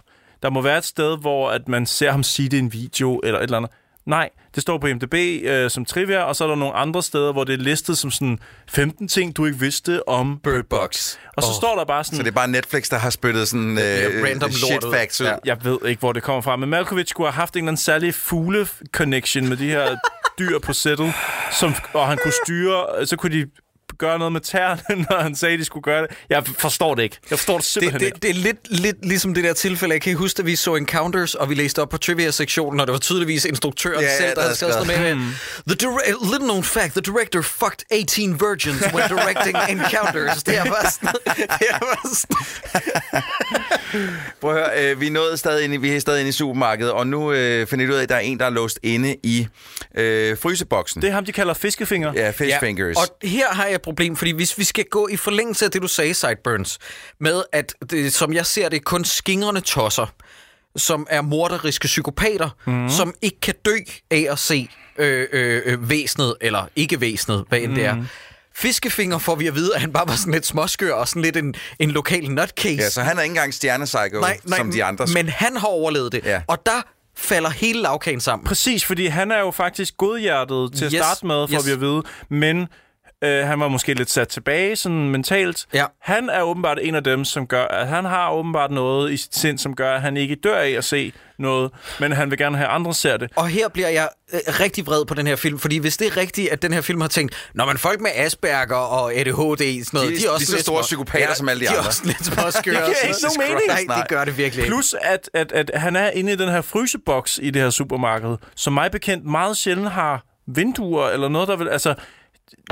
Speaker 3: Der må være et sted, hvor at man ser ham sige det i en video eller et eller andet. Nej, det står på IMDb øh, som trivia, og så er der nogle andre steder, hvor det er listet som sådan 15 ting, du ikke vidste om.
Speaker 1: Bird Box.
Speaker 3: Og så oh. står der bare sådan,
Speaker 2: Så det er bare Netflix, der har spyttet sådan øh,
Speaker 1: random
Speaker 2: shit
Speaker 1: lort ud.
Speaker 2: facts ud.
Speaker 1: Ja.
Speaker 2: Ja.
Speaker 3: jeg ved ikke, hvor det kommer fra, men Malkovich skulle have haft en eller anden særlig fugle-connection med de her dyr på sættet, som, og han kunne styre, så kunne de gøre noget med tæerne, når han sagde, at de skulle gøre det. Jeg forstår det ikke. Jeg forstår det simpelthen
Speaker 1: Det,
Speaker 3: ikke.
Speaker 1: det, det er lidt, lidt ligesom det der tilfælde. Jeg kan ikke huske, at vi så Encounters, og vi læste op på trivia-sektionen, og det var tydeligvis instruktøren
Speaker 2: Ja,
Speaker 1: ja,
Speaker 2: ja,
Speaker 1: selv,
Speaker 2: der
Speaker 1: der havde
Speaker 2: havde
Speaker 1: skrevet sådan noget med. "Hmm." The dire- little known fact, the director fucked 18 virgins when directing Encounters. Det er bare sådan... Det er bare sådan.
Speaker 2: Prøv at høre, øh, vi, er nået stadig inde, i- vi er stadig inde i supermarkedet, og nu øh, finder du ud af, at der er en, der er låst inde i øh, fryseboksen.
Speaker 3: Det er ham, de kalder fiskefinger.
Speaker 2: Ja, fish fingers.
Speaker 1: Og her har jeg et problem, fordi hvis vi skal gå i forlængelse af det, du sagde, Sideburns, med at, det, som jeg ser det, kun skingrende tosser, som er morderiske psykopater,
Speaker 2: Mhm.
Speaker 1: mm. som ikke kan dø af at se øh, øh, øh, væsenet, eller ikke væsenet, hvad end mm. det
Speaker 2: Mhm.
Speaker 1: er. Fiskefinger får vi at vide, at han bare var sådan lidt småskør og sådan lidt en, en lokal nutcase.
Speaker 2: Ja, så han er ikke engang stjernepsycho, som de andre.
Speaker 1: men han har overlevet det.
Speaker 2: Ja.
Speaker 1: Og der falder hele lavkagen sammen.
Speaker 3: Præcis, fordi han er jo faktisk godhjertet til at
Speaker 1: Yes,
Speaker 3: starte med, får
Speaker 1: yes.
Speaker 3: vi at vide, men øh, han var måske lidt sat tilbage sådan mentalt.
Speaker 1: Ja.
Speaker 3: Han er åbenbart en af dem, som gør, at han har åbenbart noget i sit sind, som gør, at han ikke dør af at se noget, men han vil gerne have, at andre ser det.
Speaker 1: Og her bliver jeg øh, rigtig vred på den her film, fordi hvis det er rigtigt, at den her film har tænkt, når man folk med Asperger og ADHD, sådan noget,
Speaker 2: De er
Speaker 1: de, er også
Speaker 2: lige så
Speaker 1: lidt
Speaker 2: store
Speaker 1: små-
Speaker 2: psykopater som alle de
Speaker 1: De er
Speaker 2: andre."
Speaker 1: også lidt småskøre.
Speaker 3: Det giver
Speaker 1: og
Speaker 3: ikke
Speaker 1: sådan
Speaker 3: nogen
Speaker 1: noget.
Speaker 3: mening.
Speaker 1: Nej, det gør det virkelig ikke.
Speaker 3: Plus, at, at, at han er inde i den her fryseboks i det her supermarked, som mig bekendt meget sjældent har vinduer eller noget, der vil... Altså,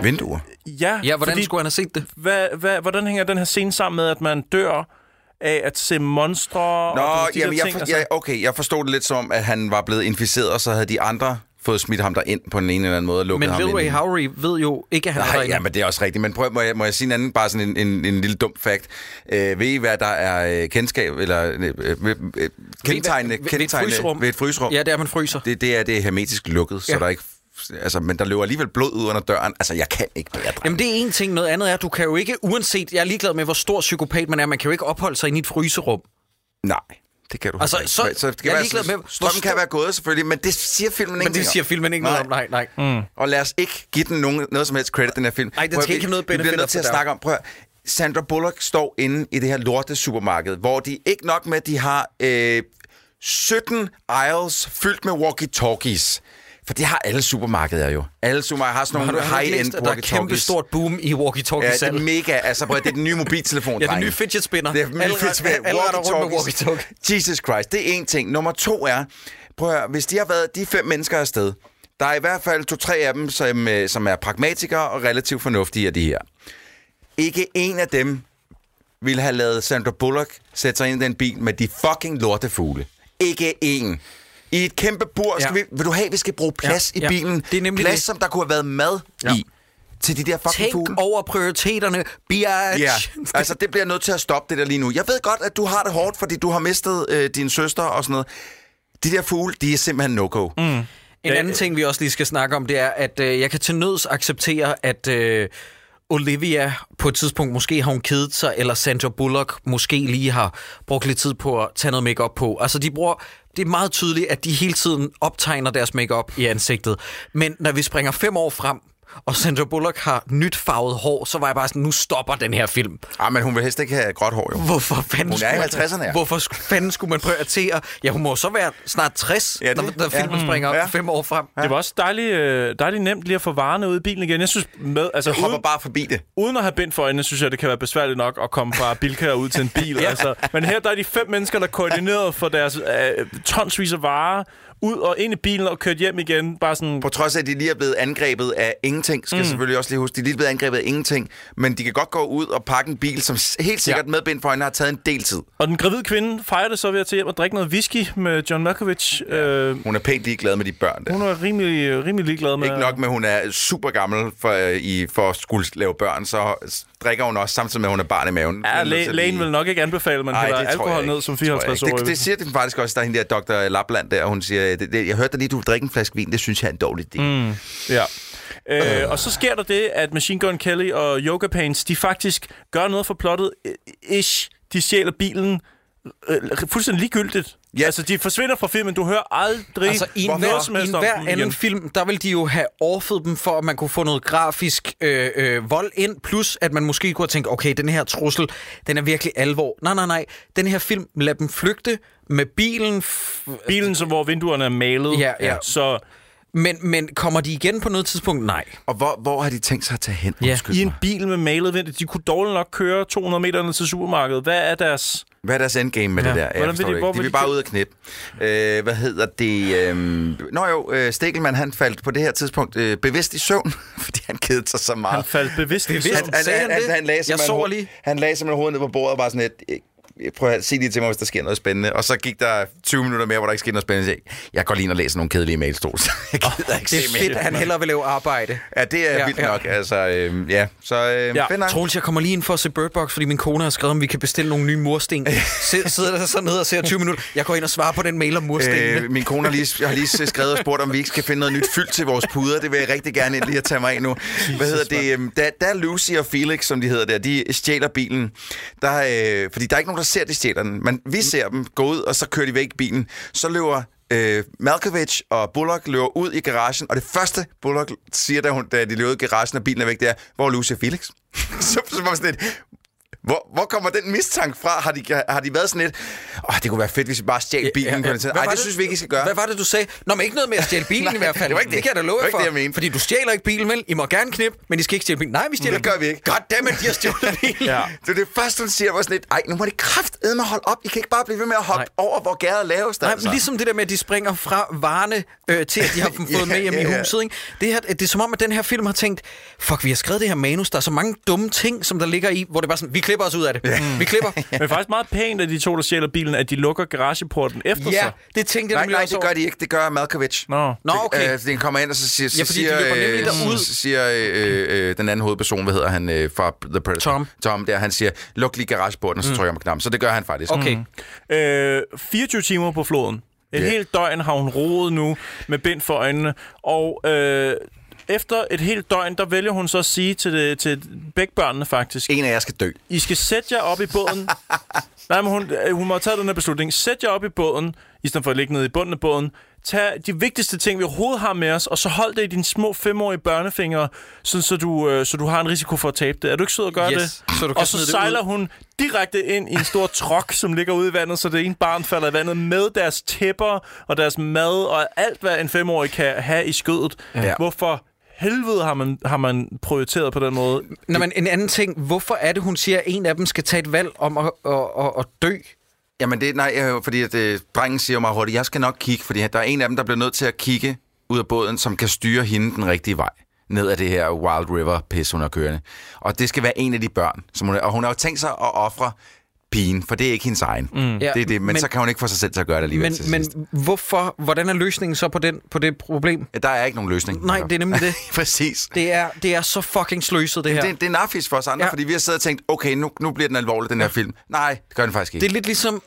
Speaker 2: Vinduer.
Speaker 3: ja,
Speaker 1: Ja, hvordan
Speaker 3: fordi-
Speaker 1: skulle han have set det?
Speaker 3: hvad, hvad, hvordan hænger den her scene sammen med, at man dør af at se monstre
Speaker 2: Nå,
Speaker 3: og de
Speaker 2: jamen, jeg,
Speaker 3: der ting? altså-
Speaker 2: for, jeg, okay, jeg forstod det lidt som, om, at han var blevet inficeret, og så havde de andre fået smidt ham derind på den ene eller anden måde og lukket
Speaker 1: Men
Speaker 2: ham
Speaker 1: Lil
Speaker 2: ind.
Speaker 1: Ray
Speaker 2: i-
Speaker 1: Howery ved jo ikke, at han er
Speaker 2: Nej,
Speaker 1: derinde.
Speaker 2: ja, men det er også rigtigt. Men prøv, må jeg, må jeg sige en anden, bare sådan en, en, en lille dum fact. Øh, ved I, hvad der er øh, kendskab, eller øh, øh, ved- øh, kendetegnende,
Speaker 1: ved- ved et
Speaker 2: kendetegnende
Speaker 1: fryserum.
Speaker 2: ved et frysrum?
Speaker 1: Ja, det er, at man fryser.
Speaker 2: Det, det er, det er hermetisk lukket, ja.
Speaker 1: Ja.
Speaker 2: så der er ikke... Altså, men der løber alligevel blod ud under døren. Altså, jeg kan ikke mere, dreng.
Speaker 1: Jamen det er en ting. Noget andet er, at du kan jo ikke, uanset, jeg er ligeglad med, hvor stor psykopat man er, man kan jo ikke opholde sig inde i et fryserum.
Speaker 2: Nej, det kan du
Speaker 1: Altså,
Speaker 2: ikke.
Speaker 1: så-
Speaker 2: så det kan
Speaker 1: jeg er
Speaker 2: være,
Speaker 1: ligeglad
Speaker 2: så,
Speaker 1: med, hvor
Speaker 2: strømmen
Speaker 1: stor-
Speaker 2: kan være gået selvfølgelig, men det siger filmen ikke
Speaker 1: Men det siger filmen ikke noget om. Nej, nej.
Speaker 2: Mm. Og lad os ikke give den nogen, noget som helst credit, den her film.
Speaker 1: Ej, den
Speaker 2: Prøv at-
Speaker 1: skal ikke have noget
Speaker 2: Vi bliver
Speaker 1: benefit
Speaker 2: nødt til
Speaker 1: op
Speaker 2: at
Speaker 1: for
Speaker 2: snakke om, prøv at, høre. Sandra Bullock står inde i det her lorte supermarked, hvor de ikke nok med, at de har øh, 17 aisles fyldt med walkie-talkies. For det har alle supermarkeder jo. Alle supermarkeder har sådan
Speaker 1: Har du
Speaker 2: nogle
Speaker 1: heller ikke læst,
Speaker 2: high-end
Speaker 1: at der er
Speaker 2: walkie-talkies.
Speaker 1: et kæmpe stort boom i
Speaker 2: Ja,
Speaker 1: walkie-talkie
Speaker 2: det er
Speaker 1: salg?
Speaker 2: mega. Altså, prøv, at- det er den nye mobiltelefon,
Speaker 1: Ja, den
Speaker 2: drenge.
Speaker 1: nye fidget spinner.
Speaker 2: Det er den nye
Speaker 1: Alle-
Speaker 2: fidget spinner.
Speaker 1: alle render rundt med
Speaker 2: Walkie-talkies.
Speaker 1: walkie-talkie.
Speaker 2: Jesus Christ, det er en ting. Nummer to er, prøv at høre, hvis de har været de fem mennesker afsted, der er i hvert fald to-tre af dem, som, øh, som er pragmatikere og relativt fornuftige af de her. Ikke en af dem ville have lavet Sandra Bullock sætte sig ind i den bil med de fucking lortefugle. Ikke en. I et kæmpe bur, skal
Speaker 1: Ja.
Speaker 2: ja. vi, vil du have, vi skal bruge plads ja.
Speaker 1: ja.
Speaker 2: i bilen?
Speaker 1: Det er nemlig
Speaker 2: plads,
Speaker 1: det.
Speaker 2: som der kunne have været mad ja. i. Til de der fucking
Speaker 1: Tænk
Speaker 2: fugle.
Speaker 1: over prioriteterne, bitch.
Speaker 2: Ja, altså det bliver jeg nødt til at stoppe det der lige nu. Jeg ved godt, at du har det hårdt, fordi du har mistet øh, din søster og sådan noget. De der fugle, de er simpelthen no-go. Mm.
Speaker 1: En anden ting, vi også lige skal snakke om, det er, at øh, jeg kan til nøds acceptere, at øh, Olivia på et tidspunkt måske har hun kedet sig, eller Sandra Bullock måske lige har brugt lidt tid på at tage noget makeup på. Altså, de bruger... Det er meget tydeligt, at de hele tiden optegner deres makeup i ansigtet. Men når vi springer fem år frem, og Sandra Bullock har nyt farvet hår, så var jeg bare sådan, nu stopper den her film.
Speaker 2: Ah, men hun vil helst ikke have gråt hår, jo.
Speaker 1: Hvorfor fanden
Speaker 2: Hun er i
Speaker 1: skulle man-
Speaker 2: 50'erne, ja.
Speaker 1: Hvorfor sk- fanden skulle man prioritere? Ja, hun må jo så være snart 60,
Speaker 2: Ja,
Speaker 1: ja,
Speaker 2: det-
Speaker 1: det, når, når
Speaker 2: ja.
Speaker 1: filmen springer op
Speaker 2: Ja.
Speaker 1: ja. fem år frem.
Speaker 3: Det var også dejligt, øh, dejligt nemt lige at få varerne ud i bilen igen. Jeg synes, med, altså,
Speaker 2: Jeg hopper
Speaker 3: uden,
Speaker 2: bare forbi det.
Speaker 3: uden at have bind for øjnene, synes jeg, det kan være besværligt nok at komme fra Bilka og ud til en bil. ja. altså. Men her der er de fem mennesker, der koordineret for deres øh, tonsvis af varer, ud og ind i bilen og kørt hjem igen. Bare sådan,
Speaker 2: På trods af, at de lige er blevet angrebet af ingenting, skal mm. selvfølgelig også lige huske, de er lige blevet angrebet af ingenting, men de kan godt gå ud og pakke en bil, som s- helt sikkert ja. med bind for øjnene har taget en del tid.
Speaker 3: Og den gravide kvinde fejrer det så ved at tage hjem og drikke noget whisky med John Malkovich. Ja. Øh,
Speaker 2: Hun er pænt ligeglad med de børn der.
Speaker 3: hun er rimelig, rimelig ligeglad med...
Speaker 2: Ikke nok med, at hun er super gammel for, øh, i, for at skulle lave børn, så s- drikker hun også samtidig med, at hun er barn i maven. Hun
Speaker 3: Ja,
Speaker 2: er nødt til
Speaker 3: læ-
Speaker 2: at
Speaker 3: lægen
Speaker 2: lige-
Speaker 3: vil nok ikke anbefale, at man
Speaker 2: Ej,
Speaker 3: hælder
Speaker 2: det tror jeg
Speaker 3: alkohol
Speaker 2: ikke.
Speaker 3: ned som
Speaker 2: Det tror jeg ikke.
Speaker 3: 54-årig.
Speaker 2: Det, det siger den faktisk også, der er hende der Dr. Lapland der, hun siger, det, det, jeg hørte dig lige, du vil drikke en flaske vin, det synes jeg er en dårlig idé. Mm.
Speaker 3: Ja. Øh, og så sker der det, at Machine Gun Kelly og Yoga Pants, de faktisk gør noget for plottet. øh, Ish, de stjæler bilen øh, fuldstændig ligegyldigt.
Speaker 2: Ja.
Speaker 3: Ja. Altså, de forsvinder fra filmen. Du hører aldrig
Speaker 1: Altså, i
Speaker 3: noget som
Speaker 1: hver, i
Speaker 3: helst om
Speaker 1: hver
Speaker 3: dem
Speaker 1: anden
Speaker 3: igen.
Speaker 1: film, der ville de jo have orfet dem for, at man kunne få noget grafisk øh, øh, vold ind, plus at man måske kunne have tænkt, okay, den her trussel, den er virkelig alvor. Nej, nej, nej. Den her film, lad dem flygte med bilen, f-
Speaker 3: Bilen, så, hvor vinduerne er malet.
Speaker 1: Ja, ja.
Speaker 3: Så
Speaker 1: men, men kommer de igen på noget tidspunkt? Nej.
Speaker 2: Og hvor, hvor har de tænkt sig at tage hen?
Speaker 1: Ja.
Speaker 2: Undskyld
Speaker 3: i en
Speaker 2: mig.
Speaker 3: bil med malet vinduer, de kunne dårligt nok køre 200 meter ned til supermarkedet. Hvad er deres...
Speaker 2: Hvad er deres endgame med ja. det der? Ja,
Speaker 3: Hvordan
Speaker 2: Jeg
Speaker 3: vil
Speaker 2: forstår
Speaker 3: de-
Speaker 2: det
Speaker 3: hvor
Speaker 2: ikke. De
Speaker 3: vil
Speaker 2: vil
Speaker 3: de
Speaker 2: bare ud og knip.
Speaker 3: kø-
Speaker 2: Øh, hvad hedder det? Øh, nå jo, øh, Stikkelmann han faldt på det her tidspunkt øh, bevidst i søvn, fordi han kedede sig så meget.
Speaker 3: Han faldt bevidst i
Speaker 1: Bevidst?
Speaker 3: søvn.
Speaker 1: Sagde han det?
Speaker 2: lagde
Speaker 1: Jeg
Speaker 2: simpelthen
Speaker 1: sover
Speaker 2: ho-
Speaker 1: lige.
Speaker 2: Han lagde simpelthen hovedet ned på bordet og bare sådan et... "Øh, Prøv at sige lige til mig, hvis der sker noget spændende. Og så gik der 20 minutter mere, hvor der ikke skete noget spændende. Jeg, sagde, jeg går lige ind og læser nogle kedelige mails, Troels. Jeg gider ikke
Speaker 1: Det
Speaker 2: se
Speaker 1: er
Speaker 2: mere.
Speaker 1: fedt, at han hellere vil lave arbejde.
Speaker 2: Ja, det er
Speaker 1: Ja,
Speaker 2: ja, vildt
Speaker 1: ja.
Speaker 2: ja. nok. Altså, øh, ja. Så øh, ja.
Speaker 3: Ja,
Speaker 2: fedt nok.
Speaker 1: Troels, jeg kommer lige ind for at se Bird Box, fordi min kone har skrevet, om vi kan bestille nogle nye mursten. Sid- Sidder der så ned og ser 20 minutter. Jeg går ind og svarer på den mail om murstenene.
Speaker 2: Øh, min kone har lige, jeg har lige skrevet og spurgt, om vi ikke skal finde noget nyt fyld til vores puder. Det vil jeg rigtig gerne lige at tage mig af nu. Hvad hedder det? Øhm, Da, da Lucy og Felix, som de hedder der, de stjæler bilen. Der, øh, fordi der er ikke nogen, der ser, at de stjæler den. Men vi ser dem gå ud, og så kører de væk i bilen. Så løber øh, Malkovich og Bullock løber ud i garagen, og det første, Bullock siger, da, hun, da de løber ud i garagen, og bilen er væk, det er, hvor er Lucy og Felix? så, så var jeg sådan lidt, hvor, hvor kommer den mistanke fra? Har de, har de været sådan lidt, åh, det kunne være fedt, hvis vi bare stjal bilen? Ja, ja,
Speaker 1: Hvad
Speaker 2: Nej,
Speaker 1: var
Speaker 2: det synes vi ikke, I skal gøre.
Speaker 1: Hvad var det, du sagde? Nå, men ikke noget med at stjæle bilen
Speaker 2: Nej,
Speaker 1: i hvert fald.
Speaker 2: det var ikke det.
Speaker 1: det kan jeg da
Speaker 2: Det
Speaker 1: love
Speaker 2: var
Speaker 1: jer
Speaker 2: ikke
Speaker 1: for.
Speaker 2: det, jeg mente.
Speaker 1: Fordi du stjæler ikke bilen, vel? I må gerne knippe, men I skal ikke stjæle bilen. Nej, vi stjæler
Speaker 2: Det gør vi ikke.
Speaker 1: Goddammit, de har stjålet bilen.
Speaker 3: Ja.
Speaker 2: Det var det første, hun siger, var sådan lidt, ej, nu må det kraftedme holde op. I kan ikke bare blive ved med at hoppe
Speaker 1: Nej.
Speaker 2: Nej. over, hvor gæret laves. altså." Der,
Speaker 1: Nej, men ligesom det der med, at de springer fra varerne øh, til, at de har dem fået
Speaker 2: Ja,
Speaker 1: med hjem
Speaker 2: ja,
Speaker 1: i
Speaker 2: ja.
Speaker 1: huset. Ikke? Det, her, det er som om, at den her film har tænkt, fuck, vi har skrevet det her manus, der er så mange dumme ting, som der ligger i, hvor det bare sådan, vi klipper os ud af det. Vi klipper.
Speaker 3: Men faktisk meget pænt, at de to, der stjæler bilen, at de lukker garageporten efter
Speaker 1: ja,
Speaker 3: sig.
Speaker 1: det tænkte jeg
Speaker 2: Nej,
Speaker 1: nemlig
Speaker 2: nej,
Speaker 1: også
Speaker 2: det
Speaker 1: over.
Speaker 2: gør de ikke. Det gør Malkovich.
Speaker 3: Nå.
Speaker 1: Nå, okay.
Speaker 2: Det, øh, den kommer ind, og så siger, så
Speaker 1: Ja, fordi de
Speaker 2: siger,
Speaker 1: løber nemlig derud.
Speaker 2: så siger øh, øh, den anden hovedperson, hvad hedder han øh, fra The Predator?
Speaker 1: Tom. Mm.
Speaker 2: Tom, der han siger, luk lige garageporten, og så trykker jeg på knappen. Så det gør han faktisk. Mm.
Speaker 1: Okay.
Speaker 3: Øh, 24 timer på floden. Et
Speaker 2: Ja.
Speaker 3: yeah. helt døgn har hun roet nu med bind for øjnene. Og øh, efter et helt døgn, der vælger hun så at sige til, det, til begge børnene faktisk,
Speaker 2: En af jer skal dø.
Speaker 3: I skal sætte jer op i båden. Nej, men hun, øh, hun må have taget den her beslutning. Sæt jer op i båden, i stedet for at ligge nede i bunden af båden. Tag de vigtigste ting, vi overhovedet har med os, og så hold det i dine små femårige børnefingre, sådan, så, du, øh, så du har en risiko for at tabe det. Er du ikke sød at gøre
Speaker 1: Yes,
Speaker 3: det?
Speaker 1: så du kan
Speaker 3: og så
Speaker 1: smide det
Speaker 3: sejler
Speaker 1: ud.
Speaker 3: hun direkte ind i en stor trok, som ligger ude i vandet, så det ene barn falder i vandet med deres tæpper og deres mad og alt, hvad en femårig kan have i skødet.
Speaker 2: Ja.
Speaker 3: Hvorfor helvede har man, har man prioriteret på den måde?
Speaker 1: Nå, men Mm. en anden ting. Hvorfor er det, hun siger, at en af dem skal tage et valg om at, at, at, at dø?
Speaker 2: Jamen det, nej, øh, fordi at, øh, drengen siger meget hurtigt, jeg skal nok kigge, fordi der er en af dem, der bliver nødt til at kigge ud af båden, som kan styre hende den rigtige vej ned af det her Wild River pis, hun er kørende. Og det skal være en af de børn. Som hun, og hun har jo tænkt sig at ofre pigen, for det er ikke hendes egen. Mm. Det er
Speaker 1: Ja,
Speaker 2: det, men,
Speaker 1: men-
Speaker 2: så kan hun ikke få sig selv til at gøre det alligevel til
Speaker 1: Men,
Speaker 2: men, sidst.
Speaker 1: men hvorfor? Hvordan er løsningen så på, den, på det problem?
Speaker 2: Ja, Der er ikke nogen løsning.
Speaker 1: Nej, det er nemlig det.
Speaker 2: Præcis.
Speaker 1: Det er, det er så fucking sløset, det her.
Speaker 2: Det, det er narfis for os andre,
Speaker 1: Ja.
Speaker 2: ja. fordi vi har siddet og tænkt, okay, nu, nu bliver den alvorlig, den her film. Nej, det gør den faktisk ikke.
Speaker 1: Det er lidt ligesom,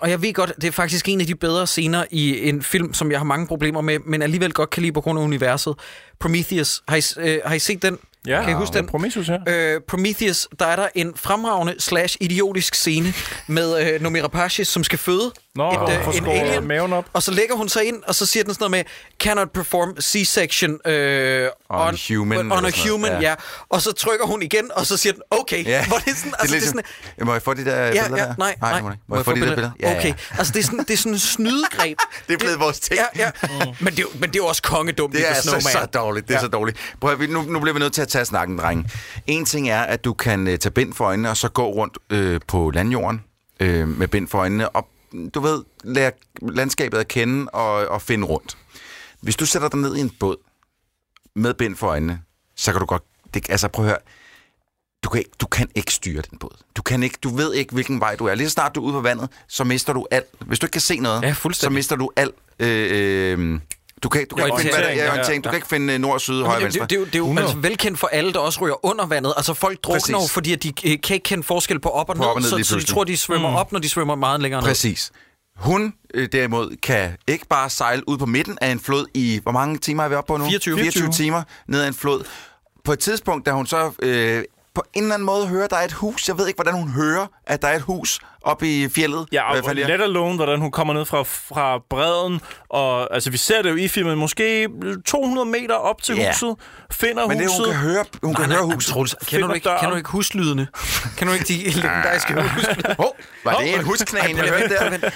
Speaker 1: og jeg ved godt, det er faktisk en af de bedre scener i en film, som jeg har mange problemer med, men alligevel godt kan lide på grund af universet. Prometheus. Har I, øh, har I set den?
Speaker 3: Ja,
Speaker 1: kan I huske den?
Speaker 3: Prometheus, ja.
Speaker 1: Øh, Prometheus, der er der en fremragende slash idiotisk scene med øh, Nomi Rapace, som skal føde øh,
Speaker 3: Nå, hvor hun får
Speaker 1: en
Speaker 3: skåret
Speaker 1: alien.
Speaker 3: maven op.
Speaker 1: Og så lægger hun sig ind, og så siger den sådan noget med, cannot perform C-section øh,
Speaker 2: On human,
Speaker 1: on,
Speaker 2: eller
Speaker 1: a
Speaker 2: sådan noget.
Speaker 1: human, ja.
Speaker 2: Ja.
Speaker 1: ja. Og så trykker hun igen, og så siger den, okay.
Speaker 2: Ja. ligesom-
Speaker 1: Hvor det er sådan, altså, det er sådan,
Speaker 2: Må jeg få de
Speaker 1: ja,
Speaker 2: der billeder
Speaker 1: ja,
Speaker 2: der?
Speaker 1: nej,
Speaker 2: nej.
Speaker 1: nej.
Speaker 2: Må, jeg, må jeg få de der billeder? Ja,
Speaker 1: okay,
Speaker 2: ja.
Speaker 1: altså det er sådan, det er sådan en snydegreb.
Speaker 2: Det er blevet vores ting.
Speaker 1: Ja, ja.
Speaker 3: Mm.
Speaker 1: Men, det, er jo- men det er jo også kongedumt,
Speaker 2: Det er
Speaker 1: Nico
Speaker 2: altså
Speaker 1: Snowman.
Speaker 2: så dårligt. Det er
Speaker 1: Ja.
Speaker 2: ja. så dårligt. Prøv, at vi- nu, nu bliver vi nødt til at tage snakken, drenge. En ting er, at du kan øh, tage bind for øjnene, og så gå rundt øh, på landjorden øh, med bind for øjnene, og du ved, lære landskabet at kende og, og finde rundt. Hvis du sætter dig ned i en båd med bind for øjnene, så kan du godt... Det, altså prøv at høre, du kan, ikke, du kan ikke styre den båd. Du, kan ikke, du ved ikke, hvilken vej du er. Lige så snart du er ude på vandet, så mister du alt. Hvis du ikke kan se noget,
Speaker 1: Ja,
Speaker 2: så
Speaker 1: fuldstændig.
Speaker 2: mister du alt. Øh, øh, du kan, du kan ikke finde, hvad der,
Speaker 1: Orientering,
Speaker 2: ja,
Speaker 1: ja,
Speaker 2: orientering. Du kan ikke finde øh, nord, syd, højre,
Speaker 1: Men det,
Speaker 2: venstre.
Speaker 1: det, det, det, det er jo
Speaker 3: 100.
Speaker 1: altså, velkendt for alle, der også ryger under vandet. Altså folk drukner jo,
Speaker 2: Præcis.
Speaker 1: fordi at de øh, kan ikke kende forskel på op og,
Speaker 2: På
Speaker 1: ned,
Speaker 2: op og ned
Speaker 1: så,
Speaker 2: lige
Speaker 1: så de
Speaker 2: pludselig.
Speaker 1: tror, de svømmer mm. op, når de svømmer meget længere ned.
Speaker 2: Præcis. Hun øh, derimod kan ikke bare sejle ud på midten af en flod i... Hvor mange timer er vi oppe på nu?
Speaker 1: 24.
Speaker 2: 24 timer ned ad en flod. På et tidspunkt, da hun så øh, på en eller anden måde hører, der er et hus. Jeg ved ikke, hvordan hun hører, at der er et hus oppe i fjellet.
Speaker 3: Ja,
Speaker 2: Øh,
Speaker 3: og, og
Speaker 2: Faljer.
Speaker 3: let alone, hvordan hun kommer ned fra, fra bredden. Og, altså, vi ser det jo i filmen. Måske 200 meter op til
Speaker 2: Ja.
Speaker 3: huset. Finder
Speaker 2: Men det,
Speaker 3: huset.
Speaker 2: hun kan høre, hun kan
Speaker 1: Nej,
Speaker 2: høre
Speaker 1: nej,
Speaker 2: huset.
Speaker 1: Troels, kender, du
Speaker 3: Finder
Speaker 1: ikke,
Speaker 3: døren.
Speaker 1: kender du ikke huslydene? Kan du ikke de
Speaker 2: Ah.
Speaker 1: legendariske huslyde?
Speaker 2: Hov, var det en husknæen, jeg hørte der?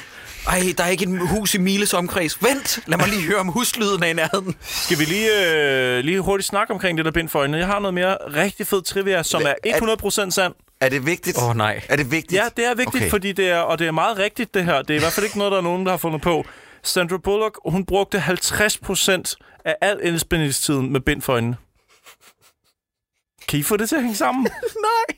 Speaker 1: Ej, der er ikke et hus i Miles omkreds. Vent, lad mig lige høre om huslyden af i nærheden.
Speaker 3: Skal vi lige, øh, lige hurtigt snakke omkring det der bind for øjnene? Jeg har noget mere rigtig fed trivia, som er 100% sand.
Speaker 2: Er det vigtigt?
Speaker 1: Åh, nej.
Speaker 2: Er det vigtigt?
Speaker 3: Ja, det er vigtigt, okay. fordi det er, og det er meget rigtigt det her. Det er i hvert fald ikke noget, der er nogen, der har fundet på. Sandra Bullock, hun brugte 50% af al indspændingstiden med bind for øjnene. Kan I få det til at hænge sammen?
Speaker 1: Nej.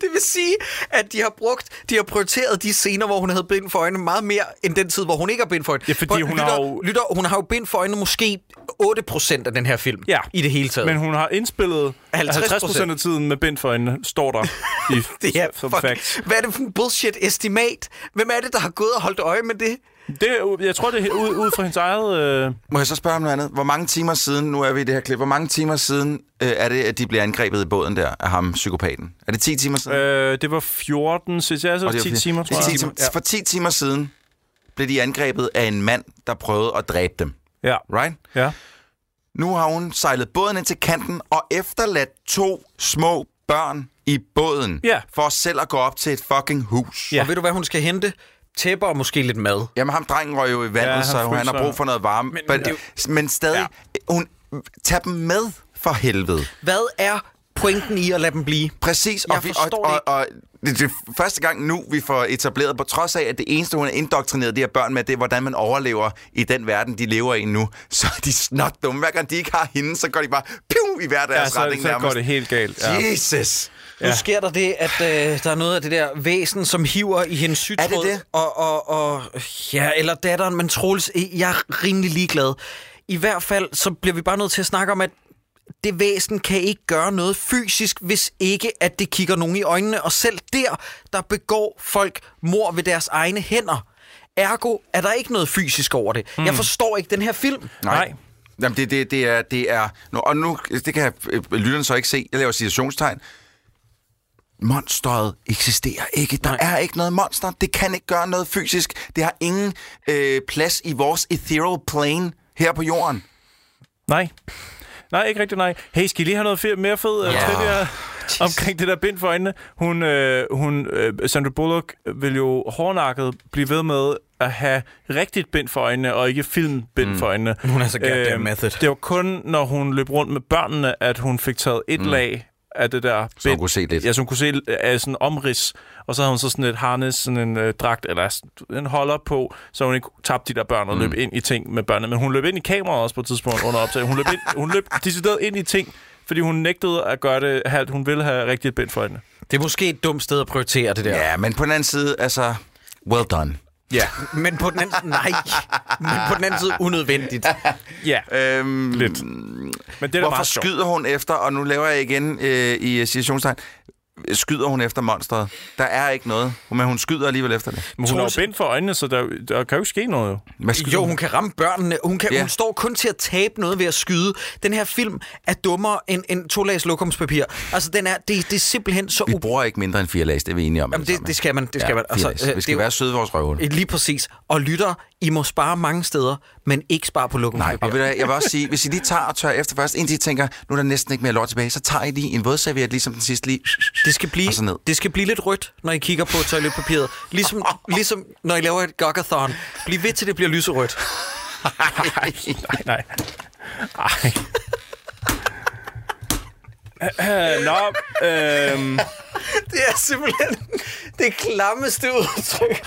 Speaker 1: Det vil sige, at de har brugt, de har prioriteret de scener, hvor hun havde bind for øjnene meget mere, end den tid, hvor hun ikke har bind for øjnene.
Speaker 3: Ja, fordi
Speaker 1: Prøv,
Speaker 3: hun
Speaker 1: lytter,
Speaker 3: har jo-
Speaker 1: Lytter, hun har jo bind for øjnene måske 8% af den her film
Speaker 3: Ja.
Speaker 1: i det hele taget.
Speaker 3: Men hun har indspillet
Speaker 1: 50%.
Speaker 3: 50%, 50 af tiden med bind for øjnene, står der i
Speaker 1: det er
Speaker 3: som
Speaker 1: fuck,
Speaker 3: fact.
Speaker 1: Hvad er det for en bullshit-estimat? Hvem er det, der har gået og holdt øje med det?
Speaker 3: Det, er jo- jeg tror, det er ud, ud fra hendes eget... Øh,
Speaker 2: Må jeg så spørge om noget andet? Hvor mange timer siden, nu er vi i det her klip, hvor mange timer siden øh, er det, at de bliver angrebet i båden der af ham, psykopaten? Er det 10 timer siden?
Speaker 3: øh, det var 14, så jeg
Speaker 2: Og det
Speaker 3: så
Speaker 2: er
Speaker 3: 10
Speaker 2: fordi-
Speaker 3: timer,
Speaker 2: det er
Speaker 3: tror
Speaker 2: 10
Speaker 3: jeg.
Speaker 2: timer. For 10 timer siden blev de angrebet af en mand, der prøvede at dræbe dem.
Speaker 3: Ja.
Speaker 2: Right?
Speaker 3: ja.
Speaker 2: Nu har hun sejlet båden ind til kanten og efterladt to små børn i båden
Speaker 3: Ja.
Speaker 2: for selv at gå op til et fucking hus.
Speaker 3: Ja.
Speaker 1: Og ved du, hvad hun skal hente? Tæpper og måske lidt mad.
Speaker 2: Jamen, ham drengen røg jo i vandet,
Speaker 3: Ja,
Speaker 2: ja,
Speaker 3: han
Speaker 2: han så han
Speaker 3: fryser.
Speaker 2: har brug for noget varme. Men, men,
Speaker 1: det er
Speaker 2: men stadig, ja. hun, tag dem med for helvede.
Speaker 1: Hvad er pointen i at lade dem blive?
Speaker 2: Præcis,
Speaker 1: Jeg
Speaker 2: og, vi, og,
Speaker 1: forstår det
Speaker 2: og,
Speaker 1: ikke.
Speaker 2: og det, det er første gang nu, vi får etableret, på trods af, at det eneste, hun har indoktrineret de her børn med, det er, hvordan man overlever i den verden, de lever i nu. Så er de snot dumme. Hver gang de ikke har hende, så går de bare piu, i hver deres
Speaker 3: Ja, så-
Speaker 2: retning
Speaker 3: så går
Speaker 2: nærmest.
Speaker 3: det helt galt, ja.
Speaker 2: Jesus!
Speaker 1: Nu sker der det, at øh, der er noget af det der væsen, som hiver i hendes
Speaker 2: det
Speaker 1: sygtråd.
Speaker 2: det?
Speaker 1: Og, og, og, ja, eller datteren, men Troels, øh, jeg er rimelig ligeglad. I hvert fald, så bliver vi bare nødt til at snakke om, at det væsen kan ikke gøre noget fysisk, hvis ikke at det kigger nogen i øjnene. Og selv der, der begår folk mor ved deres egne hænder. Ergo er der ikke noget fysisk over det.
Speaker 2: Hmm.
Speaker 1: Mm. Jeg forstår ikke den her film.
Speaker 3: Nej.
Speaker 2: Jamen, det, det, det er... Det er nu, og nu, det kan øh, lytteren så ikke se. Jeg laver citationstegn. Monsteret eksisterer ikke. Der Nej. er ikke noget monster. Det kan ikke gøre noget fysisk. Det har ingen øh, plads i vores ethereal plane her på jorden.
Speaker 3: Nej. Nej, ikke rigtig nej. Hey, skal I lige have noget fe- mere fed ja. trivia omkring det der bind for øjnene? Hun, øh, hun øh, Sandra Bullock vil jo hårdnakket blive ved med at have rigtigt bind for øjnene, og ikke filmbind mm. for øjnene. Øhm,
Speaker 1: Hun er så goddamn method.
Speaker 3: Det var kun, når hun løb rundt med børnene, at hun fik taget et mm. lag af det der bind.
Speaker 2: kunne se lidt.
Speaker 3: Ja, så hun kunne se af sådan en omrids, og så havde hun så sådan et harness, sådan en øh, dragt, eller sådan en holder på, så hun ikke tabte de der børn og løb ind i ting med børnene. Men hun løb ind i kameraet også på et tidspunkt under optag. Hun løb, ind, hun løb decideret ind i ting, fordi hun nægtede at gøre det halvt. Hun ville have rigtigt bind for hende.
Speaker 1: Det er måske et dumt sted at prioritere det der.
Speaker 2: Ja, men på den anden side, altså... Well done.
Speaker 1: Ja, men på den anden side, nej. Men på den anden side, unødvendigt.
Speaker 3: Ja,
Speaker 2: Øhm,
Speaker 3: lidt. Men det er da
Speaker 2: Hvorfor
Speaker 3: meget sjovt.
Speaker 2: skyder hun efter, og nu laver jeg igen øh, i situationstegn, skyder hun efter monstret? Der er ikke noget, men hun skyder alligevel efter det.
Speaker 3: Men hun har jo
Speaker 1: Troels-
Speaker 3: bind for øjnene, så der, der kan jo ikke ske noget jo.
Speaker 2: Hvad skyder
Speaker 1: Jo,
Speaker 2: hun?
Speaker 1: hun kan ramme børnene. Hun, kan,
Speaker 2: Ja.
Speaker 1: hun står kun til at tabe noget ved at skyde. Den her film er dummere end, end to lags lokumspapir. Altså, den er, det, det er simpelthen så...
Speaker 2: Vi
Speaker 1: u-
Speaker 2: bruger ikke mindre end fire lags, det er vi enige om.
Speaker 1: Jamen,
Speaker 2: alle
Speaker 1: det,
Speaker 2: sammen.
Speaker 1: det skal man. Det skal
Speaker 2: Ja,
Speaker 1: man.
Speaker 2: fire lags.
Speaker 1: øh,
Speaker 2: vi
Speaker 1: det er
Speaker 2: skal
Speaker 1: jo-
Speaker 2: være søde ved vores røvhul.
Speaker 1: Lige præcis. Og lytter, I må spare mange steder, men ikke spare på
Speaker 2: Nej,
Speaker 1: lokumspapir.
Speaker 2: og ved du, hvad, jeg vil også sige, hvis I lige tager og tør efter først, indtil I tænker, nu er der næsten ikke mere lort tilbage, så tager I lige en vådserviet, ligesom den sidste lige.
Speaker 1: Det skal, blive,
Speaker 2: Og så ned.
Speaker 1: det skal blive lidt rødt, når I kigger på toiletpapiret. Ligesom, ligesom når I laver et gogathon. Bliv ved til det bliver lyserødt.
Speaker 3: Nej, nej. Ej. Øh, Nå, øhm,
Speaker 1: Det Øh. er simpelthen det klammeste udtryk.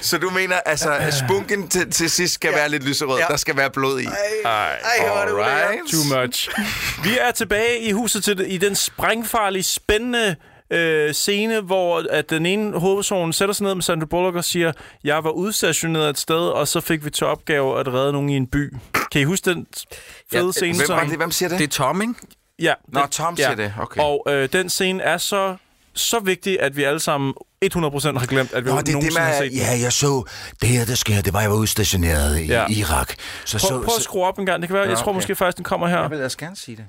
Speaker 2: Så du mener, altså, at spunken til, til sidst skal ja. være lidt lyserød. Ja. Der skal være blod i.
Speaker 3: Ej,
Speaker 2: Ej, hvor er det ulækkert.
Speaker 3: Too much. Vi er tilbage i huset til, i den sprængfarlige, spændende øh, scene, hvor at den ene hovedperson sætter sig ned med Sandra Bullock og siger, jeg var udstationeret et sted, og så fik vi til opgave at redde nogen i en by. Kan I huske den fede
Speaker 1: Ja,
Speaker 3: ja, scene?
Speaker 2: øh, Hvem,
Speaker 3: som-
Speaker 2: var det, hvem siger det?
Speaker 1: Det er Tom, ikke?
Speaker 3: Ja.
Speaker 2: Nå,
Speaker 3: den-
Speaker 2: Tom siger det. Okay.
Speaker 3: Og øh, den scene er så, så vigtig, at vi alle sammen 100% har glemt, at vi
Speaker 2: Nå, det er
Speaker 3: nogensinde
Speaker 2: det med,
Speaker 3: har set den.
Speaker 2: ja, jeg så, det her, der sker, det var, jeg var udstationeret i
Speaker 3: Ja.
Speaker 2: ja. Irak. Så,
Speaker 3: Prøv, prøv at skrue op en gang. Det kan være, jeg tror
Speaker 2: okay.
Speaker 3: måske faktisk, den kommer her.
Speaker 2: vil altså gerne sige det.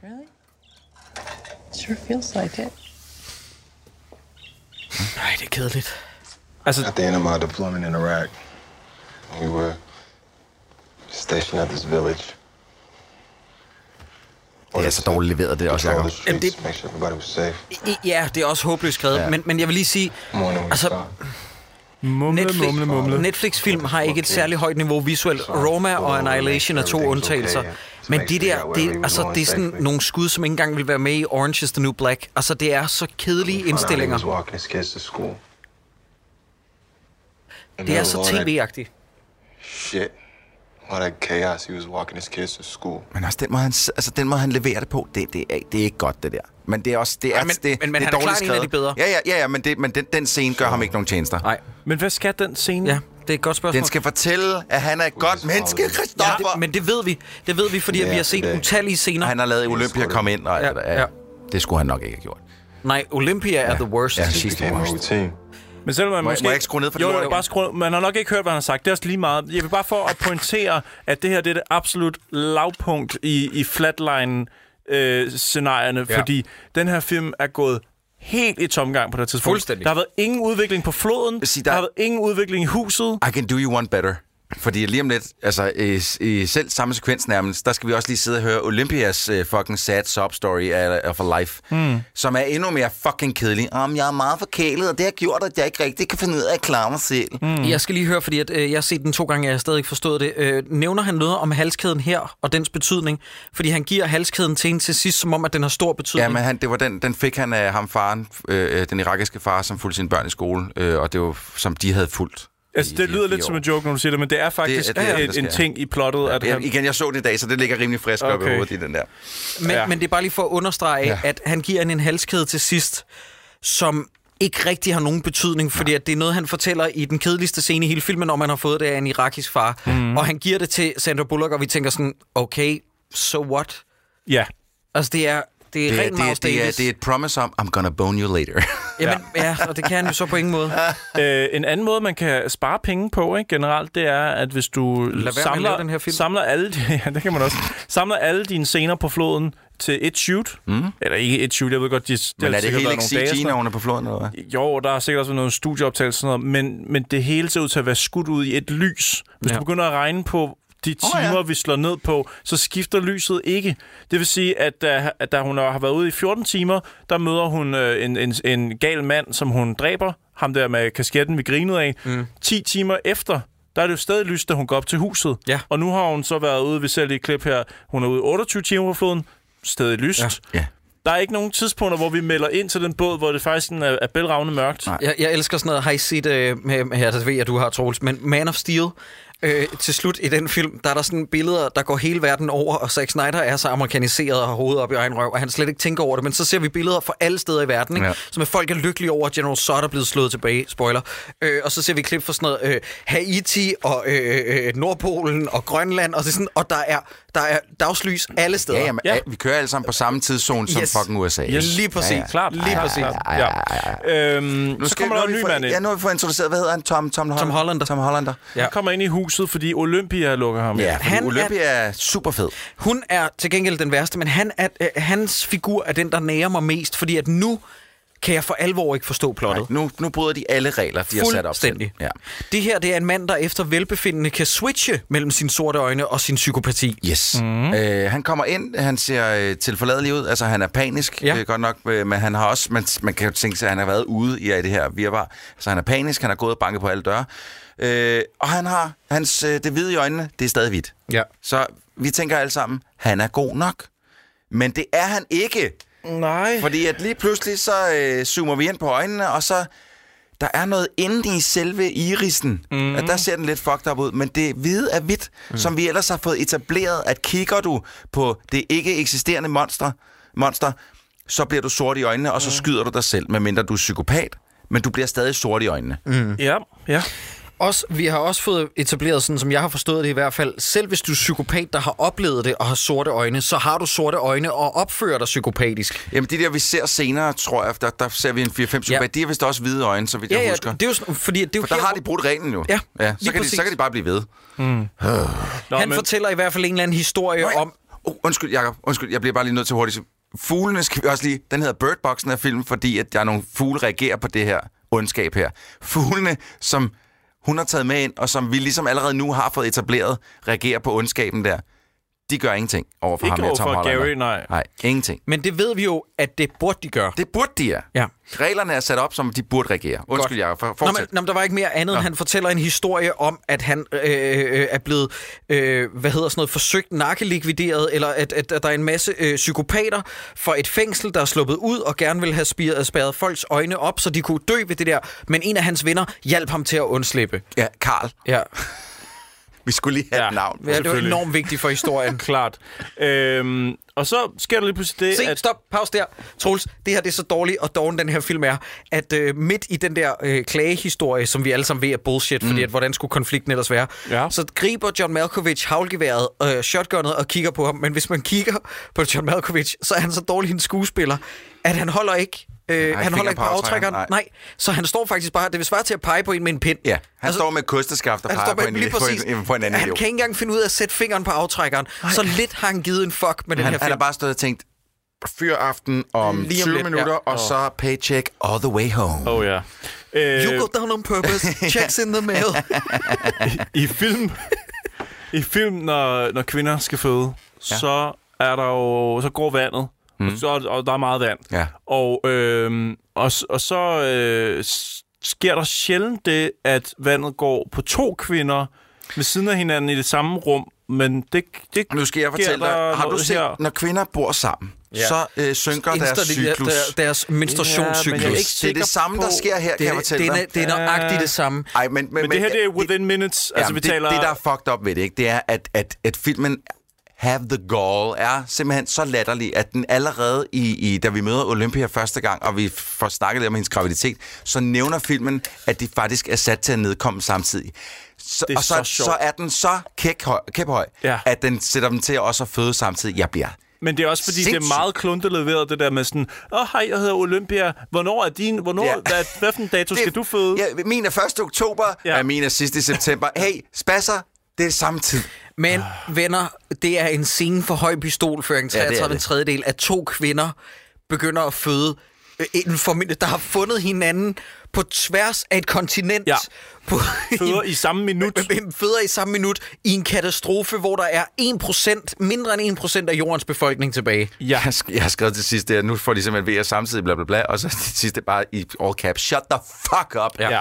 Speaker 8: Sure feels like it.
Speaker 1: Nej, det er kedeligt.
Speaker 3: Altså,
Speaker 10: At the end of my deployment in Iraq, we were stationed at this village.
Speaker 2: Det er så dårligt leveret, det er også,
Speaker 10: Patrol
Speaker 2: Jacob.
Speaker 10: the streets, make sure everybody was safe.
Speaker 1: I- Ja, det er også håbløst skrevet, ja. men, men jeg vil lige sige,
Speaker 10: Morning we
Speaker 1: altså,
Speaker 10: start.
Speaker 3: Mumle,
Speaker 1: Netflix,
Speaker 3: mumle, mumle.
Speaker 1: Netflix-film har ikke et særligt højt niveau visuelt. Roma og Annihilation er to undtagelser. Men det der, det, altså, det er sådan nogle skud, som ikke engang vil være med i Orange is the New Black. Altså, det er så kedelige
Speaker 10: Found out he was
Speaker 1: indstillinger.
Speaker 10: walking his kids to school. In the
Speaker 1: Det er altså
Speaker 10: middle of
Speaker 1: så
Speaker 10: all that
Speaker 1: tv-agtigt.
Speaker 10: Shit. All that chaos. He was walking his kids to school.
Speaker 2: Men også den måde, han, s- altså, den måde, han leverer det på, det, det, er, det er ikke godt, det der. Men det er også det er,
Speaker 1: Ej, men-
Speaker 2: det, det,
Speaker 1: men- men
Speaker 2: det
Speaker 1: han er
Speaker 2: dårligt
Speaker 1: klart en af de
Speaker 2: skrevet.
Speaker 1: bedre.
Speaker 2: Ja, ja, ja, ja men, det, men den, den scene gør ham ikke nogen tjenester.
Speaker 1: Nej,
Speaker 3: Men hvad skal den scene?
Speaker 1: ja, det er et godt spørgsmål.
Speaker 2: Den skal fortælle, at han er et godt menneske,
Speaker 1: ja,
Speaker 2: Christoffer.
Speaker 1: det, men det ved vi. Det ved vi, fordi at vi har set
Speaker 10: det-
Speaker 1: utallige scener.
Speaker 2: Han har lavet Olympia komme ind, og
Speaker 1: Ja,
Speaker 2: ja, ja.
Speaker 1: ja.
Speaker 2: det skulle han nok ikke have gjort.
Speaker 1: Nej, Olympia er the worst.
Speaker 2: Ja,
Speaker 10: It
Speaker 2: she's the
Speaker 10: became a
Speaker 2: worst.
Speaker 10: routine.
Speaker 3: Men selvom man
Speaker 2: Må jeg-
Speaker 3: måske...
Speaker 2: må jeg ikke skrue ned for det
Speaker 3: jo,
Speaker 2: lort,
Speaker 3: jo,
Speaker 2: jo?
Speaker 3: bare skrue Man har nok ikke hørt, hvad han har sagt. Det er også lige meget. Jeg vil bare for at pointere, at det her det er det absolut lavpunkt i, i flatline-scenarierne, øh, ja.
Speaker 1: Ja.
Speaker 3: fordi den her film er gået helt i tomgang på det her tidspunkt.
Speaker 1: Fuldstændig.
Speaker 3: Der har været ingen udvikling på floden.
Speaker 2: sige,
Speaker 3: der...
Speaker 2: der-
Speaker 3: har været ingen udvikling i huset.
Speaker 2: I can do you one better. Fordi lige om lidt, altså i, i selv samme sekvens nærmest, der skal vi også lige sidde og høre Olympias uh, fucking sad sob story af- of a life, mm. som er endnu mere fucking kedelig. Om jeg er meget forkælet, og det har gjort, at jeg ikke rigtig kan finde ud af at klare mig selv. Mm.
Speaker 1: Jeg skal lige høre, fordi at, øh, jeg har set den to gange, og jeg har stadig ikke forstået det. Øh, nævner han noget om halskæden her og dens betydning? Fordi han giver halskæden til en til sidst, som om, at den har stor betydning.
Speaker 2: Ja, men han, det var den, den fik han af ham faren, øh, øh, den irakiske far, som fulgte sine børn i skole, øh, og det var, som de havde fulgt.
Speaker 3: Altså,
Speaker 2: i-
Speaker 3: det
Speaker 2: i
Speaker 3: lyder
Speaker 2: fire
Speaker 3: lidt som
Speaker 2: år.
Speaker 3: en joke, når du siger det, men det er faktisk
Speaker 2: det er det, der
Speaker 3: en, en
Speaker 2: sker.
Speaker 3: ting i plottet. at
Speaker 2: Jeg,
Speaker 3: han...
Speaker 2: igen, jeg så det i dag, så det ligger rimelig frisk okay. op i
Speaker 3: Okay.
Speaker 2: hovedet i den der.
Speaker 1: Men,
Speaker 3: Ja.
Speaker 1: ja. men det er bare lige for at understrege, ja. at han giver hende en halskæde til sidst, som ikke rigtig har nogen betydning, fordi at det er noget, han fortæller i den kedeligste scene i hele filmen, når man har fået det af en irakisk far. Mm. Og han giver det til Sandra Bullock, og vi tænker sådan, okay, so what?
Speaker 3: Ja.
Speaker 1: Altså, det er, det er
Speaker 2: Det,
Speaker 1: det,
Speaker 2: er-
Speaker 1: rent
Speaker 2: det, er-
Speaker 1: Miles
Speaker 2: det, er,
Speaker 1: Davis.
Speaker 2: det er et promise om, I'm gonna bone you later.
Speaker 1: Jamen, ja, og det kan han jo så på ingen måde.
Speaker 3: Øh, en anden måde, man kan spare penge på ikke, generelt, det er, at hvis du
Speaker 1: med at
Speaker 3: samler,
Speaker 1: lave den her film.
Speaker 3: samler, alle, ja, det kan man også, samler alle dine scener på floden til et shoot, mm. eller ikke et shoot, jeg ved godt, de, det
Speaker 2: Men er det
Speaker 3: sikkert
Speaker 2: hele
Speaker 3: været
Speaker 2: ikke
Speaker 3: nogle dage
Speaker 2: CG,
Speaker 3: og sådan
Speaker 2: når
Speaker 3: noget.
Speaker 2: hun er på floden, eller hvad?
Speaker 3: Jo, der har sikkert også været noget studieoptagelse og sådan noget, men, men det hele ser ud til at være skudt ud i et lys. Hvis ja.
Speaker 1: Ja.
Speaker 3: du begynder at regne på de
Speaker 2: Åh, ja.
Speaker 3: timer, oh, ja. vi slår ned på, så skifter lyset ikke. Det vil sige, at da, at da hun har været ude i 14 timer, der møder hun øh, en, en, en gal mand, som hun dræber. Ham der med kasketten, vi grinede af. Mm. 10 timer efter, der er det jo stadig lys, da hun går op til huset.
Speaker 1: Ja.
Speaker 3: Og nu har hun så været ude, vi ser lige et klip her, hun er ude 28 timer på floden, stadig lyst.
Speaker 2: Ja.
Speaker 3: Der er ikke nogen tidspunkter, hvor vi melder ind til den båd, hvor det faktisk sådan er, er bælragende mørkt.
Speaker 2: Nej.
Speaker 1: Jeg, jeg elsker sådan noget, har I set, øh, med- ja, det ved jeg, du har, Troels, men Man of Steel, øh, til slut i den film, der er der sådan billeder, der går hele verden over, og Zack Snyder er så amerikaniseret og har hovedet op i egen røv, og han slet ikke tænker over det, men så ser vi billeder fra alle steder i verden, ikke?
Speaker 2: Ja.
Speaker 1: Ja. som er folk er lykkelige over, at General Zod er blevet slået tilbage, spoiler, øh, og så ser vi klip fra sådan noget øh, Haiti og øh, øh, Nordpolen og Grønland, og, det er sådan, og der, er, der er dagslys alle steder.
Speaker 2: Ja, jamen,
Speaker 3: Ja.
Speaker 2: ja. vi kører alle sammen på samme tidszone som
Speaker 1: Yes.
Speaker 2: fucking USA.
Speaker 1: Lige præcis.
Speaker 2: Ja, ja.
Speaker 3: Klart. Lige præcis.
Speaker 2: ja, ja,
Speaker 3: Ja. Øhm, så kommer der
Speaker 2: nu har
Speaker 3: en
Speaker 2: vi
Speaker 3: ny
Speaker 2: fået-
Speaker 3: mand ind.
Speaker 2: Ja, nu har vi fået introduceret, hvad hedder han? Tom, Tom, Holland.
Speaker 1: Tom Hollander.
Speaker 2: Tom Hollander.
Speaker 1: Ja.
Speaker 3: Han kommer ind i huset, fordi Olympia lukker ham.
Speaker 2: Ja,
Speaker 3: ind.
Speaker 2: fordi
Speaker 1: Han er-
Speaker 2: Olympia er super fed.
Speaker 1: Hun er til gengæld den værste, men han er, øh, hans figur er den, der nærer mig mest, fordi at nu kan jeg for alvor ikke forstå plottet.
Speaker 2: Nu, nu bryder de alle regler, de har sat op til.
Speaker 1: Fuldstændig.
Speaker 2: Ja.
Speaker 1: Det her det er en mand, der efter velbefindende kan switche mellem sine sorte øjne og sin psykopati.
Speaker 2: Yes.
Speaker 3: Mhm.
Speaker 2: Mm. Øh, han kommer ind, han ser øh, tilforladelig ud, altså han er panisk, ja.
Speaker 1: Ja.
Speaker 2: øh, godt nok, øh, men han har også, man, man kan jo tænke sig, at han har været ude i, i det her virvar, så han er panisk, han har gået og banket på alle døre, øh, og han har, hans, øh, det hvide i øjnene, det er stadig hvidt.
Speaker 1: Ja.
Speaker 2: Så vi tænker alle sammen, han er god nok, men det er han ikke,
Speaker 3: Nej.
Speaker 2: fordi at lige pludselig så øh, zoomer vi ind på øjnene, og så... Der er noget inde i selve irisen. Mm. Ja, der ser den lidt fucked up ud, men det hvide er hvidt, mm. som vi ellers har fået etableret, at kigger du på det ikke eksisterende monster, monster så bliver du sort i øjnene, og så skyder du dig selv, medmindre du er psykopat, men du bliver stadig sort i øjnene.
Speaker 3: Ja, ja.
Speaker 1: Også, vi har også fået etableret, sådan som jeg har forstået det i hvert fald, selv hvis du er psykopat, der har oplevet det og har sorte øjne, så har du sorte øjne og opfører dig psykopatisk.
Speaker 2: Jamen, de der, vi ser senere, tror jeg, der, der ser vi en 4-5 psykopat,
Speaker 1: Ja.
Speaker 2: de har vist også hvide øjne, så vidt jeg husker.
Speaker 1: det er jo sådan, fordi det er jo
Speaker 2: For der
Speaker 1: her,
Speaker 2: har de brudt reglen jo.
Speaker 1: Ja,
Speaker 2: ja så,
Speaker 1: lige
Speaker 2: kan de, så
Speaker 1: præcis.
Speaker 2: kan de bare blive ved.
Speaker 3: Nå,
Speaker 1: Han fortæller i hvert fald en eller anden historie
Speaker 2: Nå ja.
Speaker 1: om...
Speaker 2: Oh, undskyld, Jacob. Undskyld, jeg bliver bare lige nødt til hurtigt. at sige- Fuglene skal vi også lige... Den hedder Bird Boxen af filmen, fordi at der er nogle fugle, der reagerer på det her ondskab her. Fuglene, som hun har taget med ind, og som vi ligesom allerede nu har fået etableret, reagerer på ondskaben der. De gør ingenting overfor
Speaker 3: Ikke
Speaker 2: ham her, Tom
Speaker 3: overfor
Speaker 2: Hollander.
Speaker 3: Gary, nej.
Speaker 2: Nej, ingenting.
Speaker 1: Men det ved vi jo, at det burde de gøre.
Speaker 2: Det burde de ja.
Speaker 1: Ja.
Speaker 2: Reglerne er sat op, som de burde reagere. Undskyld, Jacob. For,
Speaker 1: Nå, men,
Speaker 2: fortsæt.
Speaker 1: nå, men der var ikke mere andet, end han fortæller en historie om, at han øh, øh, er blevet, øh, hvad hedder sådan noget, forsøgt narkelikvideret, eller at, at, at der er en masse øh, psykopater fra et fængsel, der er sluppet ud og gerne vil have spiret, spærret folks øjne op, så de kunne dø ved det der. Men en af hans venner hjalp ham til at undslippe.
Speaker 2: Ja, Karl.
Speaker 1: Ja,
Speaker 2: Vi skulle lige have ja.
Speaker 3: Ja.
Speaker 2: et navn.
Speaker 1: ja det var
Speaker 3: Selvfølgelig.
Speaker 1: enormt vigtigt for historien.
Speaker 3: Klart. Øhm, og så sker der lige pludselig det,
Speaker 1: Se,
Speaker 3: at...
Speaker 1: stop, pause der. Troels, det her det er så dårligt og doven den her film er, at øh, midt i den der øh, klagehistorie, som vi alle sammen ved er bullshit, mm. fordi at, hvordan skulle konflikten ellers være,
Speaker 3: Ja.
Speaker 1: så griber John Malkovich havlgeværet, øh, shotgunnet og kigger på ham. Men hvis man kigger på John Malkovich, så er han så dårlig en skuespiller, at han holder ikke... Øh, han holder ikke på aftrækkeren. Nej. nej, så han står faktisk bare... Det vil svare til at pege på en med en pind.
Speaker 2: Ja, han altså, står med et kosteskaft og
Speaker 1: han
Speaker 2: peger
Speaker 1: står
Speaker 2: på
Speaker 1: med
Speaker 2: en,
Speaker 1: lige
Speaker 2: på
Speaker 1: præcis.
Speaker 2: en, på en anden
Speaker 1: han
Speaker 2: idiot.
Speaker 1: kan ikke engang finde ud af at sætte fingeren på aftrækkeren. Nej. Så lidt har han givet en fuck med den
Speaker 2: han,
Speaker 1: her film.
Speaker 2: han har bare stået og tænkt, fyraften om
Speaker 1: Lige om
Speaker 2: 20
Speaker 1: lidt,
Speaker 2: minutter,
Speaker 1: ja.
Speaker 2: og så paycheck all the way home.
Speaker 3: Åh, oh, ja.
Speaker 1: You
Speaker 3: Øh,
Speaker 1: go down on purpose. Checks in the mail.
Speaker 3: I film, i film når, når kvinder skal føde, ja. så er der jo, så går vandet, mm. og, så, og der er meget vand.
Speaker 2: Ja.
Speaker 3: Og, øh, og, s- og så øh, s- sker der sjældent det, at vandet går på to kvinder ved siden af hinanden i det samme rum, men det, det
Speaker 2: Nu skal jeg
Speaker 3: sker
Speaker 2: fortælle
Speaker 3: der
Speaker 2: dig, har du
Speaker 3: noget
Speaker 2: set,
Speaker 3: her.
Speaker 2: når kvinder bor sammen, ja. så øh, synker deres
Speaker 1: Insta-
Speaker 2: cyklus.
Speaker 1: der- Deres menstruationscyklus.
Speaker 3: Ja, men jeg er ikke
Speaker 2: det er
Speaker 3: sikker
Speaker 2: det samme, der
Speaker 3: på-
Speaker 2: sker her, kan
Speaker 1: det,
Speaker 2: jeg
Speaker 1: er,
Speaker 2: fortælle
Speaker 1: det, er,
Speaker 2: dig.
Speaker 1: det er nøjagtigt det samme.
Speaker 2: Ej, men, men,
Speaker 3: Men det her, det er within minutes. Altså,
Speaker 2: Jamen,
Speaker 3: vi
Speaker 2: det,
Speaker 3: taler...
Speaker 2: det, der er fucked up ved det, ikke? det er, at, at, at filmen Have the Gall er simpelthen så latterlig, at den allerede, i, i, da vi møder Olympia første gang, og vi får snakket lidt om hendes graviditet, så nævner filmen, at de faktisk er sat til at nedkomme samtidig. Så,
Speaker 3: Det er
Speaker 2: og så,
Speaker 3: så
Speaker 2: så,
Speaker 3: sjovt.
Speaker 2: så er den så kæphøj, kæphøj ja.
Speaker 3: Ja.
Speaker 2: at den sætter dem til også at føde samtidig. Jeg bliver...
Speaker 3: Men det er også fordi, Sindssygt. det
Speaker 2: Sindssygt.
Speaker 3: er meget kluntet leveret, det der med sådan, åh, oh, hej, jeg hedder Olympia, hvornår er din, hvornår,
Speaker 2: Ja.
Speaker 3: ja. hvad, hvad for en dato skal du føde? Ja.
Speaker 2: Ja, min er 1. oktober, ja.
Speaker 3: Ja.
Speaker 2: og min er sidste september. Hey, spasser, det er samme tid.
Speaker 1: Men venner, det er en scene for høj pistolføring.
Speaker 2: Ja, det er
Speaker 1: 33
Speaker 2: det.
Speaker 1: tredjedel af to kvinder begynder at føde øh, inden for min- der har fundet hinanden på tværs af et kontinent.
Speaker 3: Ja.
Speaker 1: På
Speaker 3: Føder i samme minut.
Speaker 1: føder i samme minut i en katastrofe, hvor der er 1%, mindre end 1% af jordens befolkning tilbage.
Speaker 2: Jeg, har sk- jeg har skrevet til sidst, det er, nu får de simpelthen VR samtidig, bla bla bla, og så til sidst det er bare i all caps, shut the fuck up.
Speaker 3: Ja.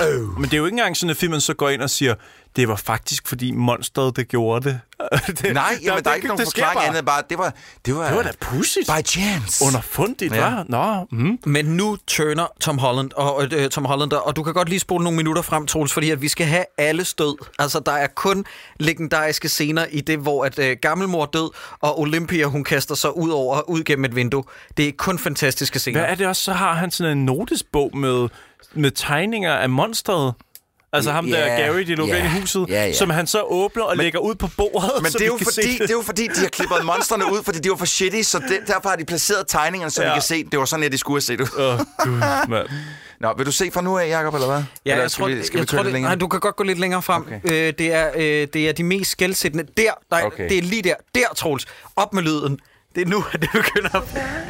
Speaker 2: Øh.
Speaker 3: Men det er jo ikke engang sådan, at filmen så går ind og siger, det var faktisk, fordi monsteret, det gjorde det. det
Speaker 2: Nej, jamen, der er ikke nogen
Speaker 3: det sker
Speaker 2: forklaring
Speaker 3: bare.
Speaker 2: andet, end bare, det var, det var,
Speaker 3: Det var da pudsigt.
Speaker 2: by chance.
Speaker 3: Underfundigt,
Speaker 2: Ja.
Speaker 3: ja. hva'? Nå, mm.
Speaker 1: Men nu turner Tom Holland og øh, Tom Hollander, og du kan godt lige spole nogle minutter frem, Troels, fordi at vi skal have alle stød. Altså, der er kun legendariske scener i det, hvor at øh, gammelmor er død, og Olympia, hun kaster sig ud over, ud gennem et vindue. Det er kun fantastiske scener.
Speaker 3: Hvad er det også? Så har han sådan en notesbog med, med tegninger af monsteret. Altså ham der,
Speaker 2: Ja,
Speaker 3: Gary, de lukker
Speaker 2: ja,
Speaker 3: ind i huset,
Speaker 2: ja, ja.
Speaker 3: som han så åbner og lægger ud på bordet,
Speaker 2: Men det
Speaker 3: så
Speaker 2: er,
Speaker 3: vi
Speaker 2: jo
Speaker 3: kan
Speaker 2: fordi,
Speaker 3: se
Speaker 2: det er jo fordi, de har klippet monstrene ud, fordi de var for shitty, så det, derfor har de placeret tegningerne, så ja. vi
Speaker 3: Ja.
Speaker 2: kan se, det var sådan, at de skulle have set ud.
Speaker 3: Åh, oh, gud, mand.
Speaker 2: Nå, vil du se fra nu af, Jacob, eller hvad?
Speaker 1: Ja,
Speaker 2: eller
Speaker 1: jeg
Speaker 2: skal
Speaker 1: tror,
Speaker 2: vi, skal vi
Speaker 1: jeg
Speaker 2: køre
Speaker 1: tror
Speaker 2: lidt
Speaker 1: det,
Speaker 2: længere?
Speaker 1: nej, du kan godt gå lidt længere frem. Okay. Øh, det, er, øh, det er de mest skældsættende. Der, nej,
Speaker 2: Okay.
Speaker 1: okay. det er lige der. Der, Troels. Op med lyden. Det er nu, at det begynder.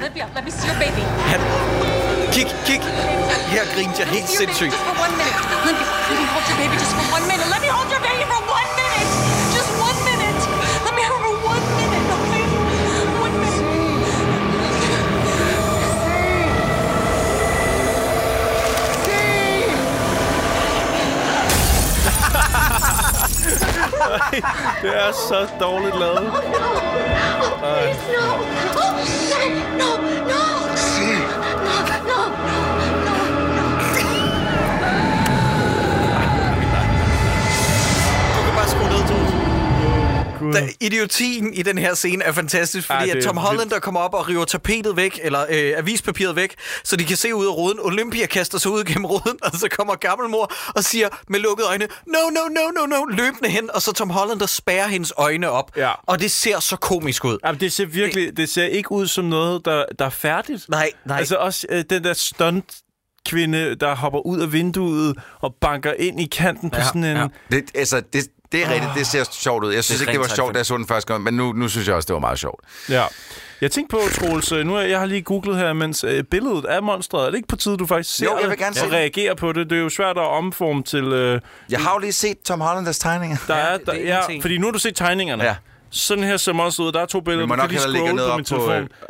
Speaker 6: Olympia, let me see your baby.
Speaker 1: Han... Kig, kig. Her grinte jeg
Speaker 6: Let me
Speaker 1: helt
Speaker 6: see your baby
Speaker 1: sindssygt.
Speaker 6: just for one minute. Olympia, let me hold your baby just for one minute. Let me hold your baby for one minute. Just one minute. Let me have her for one minute, okay? One minute.
Speaker 3: Det er så dårligt lavet.
Speaker 6: No, no, no, no, no, no, no.
Speaker 1: der, idiotien i den her scene er fantastisk, fordi
Speaker 3: Ja, det
Speaker 1: at
Speaker 3: er
Speaker 1: Tom Holland,
Speaker 3: vildt.
Speaker 1: der kommer op og river tapetet væk, eller øh, avispapiret væk, så de kan se ud af ruden. Olympia kaster sig ud gennem ruden, og så kommer gammelmor og siger med lukkede øjne, no, no, no, no, no, løbende hen, og så Tom Holland, der spærrer hendes øjne op.
Speaker 3: Ja.
Speaker 1: Og det ser så komisk ud.
Speaker 3: Jamen, det ser virkelig, det ser ikke ud som noget, der, der er færdigt.
Speaker 1: Nej, nej.
Speaker 3: Altså også øh, den der stunt kvinde, der hopper ud af vinduet og banker ind i kanten på
Speaker 1: Ja,
Speaker 3: sådan en...
Speaker 1: ja.
Speaker 3: Ja.
Speaker 2: Det, altså, det, det er rigtigt. Det ser sjovt ud. Jeg synes
Speaker 1: Det er
Speaker 2: ikke, det var
Speaker 1: rent
Speaker 2: sjovt, da jeg så den første gang, men nu, nu synes jeg også, det var meget sjovt.
Speaker 3: ja. Jeg tænkte på, Troels, øh, nu er, jeg har lige googlet her, mens øh, billedet af monstret, er det ikke på tide, du faktisk ser
Speaker 2: Jo, jeg
Speaker 3: det
Speaker 2: vil gerne se
Speaker 3: og
Speaker 2: det.
Speaker 3: reagerer på det? Det er jo svært at omforme til... Øh,
Speaker 2: Jeg har jo lige set Tom Hollanders tegninger.
Speaker 3: der
Speaker 1: Ja,
Speaker 3: er,
Speaker 1: det
Speaker 3: der,
Speaker 1: er en
Speaker 3: ja,
Speaker 1: ting.
Speaker 3: fordi nu har du set tegningerne.
Speaker 2: Ja.
Speaker 3: Sådan her ser monstret ud. Der er to billeder,
Speaker 2: Vi må
Speaker 3: du
Speaker 2: nok
Speaker 3: kan lige
Speaker 2: hellere lægge
Speaker 3: scrolle
Speaker 2: noget
Speaker 3: på
Speaker 2: op
Speaker 3: min
Speaker 2: på...
Speaker 3: telefon.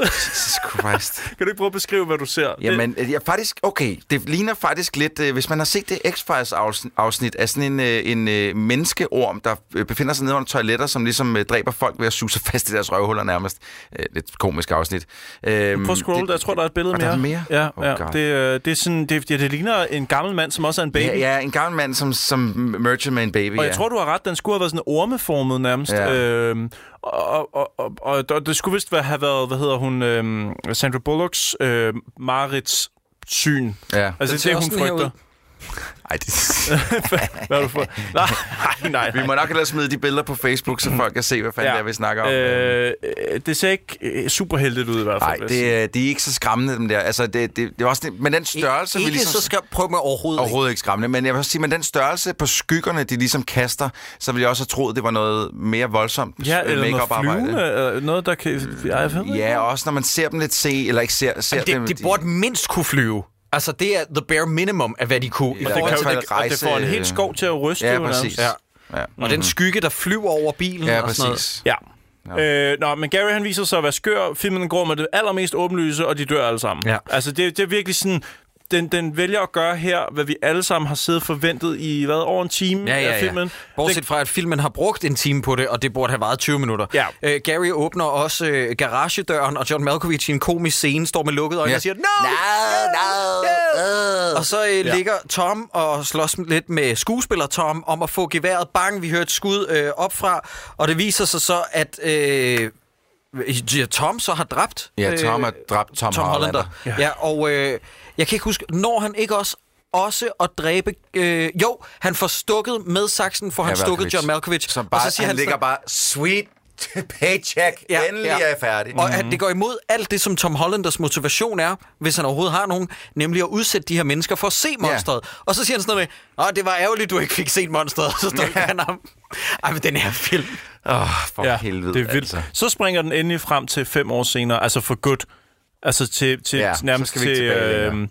Speaker 2: øh, Jesus Christ.
Speaker 3: Kan du ikke prøve at beskrive, hvad du ser? Det-
Speaker 2: Jamen, øh, jeg faktisk, okay, det ligner faktisk lidt, øh, hvis man har set det X-Files afsn- afsnit af sådan en, øh, en øh, menneskeorm, der øh, befinder sig nede under toiletter, som ligesom øh, dræber folk ved at suge sig fast i deres røvhuller nærmest. Øh, lidt komisk afsnit. Øhm,
Speaker 3: Prøv at scroll,
Speaker 2: det-
Speaker 3: jeg tror, der er et billede
Speaker 2: og der
Speaker 3: mere.
Speaker 2: er mere?
Speaker 3: Ja,
Speaker 2: Oh,
Speaker 3: ja.
Speaker 2: God.
Speaker 3: Det, øh, det, er sådan, det, det, det ligner en gammel mand, som også er en baby.
Speaker 2: Ja, ja, en gammel mand, som, som merger med en baby.
Speaker 3: Og
Speaker 2: ja.
Speaker 3: jeg tror, du har ret. Den skulle have været sådan ormeformet nærmest.
Speaker 2: Ja.
Speaker 3: Øhm, og, og, og, og, og det skulle vist være- have været, hvad hedder hun, øhm, Sandra Bullocks øh, Marits syn.
Speaker 2: Ja.
Speaker 3: Altså,
Speaker 1: Den
Speaker 3: det
Speaker 1: ser
Speaker 3: er
Speaker 1: også sådan
Speaker 3: det, hun
Speaker 1: her
Speaker 3: frygter.
Speaker 2: Ej, det...
Speaker 3: Hvad er du for? Nej, nej, nej.
Speaker 2: Vi må nok ellers smide de billeder på Facebook, så folk kan se, hvad fanden ja. det er, vi snakker om.
Speaker 3: Øh, øh, det ser ikke øh, super heldigt ud i hvert fald.
Speaker 2: Nej,
Speaker 3: vil jeg sige.
Speaker 2: det, er- de er ikke så skræmmende, dem der. Altså, det, det, det er også det, men den størrelse...
Speaker 1: ikke
Speaker 2: vi ligesom,
Speaker 1: så skal prøve med overhovedet. ikke.
Speaker 2: Overhovedet ikke skræmmende, men jeg vil også sige, men den størrelse på skyggerne, de ligesom kaster, så ville jeg også have troet, det var noget mere voldsomt
Speaker 3: Ja,
Speaker 2: øh,
Speaker 3: eller noget
Speaker 2: make-up-arbejde.
Speaker 3: flyvende, øh, noget, der kan... Ej, jeg ved ikke.
Speaker 2: Ja, også når man ser dem lidt se, eller ikke ser, ser dem.
Speaker 1: De, de burde mindst kunne flyve. Altså, det er the bare minimum af, hvad de kunne. i
Speaker 2: Og
Speaker 3: Det
Speaker 1: forhold
Speaker 3: kan
Speaker 1: til-
Speaker 3: jo,
Speaker 2: Overtræde
Speaker 3: det, og det
Speaker 2: rejse-
Speaker 3: får en hel skov til at ryste.
Speaker 2: Ja,
Speaker 3: jo nærmest.
Speaker 2: præcis.
Speaker 3: Ja.
Speaker 2: Ja,
Speaker 1: Og den skygge, der flyver over bilen
Speaker 2: ja
Speaker 1: og sådan noget.
Speaker 2: præcis.
Speaker 3: Ja. Øh, nå, men Gary han viser sig at være skør. Filmen går med det allermest åbenlyse, og de dør alle sammen.
Speaker 1: Ja.
Speaker 3: Altså, det, det er virkelig sådan... Den, den vælger at gøre her, hvad vi alle sammen har siddet forventet i, hvad, over en time
Speaker 1: Ja, ja,
Speaker 3: af
Speaker 1: ja.
Speaker 3: filmen.
Speaker 1: Bortset fra, at filmen har brugt en time på det, og det burde have varet 20 minutter.
Speaker 3: Ja.
Speaker 1: Øh, Gary åbner også øh, garagedøren, og John Malkovich i en komisk scene står med lukkede øjne
Speaker 2: Ja.
Speaker 1: og siger, No!
Speaker 2: no,
Speaker 1: Og så øh, ligger Tom og slås lidt med skuespiller Tom om at få geværet. Bang, vi hører et skud øh, opfra, og det viser sig så, at øh, ja, Tom så har dræbt
Speaker 2: Ja, Tom har
Speaker 1: øh,
Speaker 2: dræbt Tom,
Speaker 1: Tom Hollander. Ja. ja, og øh, jeg kan ikke huske, når han ikke også også at dræbe... Øh, jo, han får stukket med saksen, for han stukket John Malkovich.
Speaker 2: Som bare,
Speaker 1: og så siger
Speaker 2: han,
Speaker 1: han
Speaker 2: ligger
Speaker 1: sådan-
Speaker 2: bare, sweet paycheck, ja, endelig ja. er jeg færdig. Mhm.
Speaker 1: Og at det går imod alt det, som Tom Hollanders motivation er, hvis han overhovedet har nogen, nemlig at udsætte de her mennesker for at se monstret. Og så siger han sådan noget med, Åh, det var ærgerligt, du ikke fik set monstret. Så står han ham. Ej, men den her film.
Speaker 2: Åh, oh, for
Speaker 3: ja,
Speaker 2: helvede.
Speaker 3: det er vildt.
Speaker 2: Altså.
Speaker 3: Altså. Så springer den endelig frem til fem år senere, altså for godt. Altså til, til
Speaker 2: Ja,
Speaker 3: ja,
Speaker 2: så
Speaker 3: nærmest
Speaker 2: skal vi ikke
Speaker 3: til...
Speaker 2: tilbage længere.
Speaker 3: øhm,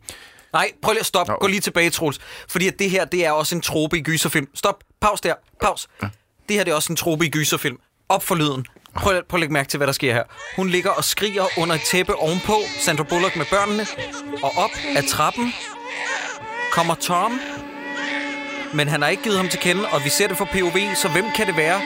Speaker 1: Nej, prøv lige at stoppe.
Speaker 2: Nå.
Speaker 1: Gå lige tilbage, Troels. Fordi at det her, det er også en trope i gyserfilm. Stop. Pause der. Pause. Det her, det er også en trope i gyserfim. Op for lyden. Prøv, prøv at lægge mærke til, hvad der sker her. Hun ligger og skriger under et tæppe ovenpå. Sandra Bullock med børnene. Og op ad trappen kommer Tom. Men han har ikke givet ham til kende, og vi ser det for POV, så hvem kan det være?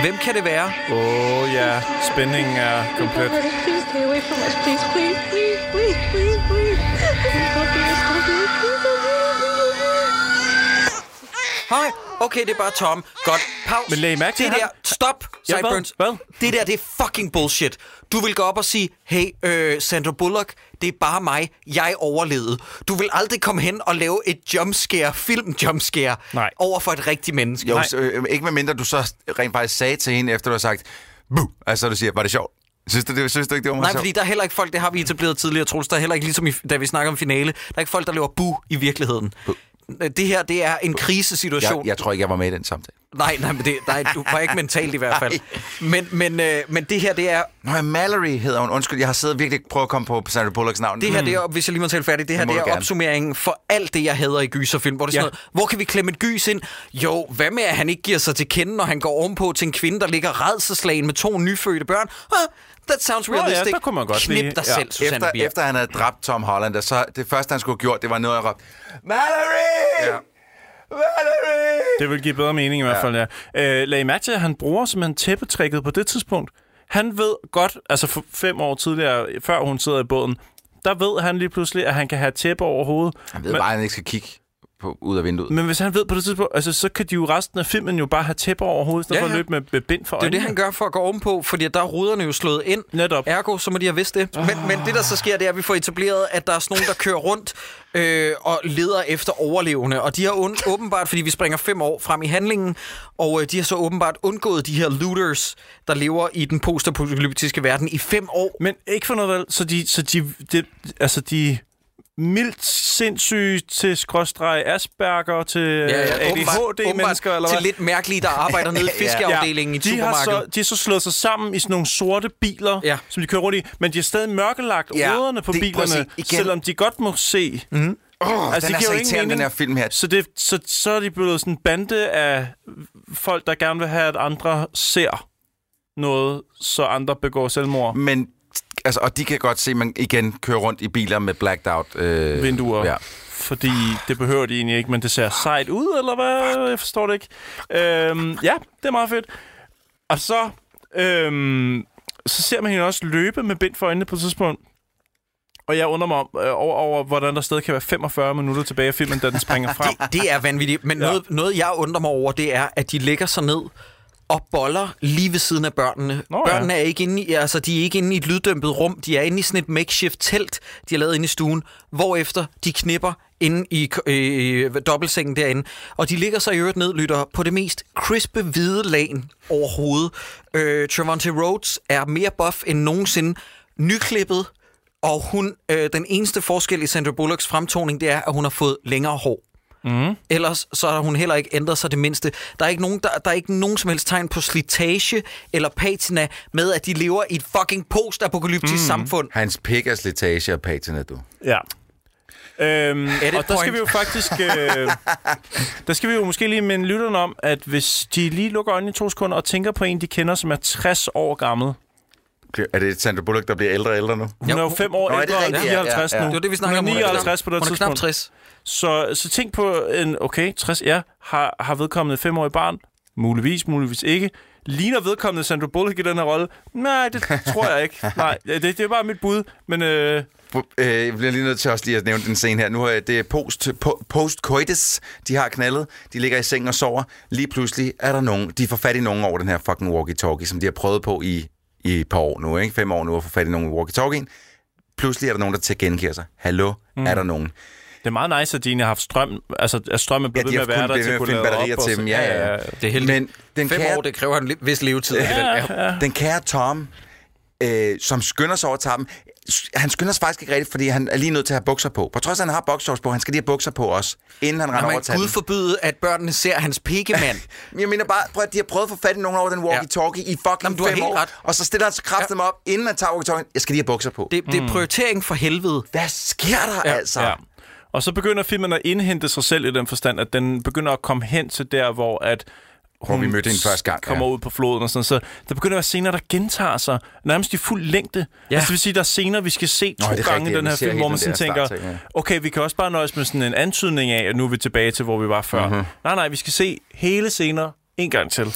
Speaker 1: Hvem kan det være?
Speaker 3: Åh oh, ja, spændingen er komplet.
Speaker 6: Please stay away from us. Please, please, please, please, please, please. Stop here, stop here, please, stop here, please, stop here.
Speaker 1: Hej, okay, det er bare Tom. Godt, pause.
Speaker 3: Men lagde I mærke til,
Speaker 1: det
Speaker 3: at
Speaker 1: der,
Speaker 3: han-
Speaker 1: stop,
Speaker 3: Ja, hvad?
Speaker 1: Sideburns.
Speaker 3: Hvad?
Speaker 1: Det der, det er fucking bullshit. Du vil gå op og sige, hey, øh, Sandra Bullock, det er bare mig, jeg overlevede. Du vil aldrig komme hen og lave et jumpscare, film jumpscare,
Speaker 3: Nej.
Speaker 1: over for et rigtigt menneske.
Speaker 2: Jo,
Speaker 1: Nej.
Speaker 2: så, øh, ikke medmindre du så rent faktisk sagde til hende, efter du har sagt, Buh! altså du siger, var det sjovt? Synes du, det, synes du ikke, det var meget
Speaker 1: Nej,
Speaker 2: sjovt?
Speaker 1: fordi der er heller ikke folk, det har vi etableret tidligere, Troels, der er heller ikke ligesom, i, da vi snakker om finale, der er ikke folk, der laver bu i virkeligheden. Det her, det er en krisesituation.
Speaker 2: Jeg, jeg tror ikke, jeg var med i den samtale.
Speaker 1: Nej, nej, men det, nej, du var ikke mentalt i hvert fald. Men, men, øh, men det her, det er
Speaker 2: Nå, ja, Mallory hedder hun. Undskyld, jeg har siddet og virkelig prøvet at komme på Sandra Bullocks navn. Mm.
Speaker 1: Det her, det er, hvis jeg lige må tale færdig, det her
Speaker 2: må
Speaker 1: det
Speaker 2: du
Speaker 1: er
Speaker 2: gerne.
Speaker 1: opsummeringen for alt det, jeg hader i gyserfilm. Hvor, det er sådan
Speaker 3: Ja.
Speaker 1: noget, hvor kan vi klemme et gys ind? Jo, hvad med, at han ikke giver sig til kende, når han går ovenpå til en kvinde, der ligger redselslagen med to nyfødte børn? Ah, that sounds
Speaker 3: Nå ja,
Speaker 1: realistic.
Speaker 3: der kunne man godt
Speaker 1: Knip
Speaker 3: lige-
Speaker 1: dig
Speaker 3: ja.
Speaker 1: selv, Susanne
Speaker 2: efter,
Speaker 1: Bier.
Speaker 2: efter han havde dræbt Tom Hollander, så det første, han skulle have gjort, det var noget, jeg råbte, Mallory! Ja. Mallory!
Speaker 3: Det vil give bedre mening i hvert fald, ja. ja. Øh, lag I mærke til, at han bruger simpelthen tæppetrækket på det tidspunkt. Han ved godt, altså for fem år tidligere, før hun sidder i båden, der ved han lige pludselig, at han kan have et tæppe over hovedet.
Speaker 2: Jeg ved
Speaker 3: Men-
Speaker 2: bare, at han ikke skal kigge. på, ud af vinduet.
Speaker 3: Men hvis han ved på det tidspunkt, altså, så kan de jo resten af filmen jo bare have tæpper over hovedet, i stedet
Speaker 1: Ja,
Speaker 3: ja, ja. for
Speaker 1: ja.
Speaker 3: at løbe med, med bind for
Speaker 1: Det er jo
Speaker 3: øjnene.
Speaker 1: det, han gør for at gå ovenpå, fordi der er ruderne jo slået ind.
Speaker 3: Netop.
Speaker 1: Ergo, så må de have vidst det. Men, men det, der så sker, det er, at vi får etableret, at der er sådan nogen, der kører rundt øh, og leder efter overlevende. Og de har un- åbenbart, fordi vi springer fem år frem i handlingen, og øh, de har så åbenbart undgået de her looters, der lever i den postapokalyptiske verden i fem år.
Speaker 3: Men ikke for noget vel, så de, så de, de altså de mildt sindssyge til skråstreg Asperger til øh, ja, ja. ADHD-mennesker, eller hvad?
Speaker 1: til lidt mærkelige, der arbejder nede i fiskeafdelingen ja. i
Speaker 3: de, har så,
Speaker 1: supermarkedet.
Speaker 3: de har så slået sig sammen i sådan nogle sorte biler,
Speaker 1: Ja.
Speaker 3: ja. som de kører rundt i, men de har stadig mørkelagt
Speaker 2: Ja,
Speaker 3: ja, ruderne på
Speaker 2: det- prøv at
Speaker 3: bilerne,
Speaker 2: se igen.
Speaker 3: selvom de godt må se. Mm.
Speaker 2: Oh, altså, den
Speaker 3: det
Speaker 2: er
Speaker 3: giver
Speaker 2: så
Speaker 3: jo ingen
Speaker 2: irriterende, den
Speaker 3: mening.
Speaker 2: her film her.
Speaker 3: Så, det, så, så er de blevet sådan en bande af folk, der gerne vil have, at andre ser noget, så andre begår selvmord.
Speaker 2: Men, altså, og de kan godt se, at man igen kører rundt i biler med blacked out. Øh,
Speaker 3: vinduer.
Speaker 2: Ja.
Speaker 3: Ja. Fordi det behøver de egentlig ikke, men det ser sejt ud, eller hvad? Jeg forstår det ikke. Øhm, ja, det er meget fedt. Og så, øhm, så ser man hende også løbe med bind for øjnene på et tidspunkt. Og jeg undrer mig om, øh, over, over, hvordan der stadig kan være 45 minutter tilbage af filmen, da den springer frem.
Speaker 1: Det er vanvittigt. Men ja. noget, noget, jeg undrer mig over, det er, at de lægger sig ned og boller lige ved siden af børnene.
Speaker 3: Nå, ja.
Speaker 1: børnene er ikke inde i, altså, de er ikke inde i et lyddæmpet rum. De er inde i sådan et makeshift telt, de har lavet inde i stuen, hvorefter de knipper inde i k- øh, dobbeltsengen derinde. Og de ligger så i øvrigt ned, lytter, på det mest crispe hvide lagen overhovedet. Øh, Trevante Rhodes er mere buff end nogensinde. Nyklippet, og hun, øh, den eneste forskel i Sandra Bullocks fremtoning, det er, at hun har fået længere hår. Ellers så har hun heller ikke ændret sig det mindste. Der er ikke nogen, der, der er ikke nogen som helst tegn på slitage eller patina med, at de lever i et fucking postapokalyptisk mm. samfund.
Speaker 2: Hans pik er slitage og patina, du.
Speaker 3: Ja. Øhm,
Speaker 1: Edit
Speaker 3: og der
Speaker 1: point.
Speaker 3: skal vi jo faktisk... Øh, der skal vi jo måske lige minde lytterne om, at hvis de lige lukker øjnene i to sekunder og tænker på en, de kender, som er 60 år gammel.
Speaker 2: Er det Sandra Bullock, der bliver ældre og ældre nu?
Speaker 3: Hun
Speaker 1: Jo,
Speaker 3: er jo
Speaker 1: hun-
Speaker 3: fem år
Speaker 2: Nå, er det
Speaker 3: ældre end
Speaker 2: rigtigt? Ja, ja,
Speaker 3: 59
Speaker 2: ja.
Speaker 3: nu.
Speaker 2: Det
Speaker 1: Det er det, vi snakker om.
Speaker 3: hun er
Speaker 1: Hun knap-
Speaker 3: 59 på det
Speaker 1: Hun er knap
Speaker 3: tidspunkt.
Speaker 1: 60.
Speaker 3: Så, så tænk på en, okay, 60, ja, har, har vedkommende et femårigt barn? Muligvis, muligvis ikke. Ligner vedkommende Sandra Bullock i den her rolle? Nej, det tror jeg ikke. Nej, det, det er bare mit bud, men øh,
Speaker 2: Øh, Jeg bliver lige nødt til også lige at nævne den scene her. Nu er det er post, po, post-coitus, de har knaldet. De ligger i sengen og sover. Lige pludselig er der nogen, de får fat i nogen over den her fucking walkie-talkie, som de har prøvet på i, i et par år nu, ikke? Fem år nu at få fat i nogen i walkie-talkien. Pludselig er der nogen, der tilkendegiver sig. Hallo, mm. er der nogen?
Speaker 3: det er meget nice, at de egentlig har haft strøm, altså at strømmen
Speaker 2: Ja,
Speaker 3: blev
Speaker 2: de
Speaker 3: ved med
Speaker 2: har
Speaker 3: at være
Speaker 2: kun
Speaker 3: der
Speaker 2: ved
Speaker 3: til
Speaker 2: med
Speaker 3: at
Speaker 2: at finde batterier
Speaker 3: kunne lade op. og
Speaker 2: til
Speaker 3: sådan-
Speaker 2: dem. Ja, ja, ja.
Speaker 1: Det er heldigt.
Speaker 2: Men den
Speaker 1: Fem
Speaker 2: kære,
Speaker 1: år, det kræver en li- vis levetid. Ja, ja.
Speaker 2: den kære Tom, øh, som skynder sig over trappen, s- han skynder sig faktisk ikke rigtigt, fordi han er lige nødt til at have bukser på. På trods af, at han har boxshorts på, han skal lige have bukser på også, inden han render over
Speaker 1: Man
Speaker 2: trappen.
Speaker 1: Gud forbyde, at børnene ser hans pikkemand.
Speaker 2: Men Jeg mener bare, prøv at de har prøvet at få fat i nogen over den walkie-talkie ja. i fucking
Speaker 1: Jamen, du har
Speaker 2: fem
Speaker 1: helt
Speaker 2: år.
Speaker 1: ret.
Speaker 2: Og så stiller han sig kraftigt ja. op, inden man tager walkie-talkien. Jeg skal lige have bukser på. Det.
Speaker 1: Det,
Speaker 3: Mm.
Speaker 1: det er prioritering for helvede.
Speaker 2: Hvad sker der ja. altså?
Speaker 3: Ja.
Speaker 2: Ja.
Speaker 3: Og så begynder filmen at indhente sig selv i den forstand, at den begynder at komme hen til der, hvor at hun
Speaker 2: vi mødte hende første gang,
Speaker 3: kommer
Speaker 2: ja.
Speaker 3: ud på floden og sådan Så der begynder at være scener, der gentager sig nærmest i fuld længde. Ja. Altså, det vil sige, der er scener, vi skal se
Speaker 2: Nå,
Speaker 3: to
Speaker 2: det er
Speaker 3: gange
Speaker 2: rigtigt,
Speaker 3: i den
Speaker 2: ja, vi
Speaker 3: her
Speaker 2: ser
Speaker 3: film,
Speaker 2: hele
Speaker 3: hvor
Speaker 2: den
Speaker 3: man sådan
Speaker 2: der
Speaker 3: tænker,
Speaker 2: startscene,
Speaker 3: okay, vi kan også bare nøjes med sådan en antydning af, at nu er vi tilbage til, hvor vi var før. Mm-hmm. Nej, nej, vi skal se hele scener en gang til.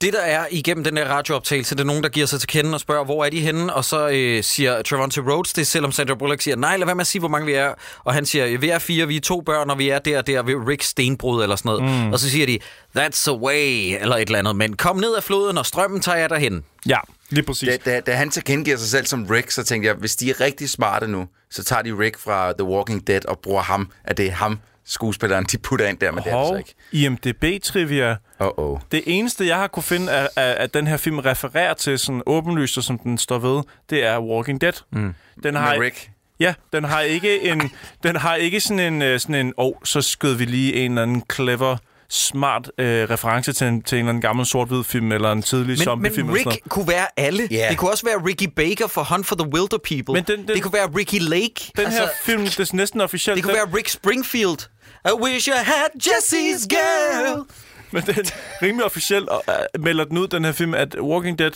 Speaker 1: Det, der er igennem den der radiooptagelse, det er nogen, der giver sig til kende og spørger, hvor er de henne? Og så øh, siger Trevante Rhodes det, selvom Sandra Bullock siger, nej, lad være med at sige, hvor mange vi er. Og han siger, vi er fire, vi er to børn, og vi er der og der ved Rick Stenbrud eller sådan noget. Mm. Og så siger de, that's the way, eller et eller andet. Men kom ned af floden, og strømmen tager jeg derhen.
Speaker 3: Ja, lige præcis.
Speaker 2: Da, da, da han tilkendegiver sig selv som Rick, så tænkte jeg, hvis de er rigtig smarte nu, så tager de Rick fra The Walking Dead og bruger ham, at det er ham, skuespilleren, de putter ind der, men det er det
Speaker 3: Hov,
Speaker 2: altså ikke.
Speaker 3: IMDB-trivia.
Speaker 2: Uh-oh.
Speaker 3: Det eneste, jeg har kunne finde, at, at, at den her film refererer til sådan åbenlyst, og som den står ved, det er Walking Dead. Mm. Den har,
Speaker 2: Med Rick.
Speaker 3: Ja, den har ikke en, den har ikke sådan en, øh, sådan en, åh, oh, så skød vi lige en eller anden clever, smart øh, reference til en, til en eller anden gammel sort-hvid film, eller en tidlig
Speaker 1: Men,
Speaker 3: zombiefilm.
Speaker 1: men
Speaker 3: eller sådan noget.
Speaker 1: Rick kunne være alle.
Speaker 2: Ja.
Speaker 1: Det kunne også være Ricky Baker for Hunt for the Wilder People.
Speaker 3: Men den- den-
Speaker 1: det kunne være Ricky Lake. Altså,
Speaker 3: Den her
Speaker 2: Altså-
Speaker 3: film, det er næsten officielt.
Speaker 1: det kunne
Speaker 3: den-
Speaker 1: være Rick Springfield. I wish I had Jesse's girl.
Speaker 3: Men det er rimelig officielt, og uh, melder den ud, den her film, at Walking Dead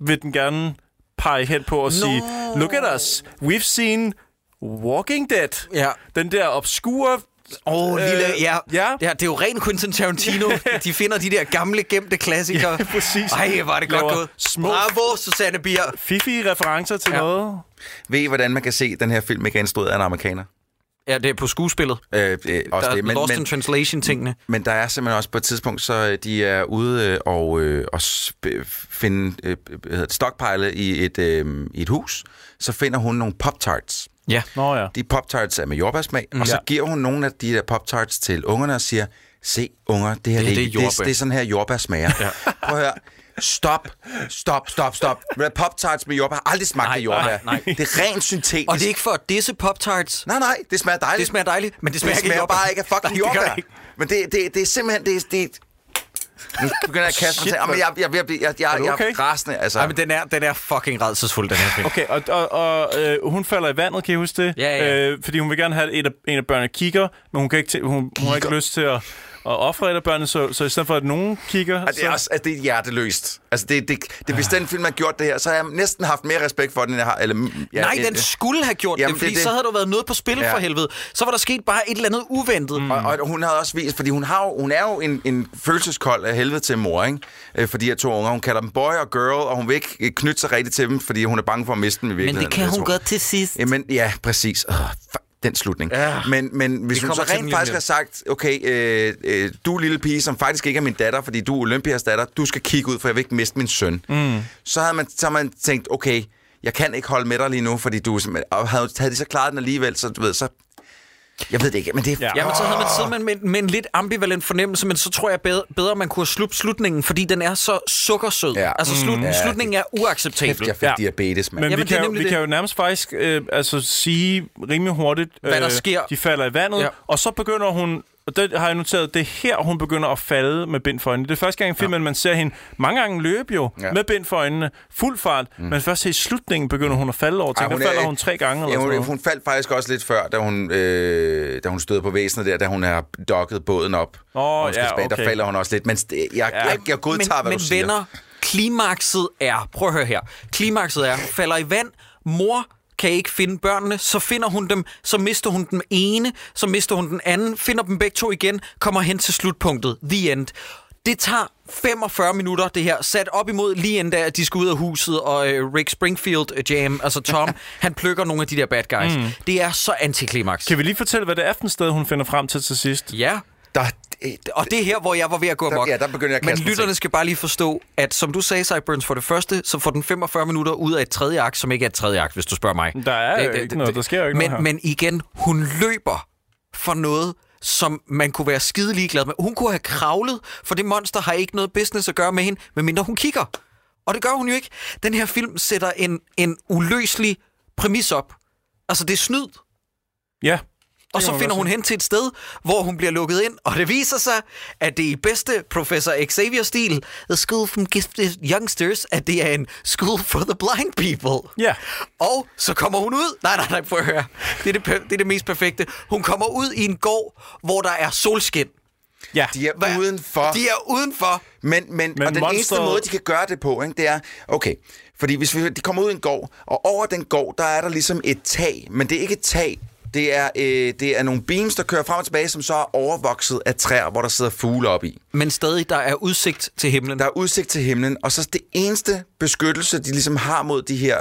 Speaker 3: vil den gerne pege hen på og no. sige, look at us, we've seen Walking Dead.
Speaker 1: Ja.
Speaker 3: Den der obskure...
Speaker 1: Åh, oh, lille,
Speaker 3: Øh,
Speaker 1: ja.
Speaker 3: ja.
Speaker 1: ja. Det er jo ren Quentin Tarantino. de finder de der gamle, gemte klassikere.
Speaker 3: Ja, præcis.
Speaker 1: Ej, var det godt
Speaker 3: Laver
Speaker 1: gået.
Speaker 3: små-
Speaker 1: Bravo, Susanne Bier.
Speaker 3: Fifi referencer til
Speaker 1: Ja.
Speaker 3: ja. noget.
Speaker 2: Ved I, hvordan man kan se, at den her film ikke er instrueret af en amerikaner?
Speaker 1: Ja, det er på skuespillet.
Speaker 2: Øh, øh, også
Speaker 1: der
Speaker 2: det.
Speaker 1: er Lost in Translation-tingene.
Speaker 2: Men der er simpelthen også på et tidspunkt, så øh, de er ude øh, og, øh, og sp- finde øh, hvad hedder det, stockpile i et, øh, i et hus. Så finder hun nogle Pop-Tarts.
Speaker 1: Ja.
Speaker 3: Nå ja.
Speaker 2: De Pop-Tarts er med jordbærsmag,
Speaker 1: Mm.
Speaker 2: og så
Speaker 3: Ja.
Speaker 2: giver hun nogle af de der Pop-Tarts til ungerne og siger, se unger, det her det,
Speaker 1: her,
Speaker 2: det,
Speaker 1: det er
Speaker 2: det, det,
Speaker 1: jordbær."
Speaker 2: det er sådan her jordbær smager. Ja. Prøv at høre. Stop, stop, stop, stop. Hvad Pop-Tarts med jordbær har aldrig smagt
Speaker 1: Nej,
Speaker 2: af jordbær.
Speaker 1: nej, nej.
Speaker 2: Det er rent syntetisk.
Speaker 1: Og det er ikke for at disse Pop-Tarts.
Speaker 2: Nej, nej, det smager dejligt.
Speaker 1: Det smager dejligt, men det smager
Speaker 2: det
Speaker 1: ikke af
Speaker 2: smager
Speaker 1: jordbær.
Speaker 2: bare ikke af fucking
Speaker 1: Nej, det gør det
Speaker 2: jordbær.
Speaker 1: ikke.
Speaker 2: Men det, det, det er simpelthen... Det, det, nu begynder jeg at kaste mig til. Jamen, jeg, jeg, jeg, jeg, jeg, jeg, jeg
Speaker 3: okay?
Speaker 2: er rasende. Altså.
Speaker 1: Nej, men den er, den er fucking redselsfuld, den her film.
Speaker 3: Okay, og, og, og øh, hun falder i vandet, kan I huske det?
Speaker 1: Ja, ja.
Speaker 3: Øh, fordi hun vil gerne have et af, en af børnene kigger, men hun, kan ikke til, hun, hun har ikke lyst til at, at ofre et af børnene, så, så i stedet for, at nogen kigger...
Speaker 2: Og det er
Speaker 3: så,
Speaker 2: også altså, det er hjerteløst. Altså, det, det, det, hvis den film har gjort det her, så har jeg næsten haft mere respekt for den, end jeg har. Eller, ja,
Speaker 1: Nej,
Speaker 2: øh,
Speaker 1: den
Speaker 2: øh.
Speaker 1: skulle have gjort
Speaker 2: Jamen,
Speaker 1: det,
Speaker 2: det
Speaker 1: fordi
Speaker 2: er
Speaker 1: det,
Speaker 2: det.
Speaker 1: så havde der været noget på spil
Speaker 2: Ja.
Speaker 1: for helvede. Så var der sket bare et eller andet uventet. Mm.
Speaker 2: Og, og hun havde også vist, fordi hun, har jo, hun er jo en, en følelseskold af helvede til mor, ikke? Øh, for de her to unger. Hun kalder dem boy og girl, og hun vil ikke øh, knytte sig rigtigt til dem, fordi hun er bange for at miste dem i virkeligheden. jeg tror.
Speaker 1: til sidst.
Speaker 2: Jamen, ja, præcis. Øh, fa- den slutning.
Speaker 1: Ja.
Speaker 2: Men, men hvis
Speaker 1: Vi
Speaker 2: hun så
Speaker 1: kommer til den
Speaker 2: rent
Speaker 1: lige om
Speaker 2: faktisk har
Speaker 1: lidt.
Speaker 2: sagt, okay, øh, øh, du lille pige, som faktisk ikke er min datter, fordi du er Olympias datter, du skal kigge ud, for jeg vil ikke miste min søn. Mm. Så havde man, så havde man tænkt, okay, jeg kan ikke holde med dig lige nu, fordi du er simpelthen- og havde, havde de så klaret den alligevel, så du ved, så... Jeg ved det ikke, men det er...
Speaker 3: Ja.
Speaker 1: Jamen, så havde man siddet med, med, med en lidt ambivalent fornemmelse, men så tror jeg bedre, bedre man kunne have sluppet slutningen, fordi den er så sukkersød.
Speaker 2: Ja. Mm.
Speaker 1: Altså, slut,
Speaker 2: Ja,
Speaker 1: slutningen er
Speaker 2: Kæft,
Speaker 1: uacceptabel.
Speaker 2: jeg fik
Speaker 3: Ja.
Speaker 2: diabetes, mand.
Speaker 3: Men
Speaker 1: Jamen,
Speaker 3: vi,
Speaker 1: det er
Speaker 3: kan, jo-
Speaker 1: nemlig
Speaker 3: vi
Speaker 1: det.
Speaker 3: kan jo nærmest faktisk øh, altså, sige rimelig hurtigt, øh,
Speaker 1: Hvad der sker.
Speaker 3: De falder i vandet,
Speaker 1: Ja.
Speaker 3: ja. og så begynder hun, og det har jeg noteret, det er her, hun begynder at falde med bind for øjnene. Det er første gang i filmen, man ser hende mange gange løbe jo,
Speaker 2: Ja.
Speaker 3: ja. med bind for øjnene, fuld fart, mm. men først her i slutningen begynder hun at falde over ting.
Speaker 2: Ej,
Speaker 3: Der
Speaker 2: er-
Speaker 3: falder hun tre gange eller
Speaker 2: ja,
Speaker 3: sådan
Speaker 2: hun,
Speaker 3: noget.
Speaker 2: hun faldt faktisk også lidt før, da hun, øh, da hun støder på væsenet der, da hun har dokket båden op.
Speaker 3: Åh,
Speaker 2: Og hun skal
Speaker 3: ja,
Speaker 2: tilbage, Der
Speaker 3: okay.
Speaker 2: falder hun også lidt, men st- jeg, jeg, jeg, jeg godtager,
Speaker 1: men,
Speaker 2: hvad
Speaker 1: men
Speaker 2: du siger.
Speaker 1: venner, klimakset er, prøv at høre her, klimakset er, falder i vand, mor kan ikke finde børnene, så finder hun dem, så mister hun den ene, så mister hun den anden, finder dem begge to igen, kommer hen til slutpunktet, the end. Det tager 45 minutter, det her, sat op imod lige endda, at de skal ud af huset, og øh, Rick Springfield øh, Jam, altså Tom, han plukker nogle af de der bad guys. Mm. Det er så antiklimaks.
Speaker 3: Kan vi lige fortælle, hvad det er for et sted, hun finder frem til til sidst?
Speaker 1: Ja.
Speaker 2: Der, øh,
Speaker 1: Og det er her, hvor jeg var ved at gå
Speaker 2: Der-
Speaker 1: amok.
Speaker 2: ja, der begynder jeg at
Speaker 1: Men
Speaker 2: kaste mig
Speaker 1: lytterne
Speaker 2: ting.
Speaker 1: skal bare lige forstå, at som du sagde, Cyburns, for det første, så får den 45 minutter ud af et tredje akt, som ikke er et tredje akt, hvis du spørger mig. Øh,
Speaker 3: Der er jo ikke noget. Der sker jo ikke
Speaker 1: men,
Speaker 3: noget her.
Speaker 1: Men igen, hun løber for noget, som man kunne være skide ligeglad med. Hun kunne have kravlet, for det monster har ikke noget business at gøre med hende, medmindre hun kigger. Og det gør hun jo ikke. Den her film sætter en, en uløselig præmis op. Altså, det er snyd.
Speaker 3: Ja.
Speaker 1: Og så finder hun hen til et sted, hvor hun bliver lukket ind, og det viser sig, at det i bedste professor Xavier-stil, The School from Gifted Youngsters, at det er en school for the blind people.
Speaker 3: Ja.
Speaker 1: Og så kommer hun ud. Nej, nej, nej, prøv at høre. Det er det, per- det er det mest perfekte. Hun kommer ud i en gård, hvor der er solskin.
Speaker 3: Ja.
Speaker 2: de er
Speaker 1: Hvad-
Speaker 2: udenfor.
Speaker 1: De er udenfor.
Speaker 2: Men, men, men
Speaker 3: Men
Speaker 2: og den monster... eneste
Speaker 3: monsteret-
Speaker 2: måde, de kan gøre det på, ikke, det er, okay, fordi hvis vi, de kommer ud i en gård, og over den gård, der er der ligesom et tag, men det er ikke et tag, det er, øh, det er nogle beams, der kører frem og tilbage, som så er overvokset af træer, hvor der sidder fugle op i.
Speaker 1: Men stadig, der er udsigt til himlen.
Speaker 2: Der er udsigt til himlen, og så det eneste beskyttelse, de ligesom har mod de her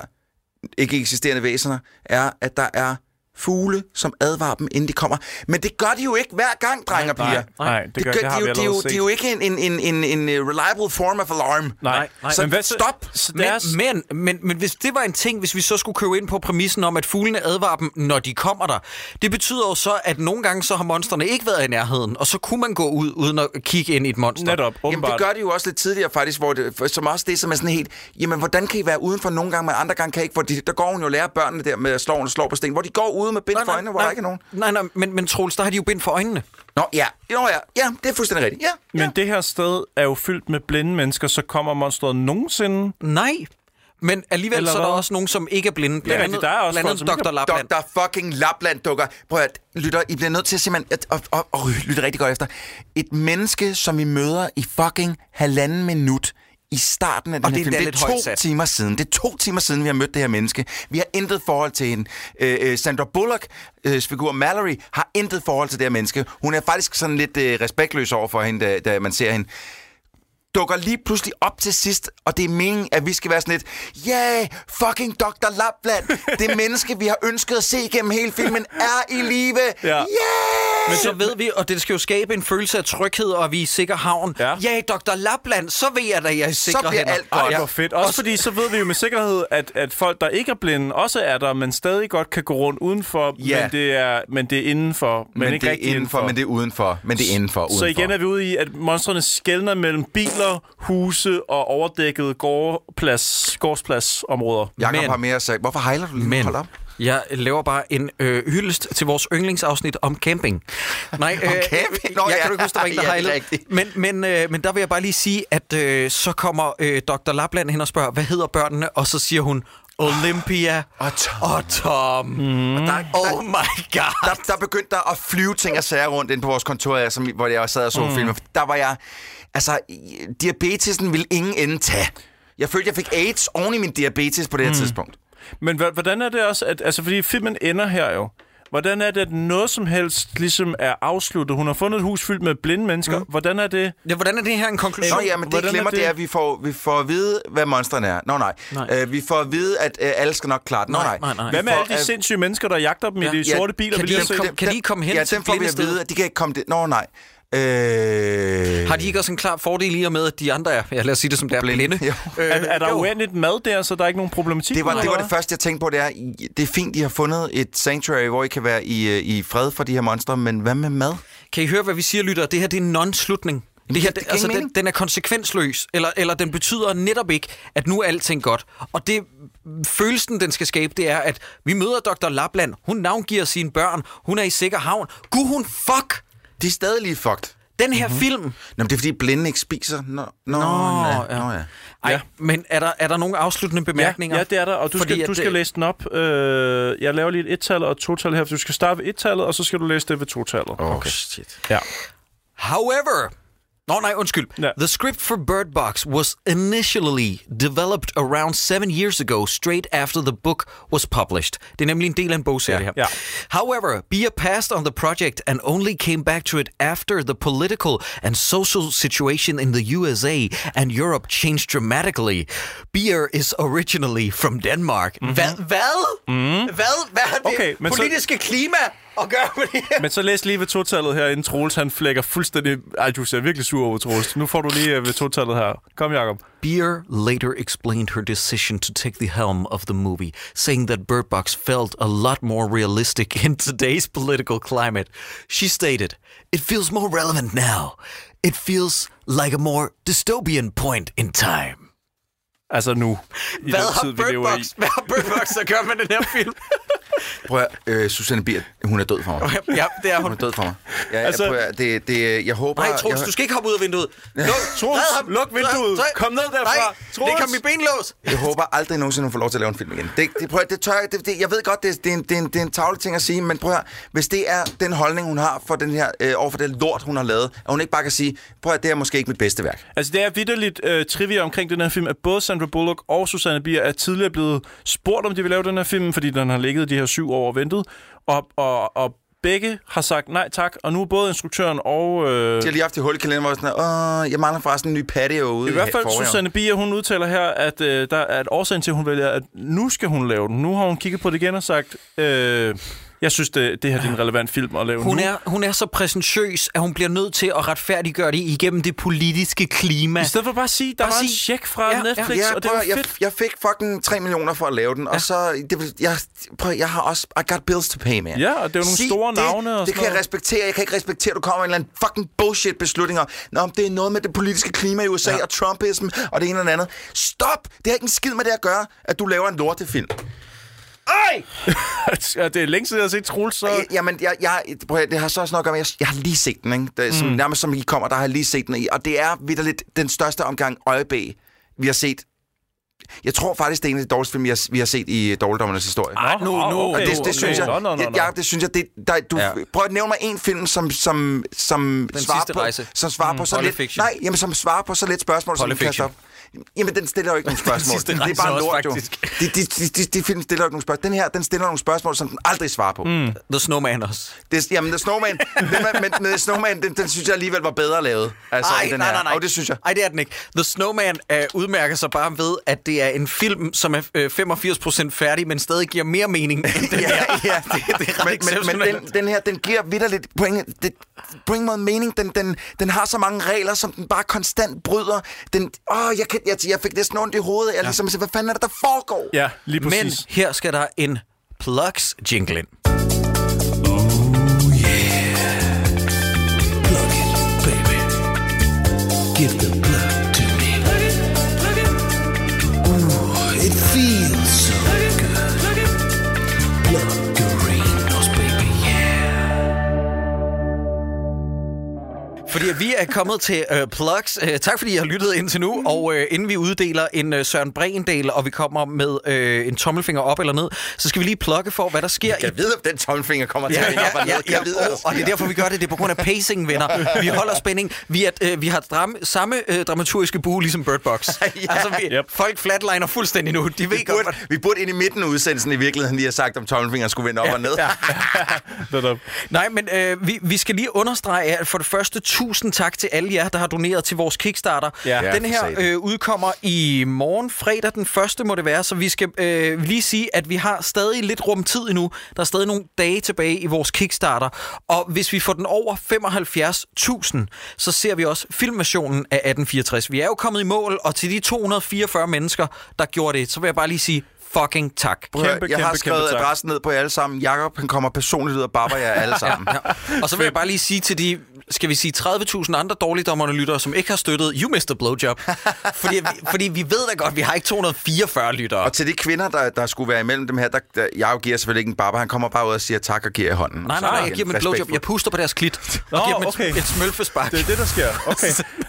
Speaker 2: ikke eksisterende væsener, er, at der er fugle, som advarer dem, inden de kommer. Men det gør de jo ikke hver gang, drenge og piger.
Speaker 3: Nej, det, gør,
Speaker 2: gør-
Speaker 3: det, har
Speaker 2: de,
Speaker 3: vi
Speaker 2: er jo- de, er
Speaker 3: allerede
Speaker 2: jo-
Speaker 3: set.
Speaker 2: de er jo ikke en, en, en, en, en øh, reliable form of alarm.
Speaker 3: Nej, nej.
Speaker 2: Så
Speaker 3: Men hvad så-
Speaker 2: stop.
Speaker 3: Så
Speaker 1: Men,
Speaker 3: deres,
Speaker 1: men, men, men hvis det var en ting, hvis vi så skulle købe ind på præmissen om, at fuglene advarer dem, når de kommer der, det betyder jo så, at nogle gange så har monsterne ikke været i nærheden, og så kunne man gå ud uden at kigge ind i et monster.
Speaker 3: netop, åbenbart.
Speaker 2: Jamen, det gør de jo også lidt tidligere faktisk, hvor det, for- som også det, som er sådan helt, jamen, hvordan kan I være udenfor nogle gange, men andre gange kan I ikke, hvor de, der går hun jo og lærer børnene der med at slå og slå på sten, hvor de går ude med bind for øjnene, hvor der ikke er nogen.
Speaker 1: Nej, nej, men, men Troels, der har de jo bind for øjnene.
Speaker 2: Nå, ja, jo, ja, ja, det er fuldstændig rigtigt. Ja,
Speaker 3: Men
Speaker 2: ja.
Speaker 3: det her sted er jo fyldt med blinde mennesker, så kommer monstret nogensinde.
Speaker 1: Nej. Men alligevel
Speaker 3: Eller
Speaker 1: så er der
Speaker 3: hvad?
Speaker 1: også nogen, som ikke er blinde. Blandt
Speaker 3: rigtigt, der er også
Speaker 1: blandt
Speaker 3: folk,
Speaker 1: andet
Speaker 3: som ikke
Speaker 1: Dr.
Speaker 3: er-
Speaker 1: Lapland.
Speaker 2: Dr. fucking Lapland dukker. Prøv at lytter, I bliver nødt til at simpelthen at, at, at, at, at lytte rigtig godt efter. Et menneske, som vi møder i fucking halvanden minut i starten af den
Speaker 1: Og
Speaker 2: her
Speaker 1: det er
Speaker 2: film.
Speaker 1: endda
Speaker 2: Det er
Speaker 1: lidt
Speaker 2: to
Speaker 1: højt sat.
Speaker 2: timer siden. Det er to timer siden, vi har mødt det her menneske. Vi har intet forhold til hende. Øh, øh, Sandra Bullock, øh, figur Mallory, har intet forhold til det her menneske. Hun er faktisk sådan lidt øh, respektløs over for hende, da, da man ser hende. dukker lige pludselig op til sidst, og det er meningen, at vi skal være sådan lidt, yeah, fucking Dr. Lapland, det menneske, vi har ønsket at se gennem hele filmen, er i live.
Speaker 3: Ja.
Speaker 2: Yeah!
Speaker 1: Men så ved vi, og det skal jo skabe en følelse af tryghed, og vi er i sikker havn.
Speaker 3: Ja.
Speaker 1: Ja, ja Dr. Lapland, så ved jeg, at jeg er i sikre
Speaker 2: bliver
Speaker 1: hænder.
Speaker 2: alt
Speaker 3: Ej,
Speaker 2: godt.
Speaker 1: Ja.
Speaker 3: hvor fedt. Også fordi så ved vi jo med sikkerhed, at, at folk, der ikke er blinde, også er der, men stadig godt kan gå rundt udenfor,
Speaker 2: Ja.
Speaker 3: men, det er, men det er indenfor. Men,
Speaker 2: Men,
Speaker 3: ikke
Speaker 2: det er
Speaker 3: rigtig
Speaker 2: indenfor, men det er udenfor. Men det er indenfor, udenfor.
Speaker 3: Så igen er vi ude i, at monstrene skældner mellem biler, huse og overdækkede gårdplads, gårdspladsområder.
Speaker 2: Jakob
Speaker 1: Men-
Speaker 2: har mere sagt, hvorfor hejler du lige?
Speaker 1: Men
Speaker 2: Hold op.
Speaker 1: jeg laver bare en øh, hyldest til vores yndlingsafsnit om camping. Nej, øh,
Speaker 2: camping? Nå,
Speaker 1: jeg
Speaker 2: ja.
Speaker 1: kan du ikke huske, der var en, der
Speaker 2: Ja, det er
Speaker 1: hejlede.
Speaker 2: rigtigt.
Speaker 1: Men, men, øh, men der vil jeg bare lige sige, at øh, så kommer øh, Dr. Lapland hen og spørger, hvad hedder børnene? Og så siger hun, Olympia og Tom. Og Tom. Mm. Og der, oh my god.
Speaker 2: der, der begyndte der at flyve ting og sager rundt ind på vores kontor, ja, som, hvor jeg sad og så mm. filmen. Der var jeg... Altså, i- diabetesen ville ingen ende tage. Jeg følte, jeg fik AIDS oven i min diabetes på det her mm. tidspunkt.
Speaker 3: Men hva- hvordan er det også, at, altså fordi filmen ender her jo, hvordan er det, at noget som helst ligesom er afsluttet? Hun har fundet et hus fyldt med blinde mennesker. Mm. Hvordan er det?
Speaker 1: Ja, hvordan er det her en konklusion?
Speaker 2: Nå ja, men det
Speaker 3: hvordan
Speaker 2: jeg
Speaker 3: er
Speaker 2: glemmer, det?
Speaker 3: det?
Speaker 2: det er, at vi får, vi får at vide, hvad monsterne er. Nå nej.
Speaker 3: Nej.
Speaker 2: nej. Øh, vi får at vide, at øh, alle skal nok klare det. Nå nej.
Speaker 1: Nej, nej, nej.
Speaker 3: Hvad med
Speaker 2: For,
Speaker 3: alle de
Speaker 2: øh,
Speaker 3: sindssyge mennesker, der jagter dem ja. i de sorte biler?
Speaker 1: kan
Speaker 3: vi
Speaker 1: de
Speaker 3: lige har
Speaker 1: ikke
Speaker 3: set?
Speaker 1: komme- kan de komme hen
Speaker 2: ja,
Speaker 1: til
Speaker 2: dem får vi at
Speaker 1: blindestedet?
Speaker 2: vide, at de kan ikke komme det. Nå nej. Øh,
Speaker 1: Har de ikke også en klar fordel i og med, at de andre er, ja, lad os sige det som det er, blinde?
Speaker 2: Blinde.
Speaker 1: blinde.
Speaker 2: Jo.
Speaker 3: Er, er der uendeligt mad der, så der er ikke nogen problematik?
Speaker 2: Det var,
Speaker 3: med,
Speaker 2: det var
Speaker 3: eller
Speaker 2: det første, jeg tænkte på, det er, I- det er fint, I har fundet et sanctuary, hvor I kan være i, øh, i fred for de her monstre, men hvad med mad?
Speaker 1: Kan I høre, hvad vi siger, lytter? Det her, det er en non-slutning. Det her,
Speaker 2: det
Speaker 1: det,
Speaker 2: giver
Speaker 1: altså,
Speaker 2: ingen
Speaker 1: den,
Speaker 2: mening.
Speaker 1: den er konsekvensløs, eller, eller den betyder netop ikke, at nu er alting godt. Og det følelsen, den skal skabe, det er, at vi møder Dr. Lapland, hun navngiver sine børn, hun er i sikker havn. Gud, hun fuck!
Speaker 2: De er stadig lige fucked.
Speaker 1: Den her
Speaker 3: Mhm.
Speaker 1: mm-hmm. film!
Speaker 2: Nå, men det er, fordi blinde ikke spiser. Nå, nå, nå, ja. nå ja.
Speaker 1: Ej,
Speaker 3: Ja.
Speaker 1: ja. men er der, er der nogle afsluttende bemærkninger?
Speaker 3: Ja, ja, det er der, og du
Speaker 1: Fordi
Speaker 3: skal,
Speaker 1: at
Speaker 3: du skal
Speaker 1: det-
Speaker 3: læse den op. Øh, jeg laver lige et et-tal og et to-tal her, for du skal starte ved et-tallet, og så skal du læse det ved to-tallet.
Speaker 2: Oh, okay. shit.
Speaker 3: Ja.
Speaker 1: However, no, no, undskyld.
Speaker 3: Ja.
Speaker 1: The script for Bird Box was initially developed around seven years ago, straight after the book was published. Det er nemlig en del af en bogserie her.
Speaker 3: ja.
Speaker 1: However, Bia passed on the project and only came back to it after the political and social situation in the USA and Europe changed dramatically. Bia is originally from Denmark. Mm-hmm. Hvad? Hvad? Mm-hmm. Hvad? Hvad har det
Speaker 3: Mhm. Okay, men så-
Speaker 1: politiske klima at gøre med det her?
Speaker 3: Men så læs lige ved to-tallet her, inden Troels han flækker fuldstændig... Ej, du ser virkelig sur over, Troels. Nu får du lige øh, ved to-tallet her. Kom, Jacob.
Speaker 1: Beer later explained her decision to take the helm of the movie, saying that Bird Box felt a lot more realistic in today's political climate. She stated, It feels more relevant now. It feels like a more dystopian point in time.
Speaker 3: Altså nu. I
Speaker 1: Hvad har, Bird Box, hvad har Bird Box at gøre med den her film?
Speaker 2: Prøv at, høre, øh, Susanne Bier, hun er død for mig.
Speaker 1: ja, det er
Speaker 2: Hun er
Speaker 1: hun.
Speaker 2: død for mig. Ja,
Speaker 3: Altså-
Speaker 2: altså, prøv at, høre, det, det, jeg håber...
Speaker 1: Nej, Troels,
Speaker 2: jeg,
Speaker 1: du skal ikke hoppe ud af vinduet. Luk,
Speaker 3: Troels,
Speaker 1: Lad ham-
Speaker 3: luk vinduet.
Speaker 1: Troels,
Speaker 3: Kom ned derfra.
Speaker 1: Nej,
Speaker 3: Troels.
Speaker 1: det kan blive benlås.
Speaker 2: jeg håber aldrig nogensinde, hun får lov til at lave en film igen. Det, det, prøv at, det tør jeg, det, det, jeg ved godt, det, det, er en, det, er en, det er en tavle ting at sige, men prøv at, høre, hvis det er den holdning, hun har for den her, øh, over for det lort, hun har lavet, at hun ikke bare kan sige, prøv at, det er måske ikke mit bedste værk.
Speaker 3: Altså, det er vidderligt øh, trivia omkring den her film, at både Sandra Bullock og Susanne Bier er tidligere blevet spurgt, om de vil lave den her film, fordi den har ligget de her syv år og ventet. Og, og, og begge har sagt nej tak, og nu er både instruktøren og... Øh,
Speaker 2: De har lige haft i hul i kalenderen, hvor jeg sådan, er, Åh, jeg mangler forresten en ny patio ude
Speaker 3: I hvert fald,
Speaker 2: forhaven."
Speaker 3: Susanne Bier, hun udtaler her, at øh, der er et årsagen til, at hun vælger, at nu skal hun lave den. Nu har hun kigget på det igen og sagt, øh, jeg synes, det, det her det er en relevant film at lave
Speaker 1: Hun
Speaker 3: nu.
Speaker 1: er, hun er så præsentøs, at hun bliver nødt til at retfærdiggøre det igennem det politiske klima.
Speaker 3: I stedet for bare at sige, der
Speaker 1: Bare
Speaker 3: var en
Speaker 1: sig-
Speaker 3: check fra
Speaker 1: Ja, ja.
Speaker 3: Netflix,
Speaker 2: Ja,
Speaker 3: og det
Speaker 2: prøv,
Speaker 3: var
Speaker 2: at- jeg,
Speaker 3: fedt.
Speaker 2: jeg fik fucking 3 millioner for at lave den, ja. og så... Det, vil- jeg, prøv, at- jeg har også... I got bills to pay, man.
Speaker 3: Ja, og det er jo nogle
Speaker 2: Sig
Speaker 3: store
Speaker 2: det,
Speaker 3: navne og
Speaker 2: Det
Speaker 3: sådan
Speaker 2: kan jeg
Speaker 3: noget.
Speaker 2: respektere. Jeg kan ikke respektere, at du kommer med en eller anden fucking bullshit beslutninger. Nå, om det er noget med det politiske klima i USA ja. og Trumpism og det ene og det andet. Stop! Det har ikke en skid med det at gøre, at du laver en lortefilm.
Speaker 3: Ja, det er længe siden, jeg har set Troels, så...
Speaker 2: Øh, Jamen, jeg, jeg, prøv at, høre, det har så også noget at gøre med, at jeg, jeg har lige set den, ikke? Det, er som, mm. Nærmest som I kommer, der har jeg lige set den i. Og det er vidderligt den største omgang øjebæg, vi har set. Jeg tror faktisk, det er en af de dårligste film, vi har, vi har set i øh, Dårligdommernes historie.
Speaker 3: Ej, nu- nu-
Speaker 2: Og
Speaker 3: okay,
Speaker 2: det, det,
Speaker 3: okay.
Speaker 2: synes jeg,
Speaker 3: Nå, nå, nå, nå.
Speaker 2: Ja, det synes jeg, det, der, du, ja.
Speaker 1: Ja.
Speaker 2: prøv at nævne mig en film, som, som, som
Speaker 1: Den
Speaker 2: svarer
Speaker 1: sidste
Speaker 2: på,
Speaker 1: rejse.
Speaker 2: som svarer mm, på så
Speaker 1: Pulp
Speaker 2: lidt,
Speaker 1: Fiction.
Speaker 2: nej, jamen, som svarer på så lidt spørgsmål, som
Speaker 1: Pulp
Speaker 2: du kaster
Speaker 1: Fiction.
Speaker 2: op. Jamen, den stiller jo ikke nogen spørgsmål.
Speaker 1: sidste
Speaker 2: det er
Speaker 1: rejse
Speaker 2: bare
Speaker 1: også,
Speaker 2: lort, jo.
Speaker 1: faktisk.
Speaker 2: De, de, de, de, de film stiller jo ikke nogen spørgsmål. Den her, den stiller nogle spørgsmål, som den aldrig svarer på. Mm.
Speaker 1: The Snowman også.
Speaker 2: Det, jamen, The Snowman, den, var- men, men The Snowman den, den synes jeg alligevel var bedre lavet. Altså, i den her. Og det synes jeg.
Speaker 1: Ej, det er den ikke. The Snowman øh, udmærker sig bare ved, at det er en film, som er øh, 85% færdig, men stadig giver mere mening end den her.
Speaker 2: ja,
Speaker 1: det, det er ret
Speaker 2: men, men, men den, den her, den giver vidderligt point, det, på ingen måde mening. Den, den, den har så mange regler, som den bare konstant bryder. Den, åh, jeg, kan, jeg, jeg fik næsten ondt i hovedet. Jeg ja. ligesom, siger, hvad fanden er det, der foregår?
Speaker 3: Ja, lige
Speaker 1: men
Speaker 3: præcis.
Speaker 1: her skal der en plugs jingle ind. Fordi vi er kommet til øh, plugs. Øh, tak fordi I har lyttet indtil nu. Og øh, inden vi uddeler en øh, Søren Brendel, og vi kommer med øh, en tommelfinger op eller ned, så skal vi lige plukke for, hvad der sker i
Speaker 2: Jeg ved, om den tommelfinger kommer til
Speaker 1: Ja,
Speaker 2: at
Speaker 1: ja,
Speaker 2: hænge op og ned.
Speaker 1: ja, ja,
Speaker 2: Jeg ved,
Speaker 1: og, og det er derfor, vi gør det. Det er på grund af pacing, venner. Vi holder spænding. Vi, er, øh, vi har dram, samme øh, dramaturgiske bue, ligesom Bird Box. ja. Altså, vi,
Speaker 3: Yep.
Speaker 1: folk flatliner fuldstændig nu. De ved
Speaker 2: vi,
Speaker 1: godt,
Speaker 2: burde, vi burde ind i midten af udsendelsen i virkeligheden lige have sagt, om tommelfingeren skulle vende op og ned.
Speaker 3: Netop.
Speaker 1: Nej, men øh, vi, vi skal lige understrege, at for det første, tusind tak til alle jer, der har doneret til vores Kickstarter.
Speaker 3: Ja. Ja,
Speaker 1: den
Speaker 2: for
Speaker 1: her
Speaker 2: satan.
Speaker 1: øh, udkommer i morgen, fredag den første må det være, så vi skal øh, lige sige, at vi har stadig lidt rum tid endnu. Der er stadig nogle dage tilbage i vores Kickstarter, og hvis vi får den over 75.000, så ser vi også filmversionen af 1864. Vi er jo kommet i mål, og til de 244 mennesker, der gjorde det, så vil jeg bare lige sige fucking tak.
Speaker 2: Prøv at høre,
Speaker 3: Kæmpe,
Speaker 2: jeg har
Speaker 3: kæmpe,
Speaker 2: skrevet
Speaker 3: kæmpe tak.
Speaker 2: adressen ned på jer alle sammen. Jakob, han kommer personligt ud og barber jer alle sammen.
Speaker 1: Og så vil jeg bare lige sige til de, skal vi sige 30.000 andre dårligdommerne lyttere, som ikke har støttet You Missed a Blowjob. fordi, vi- fordi vi ved da godt, vi har ikke 244 lyttere.
Speaker 2: Og til de kvinder, der, der skulle være imellem dem her, der, der, jeg giver selvfølgelig ikke en barber. Han kommer bare ud og siger tak og giver jer hånden.
Speaker 1: Nej,
Speaker 2: Så
Speaker 1: nej, nej,
Speaker 2: er
Speaker 1: jeg
Speaker 2: det
Speaker 1: giver dem et blowjob. Jeg
Speaker 2: respektfuldt.
Speaker 1: puster på deres klit og
Speaker 3: Nå,
Speaker 1: giver dem et,
Speaker 3: okay.
Speaker 1: okay. et smølfespark.
Speaker 3: Det er det, der sker. Okay.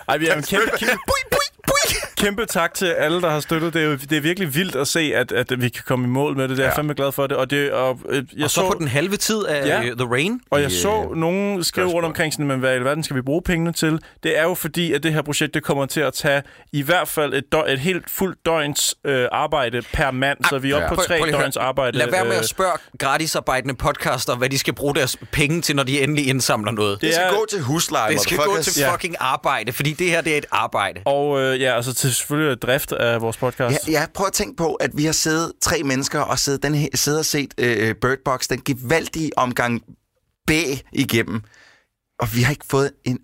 Speaker 3: Ej, vi er en kæmpe, kæmpe,
Speaker 1: Bui, bui, bui.
Speaker 3: kæmpe tak til alle, der har støttet. Det er, jo, det er virkelig vildt at se, at, at vi kan komme i mål med det. Det er jeg fandme glad for det. Og, det, og, øh, jeg
Speaker 1: Og så på den halve tid af ja.
Speaker 3: Ja.
Speaker 1: The Rain.
Speaker 3: Og jeg så nogen skrive rundt omkring sådan, men hvad i alverden skal vi bruge pengene til? Det er jo fordi, at det her projekt, det kommer til at tage i hvert fald et, dø- et helt fuldt døgns øh, arbejde per mand, så vi er oppe på
Speaker 1: Ah, Prøv-
Speaker 3: tre
Speaker 1: prøv lige at høre.
Speaker 3: døgns arbejde.
Speaker 1: Lad være med
Speaker 3: øh,
Speaker 1: at spørge gratisarbejdende podcaster, hvad de skal bruge deres penge til, når de endelig indsamler noget.
Speaker 2: Det
Speaker 1: Det,
Speaker 2: skal
Speaker 3: Ja.
Speaker 2: gå til husleje.
Speaker 1: det skal gå
Speaker 2: motherfuckers.
Speaker 1: til fucking arbejde, fordi det her det er et arbejde.
Speaker 3: Og øh, ja, altså til selvfølgelig drift af vores podcast. Ja,
Speaker 2: Ja, ja, prøv at tænke på, at vi har siddet tre mennesker og siddet, den her, siddet og set øh, Bird Box, den gevaldige omgang B igennem, og vi har ikke fået en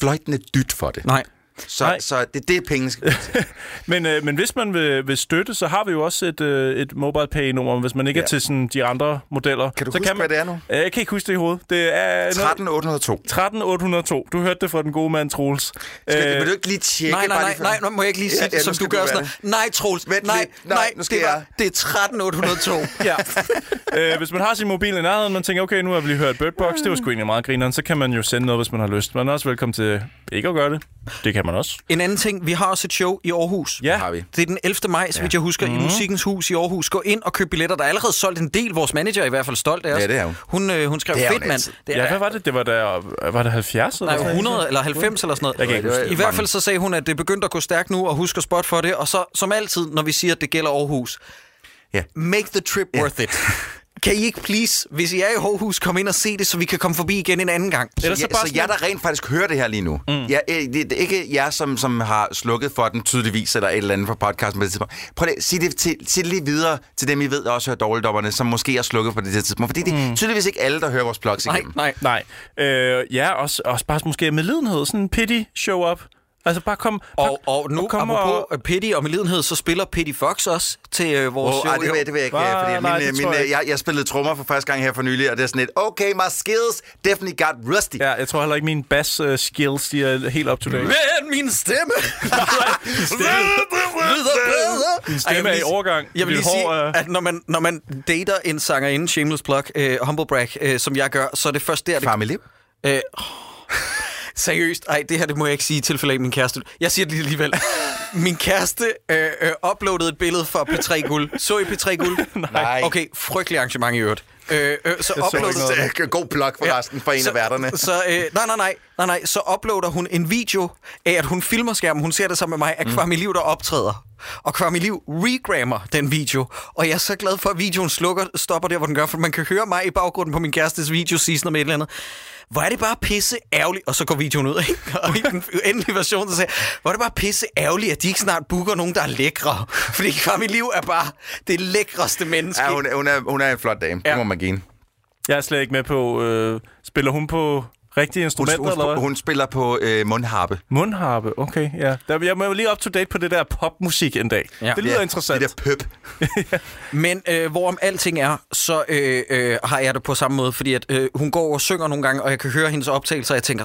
Speaker 2: fløjtende dyt for det.
Speaker 1: Nej.
Speaker 2: Så,
Speaker 3: Nej.
Speaker 2: så det, det er penge. skal gå til.
Speaker 3: Men, øh, men hvis man vil, vil støtte, så har vi jo også et, øh, et MobilePay-nummer, hvis man ikke ja.
Speaker 2: Ja.
Speaker 3: er til sådan, de andre modeller.
Speaker 2: Kan du
Speaker 3: så
Speaker 2: huske,
Speaker 3: man,
Speaker 2: hvad det er nu?
Speaker 3: Øh, Jeg kan ikke huske det i hovedet. Det er
Speaker 2: 13802.
Speaker 3: 13802. Du hørte det fra den gode mand, Troels.
Speaker 2: Skal,
Speaker 3: Øh,
Speaker 2: vil du ikke lige tjekke?
Speaker 1: Nej, nej,
Speaker 2: bare
Speaker 1: nej,
Speaker 2: lige for-
Speaker 1: nej, nu må jeg ikke lige sige
Speaker 2: Ja,
Speaker 1: ja, det,
Speaker 2: ja,
Speaker 1: ja,
Speaker 2: nu
Speaker 1: som
Speaker 2: skal
Speaker 1: du gør
Speaker 2: være
Speaker 1: sådan
Speaker 2: det.
Speaker 1: noget. Nej, Troels, nej,
Speaker 2: Vent
Speaker 1: nej,
Speaker 2: lidt. Nej,
Speaker 1: nej,
Speaker 2: nu skal
Speaker 1: det, var,
Speaker 2: jeg.
Speaker 1: det er 13802.
Speaker 3: Ja. øh, hvis man har sin mobil i nærheden, man tænker, okay, nu har vi lige hørt Birdbox, det var sgu egentlig meget grineren, så kan man jo sende noget, hvis man har lyst. Man er også velkommen til ikke at gøre det. Det kan man også.
Speaker 1: En anden ting, vi har også et show i Aarhus.
Speaker 3: Ja.
Speaker 2: Har vi.
Speaker 1: Det er den 11. maj, så vidt jeg husker, mm. i
Speaker 2: Mhm.
Speaker 1: Musikkens Hus i Aarhus. Gå ind og køb billetter. Der er allerede solgt en del. Vores manager er i hvert fald stolt af os.
Speaker 2: Ja, det er hun.
Speaker 1: Hun, øh, hun skrev,
Speaker 2: Det er hun
Speaker 1: fedt mand.
Speaker 2: altid.
Speaker 1: Det
Speaker 3: Ja,
Speaker 1: er,
Speaker 3: hvad var det? Det var der, var det 70 eller
Speaker 1: Nej,
Speaker 3: sådan noget?
Speaker 1: 100 eller 90 eller sådan noget.
Speaker 3: Jeg kan ikke huske
Speaker 1: I
Speaker 2: det.
Speaker 1: hvert fald så sagde hun, at det begyndte at gå stærkt nu, og husk at spot for det. Og så, som altid, når vi siger, at det gælder Aarhus,
Speaker 2: Ja.
Speaker 1: make the trip worth it. Kan I ikke please, hvis I er i Aarhus, komme ind og se det, så vi kan komme forbi igen en anden gang?
Speaker 3: Ellers
Speaker 2: Så,
Speaker 3: så
Speaker 2: ja,
Speaker 3: bare
Speaker 2: så jeg, der rent faktisk hører det her lige nu. Mm. Jeg, øh, det, det, er ikke jer, som, som har slukket for den tydeligvis, eller et eller andet for podcasten på det tidspunkt. Prøv lige, at sige det, til, sig det lige videre til dem, I ved også hører dårligdommerne, som måske har slukket på det her tidspunkt. Fordi det er tydeligvis ikke alle, der hører vores blogs
Speaker 1: Nej,
Speaker 2: igennem.
Speaker 1: nej.
Speaker 3: Nej. Øh, ja, også, også bare måske med lidenhed. Sådan en pity show up. Altså bare kom...
Speaker 1: Og,
Speaker 3: bare,
Speaker 1: og nu,
Speaker 3: kom
Speaker 1: apropos og... Pity og medlidenhed, så spiller Pity Fox også til øh, vores
Speaker 2: Åh,
Speaker 1: show.
Speaker 2: ej, det, vil, jeg- det vil jeg ikke,
Speaker 3: Nej,
Speaker 2: nej, fordi
Speaker 3: nej,
Speaker 2: min,
Speaker 3: det
Speaker 2: øh,
Speaker 3: tror
Speaker 2: min,
Speaker 3: jeg
Speaker 2: jeg,
Speaker 3: ikke.
Speaker 2: jeg, jeg spillede trommer for første gang her for nylig, og det er sådan lidt, okay, my skills definitely got rusty.
Speaker 3: Ja, jeg tror heller ikke, mine bass uh, skills, de er helt up to date.
Speaker 1: Men min stemme lyder bedre.
Speaker 3: stemme
Speaker 1: Ej, jeg vil
Speaker 3: er i
Speaker 1: lige-
Speaker 3: overgang.
Speaker 1: Jeg vil
Speaker 3: Dit
Speaker 1: lige sige,
Speaker 3: hår er-
Speaker 1: at når man, når man dater en sangerinde, shameless plug, øh, humble brag, øh, som jeg gør, så er det først der, det
Speaker 2: Far med liv.
Speaker 1: Øh, seriøst, ej, det her det må jeg ikke sige i tilfælde af min kæreste. Jeg siger det lige alligevel. Min kæreste øh, øh, uploadede et billede fra P3 Guld. Så I P3 Guld?
Speaker 2: Nej.
Speaker 1: Okay, frygtelig arrangement i øvrigt. Øh, øh, så
Speaker 2: Så
Speaker 1: uploadede
Speaker 2: ikke noget. øh, God plug for resten for en
Speaker 1: så,
Speaker 2: af værterne.
Speaker 1: Så, øh, nej, nej, nej, nej, nej. Så uploader hun en video af, at hun filmer skærmen. Hun ser det sammen med mig, at
Speaker 2: Mm.
Speaker 1: Kwame Liv, der optræder. Og Kwame Liv regrammer den video. Og jeg er så glad for, at videoen slukker, stopper der, hvor den gør. For man kan høre mig i baggrunden på min kærestes video sige sådan noget med et eller andet. Hvor er det bare pisse ærgerligt. Og så går videoen ud, ikke? Og i den endelige version, så sagde jeg, hvor er det bare pisse ærgerligt, at de ikke snart booker nogen, der er lækre. Fordi Kwame Liv er bare det lækreste menneske.
Speaker 2: Ja, hun, er- hun, er, hun er en flot dame. Ja.
Speaker 1: Ja.
Speaker 2: Det må man give hende.
Speaker 3: Jeg er slet ikke med på... Øh, spiller hun på rigtige
Speaker 2: Hun,
Speaker 3: instrumenter,
Speaker 2: hun,
Speaker 3: eller hvad?
Speaker 2: hun, hun spiller på øh, mundharpe.
Speaker 3: Mundharpe, okay, ja. Der, jeg må jo lige up to date på det der popmusik en dag. Ja. Det lyder
Speaker 2: Ja,
Speaker 3: ja, interessant.
Speaker 2: Det der pøp.
Speaker 1: Men øh, hvorom alting er, så øh, øh, har jeg det på samme måde, fordi at, øh, hun går og synger nogle gange, og jeg kan høre hendes optagelser, og jeg tænker,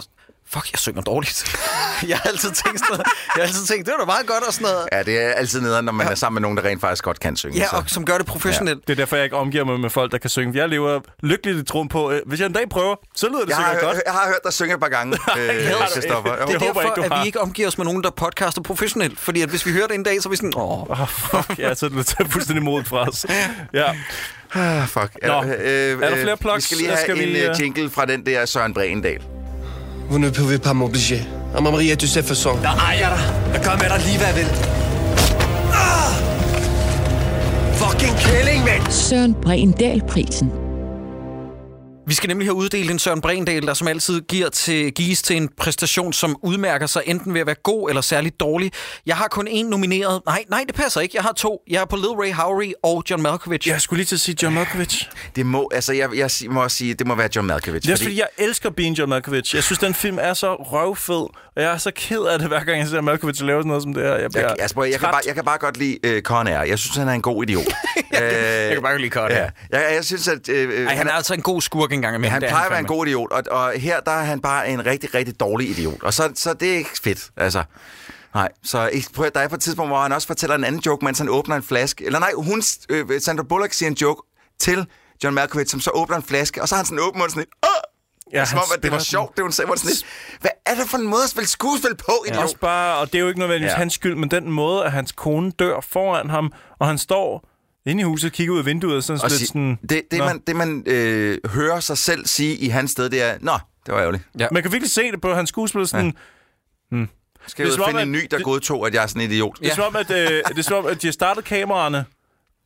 Speaker 1: fuck, jeg synger dårligt. jeg har altid tænkt sådan noget. Jeg har altid tænkt, det var da meget godt og sådan noget.
Speaker 2: Ja, det er altid nederen, når man ja. er sammen med nogen, der rent faktisk godt kan synge.
Speaker 1: Ja,
Speaker 2: så.
Speaker 1: og som gør det professionelt.
Speaker 3: Altså, Det er derfor, jeg ikke omgiver mig med folk, der kan synge. Jeg lever lykkeligt i troen på, øh, hvis jeg en dag prøver, så lyder det
Speaker 2: Jeg, har,
Speaker 3: sikkert godt.
Speaker 2: jeg har hørt dig synge et par gange, øh,
Speaker 3: har du
Speaker 2: Christoffer.
Speaker 3: ikke.
Speaker 1: Det
Speaker 2: Jo.
Speaker 3: Jeg
Speaker 1: er
Speaker 3: håber
Speaker 1: derfor,
Speaker 3: ikke, du
Speaker 1: at
Speaker 3: har.
Speaker 1: vi ikke omgiver os med nogen, der podcaster professionelt. Fordi at hvis vi hører det en dag, så er vi sådan, åh,
Speaker 3: Åh, oh, fuck, ja, så er det tager fuldstændig modet fra os. Ja.
Speaker 2: Ah, fuck. Er,
Speaker 3: Nå.
Speaker 2: der-
Speaker 3: Er der flere
Speaker 2: Vi
Speaker 3: plugs?
Speaker 2: skal lige
Speaker 3: Eller
Speaker 2: have
Speaker 3: skal
Speaker 2: en
Speaker 3: vi,
Speaker 2: vi,
Speaker 3: øh,
Speaker 2: jingle fra den der Søren Brendal.
Speaker 4: Vous ne pouvez pas m'obliger. À ma mariée, tu sais, façon.
Speaker 11: Der ejer dig. Jeg gør med dig lige, hvad jeg vil. Ah! Fucking kælling, mand!
Speaker 6: Søren Brindal-prisen.
Speaker 1: Vi skal nemlig have uddelt en Søren Brendal, der som altid giver til, gives til en præstation, som udmærker sig enten ved at være god eller særligt dårlig. Jeg har kun én nomineret. Nej, nej, det passer ikke. Jeg har to. Jeg er på Lil Ray Howery og John Malkovich.
Speaker 3: Jeg skulle lige til at sige John Malkovich.
Speaker 2: Det må, altså, jeg, jeg si- må også sige, det må være John Malkovich.
Speaker 3: Det er fordi, fordi jeg elsker Being John Malkovich. Jeg synes, den film er så røvfed, og jeg er så ked af det, hver gang jeg ser Malkovich lave sådan noget som det her. Jeg, bliver
Speaker 2: jeg, altså, prøv at- jeg, kan
Speaker 3: træt.
Speaker 2: bare, jeg kan bare godt lide uh, Con Air. Jeg synes, han er en god idiot. ja, jeg
Speaker 1: kan bare godt lide Con Air.
Speaker 2: Ja. Jeg, jeg synes, at... Øh, øh,
Speaker 1: Ej, han er altså en god skurk engang imellem.
Speaker 2: han
Speaker 1: det er
Speaker 2: plejer at være en
Speaker 1: fandme.
Speaker 2: god idiot, og, og her der er han bare en rigtig, rigtig dårlig idiot. Og så, så det er ikke fedt, altså. Nej, så ikke- prøv, at- der er på et tidspunkt, hvor han også fortæller en anden joke, mens han åbner en flaske. Eller nej, hun, øh, Sandra Bullock siger en joke til John Malkovich, som så åbner en flaske, og så har han sådan åben mund sådan lidt, Åh!
Speaker 3: Ja,
Speaker 2: Ja, som
Speaker 3: han
Speaker 2: om, at det var
Speaker 3: spiller sådan-
Speaker 2: sjovt, det hun sagde. Hvor det sådan lidt, hvad er det for en måde at spille skuespil på, idiot?
Speaker 3: Også bare, og det er jo ikke nødvendigvis
Speaker 2: Ja.
Speaker 3: ja. hans skyld, men den måde, at hans kone dør foran ham, og han står inde i huset og kigger ud af vinduet, sådan
Speaker 2: Og
Speaker 3: lidt
Speaker 2: sig-
Speaker 3: sådan...
Speaker 2: det, det,
Speaker 3: Nå.
Speaker 2: man, det, man øh, hører sig selv sige i hans sted, det er, nå, det var ærgerligt.
Speaker 1: Ja.
Speaker 3: Man kan virkelig se det på hans skuespil, sådan... Ja.
Speaker 2: Skal jeg
Speaker 3: Det er
Speaker 2: ud
Speaker 3: som
Speaker 2: og
Speaker 3: om,
Speaker 2: finde
Speaker 3: at
Speaker 2: en ny, der
Speaker 3: det-
Speaker 2: godtog, at jeg er sådan en idiot?
Speaker 3: Det er som om, at, øh, det er, som om, at de har startet kameraerne,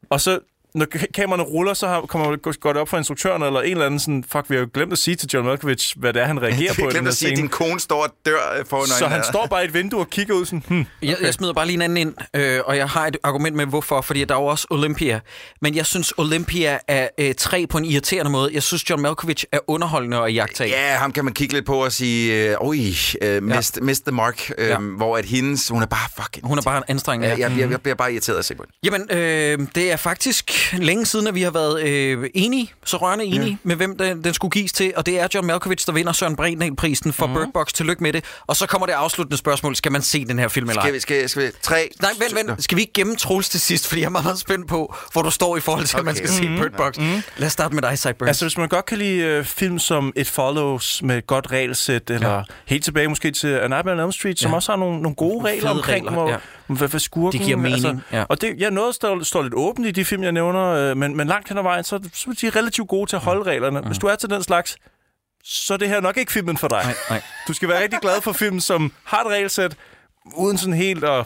Speaker 3: og så når ka- kameraerne ruller, så har, kommer, går det op for instruktøren, eller en eller anden sådan, fuck, vi har jo glemt at sige til John Malkovich, hvad det er, han reagerer
Speaker 2: Jeg
Speaker 3: på i den
Speaker 2: glemte
Speaker 3: her
Speaker 2: at sige,
Speaker 3: scene.
Speaker 2: at din kone står og dør øh, foran
Speaker 3: Så
Speaker 2: øjnene
Speaker 3: han
Speaker 2: af dig.
Speaker 3: står bare i et vindue og kigger ud sådan, hmm,
Speaker 1: Okay. Jeg, jeg smider bare lige en anden ind, øh, og jeg har et argument med, hvorfor. Fordi der er jo også Olympia. Men jeg synes, Olympia er øh, tre på en irriterende måde. Jeg synes, John Malkovich er underholdende at jagtage.
Speaker 2: Ja, ham kan man kigge lidt på og sige, øh, oj, øh, missed, ja. missed the mark. Øh, ja.
Speaker 1: Ja.
Speaker 2: Hvor at hendes, hun er bare fucking...
Speaker 1: Hun er bare en anstrengende.
Speaker 2: Ja, jeg,
Speaker 3: Mhm.
Speaker 2: jeg, jeg bliver bare irriteret af at se på det.
Speaker 1: Jamen, øh, det er faktisk længe siden, at vi har været øh, enige, så rørende enige, yeah. med hvem den, den skulle gives til. Og det er John Malkovich, der vinder Søren Brendahl-prisen
Speaker 2: Mhm.
Speaker 1: for mm. Bird Box. Tillykke med det. Og så kommer det afsluttende spørgsmål. Skal man se den her film eller
Speaker 2: Skal
Speaker 1: ej?
Speaker 2: vi, skal, skal vi, tre...
Speaker 1: Nej, vent, vent. Skal vi ikke gemme Troels til sidst? Fordi jeg er meget, meget spændt på, hvor du står i forhold til, okay. at man
Speaker 2: Okay.
Speaker 1: skal
Speaker 2: Mhm.
Speaker 1: se Bird Box. Mm. Lad os starte med dig, Sideburns.
Speaker 3: Altså, hvis man godt kan lide øh, film som It Follows med et godt regelsæt, eller ja. helt tilbage måske til øh, A Nightmare on Elm Street, som
Speaker 1: Ja.
Speaker 3: også har nogle, nogle gode
Speaker 1: Nogle
Speaker 3: regler
Speaker 1: fede
Speaker 3: omkring,
Speaker 1: regler,
Speaker 3: hvor,
Speaker 1: ja.
Speaker 3: ja. hvad, hvad skurken... altså,
Speaker 1: Det giver mening, ja.
Speaker 3: Og det, ja, noget står, står lidt åbent i de film, jeg nævner, øh, men, men langt hen ad vejen, så, er det- så er de relativt gode til at
Speaker 1: Mm.
Speaker 3: holde reglerne. Hvis du er til den slags, så er det her nok ikke filmen for dig.
Speaker 1: Nej, nej.
Speaker 3: Du skal være rigtig glad for film, som har et regelsæt, uden sådan helt at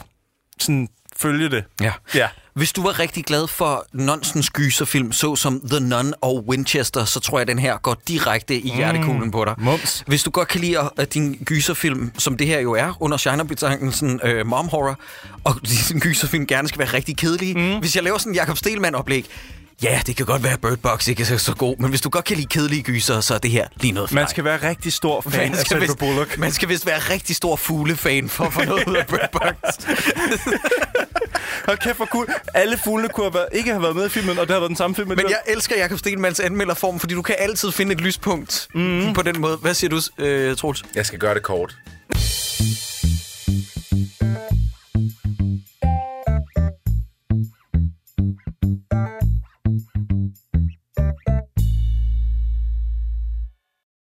Speaker 3: sådan, følge det.
Speaker 1: Ja.
Speaker 3: Ja.
Speaker 1: Hvis du var rigtig glad for nonsens gyserfilm, såsom The Nun og Winchester, så tror jeg, at den her går direkte i hjertekuglen på dig.
Speaker 3: Mm, Mums.
Speaker 1: Hvis du godt kan lide øh, at- at din gyserfilm, som det her jo er, under genre-betegnelsen øh, mom horror, og din gyserfilm gerne skal være rigtig kedelig. Mm. Hvis jeg laver sådan en Jakob Stelman-oplæg, ja, det kan godt være, at Bird Box ikke er så, så god, men hvis du godt kan lide kedelige gyser, så er det her lige noget for
Speaker 3: Man
Speaker 1: dig.
Speaker 3: skal være rigtig stor fan
Speaker 1: Man
Speaker 3: af
Speaker 1: skal,
Speaker 3: Sandra
Speaker 1: vist,
Speaker 3: Bullock.
Speaker 1: man skal vist være rigtig stor fuglefan for at få noget ud af Bird Box.
Speaker 3: Hold kæft, hvor cool. Alle fuglene kunne have været, ikke have været med i filmen, og det har været den samme film.
Speaker 1: Men jeg elsker Jakob Stenmans anmelderform, fordi du kan altid finde et lyspunkt mm. på den måde. Hvad siger du, øh, Troels?
Speaker 2: Jeg skal gøre det kort.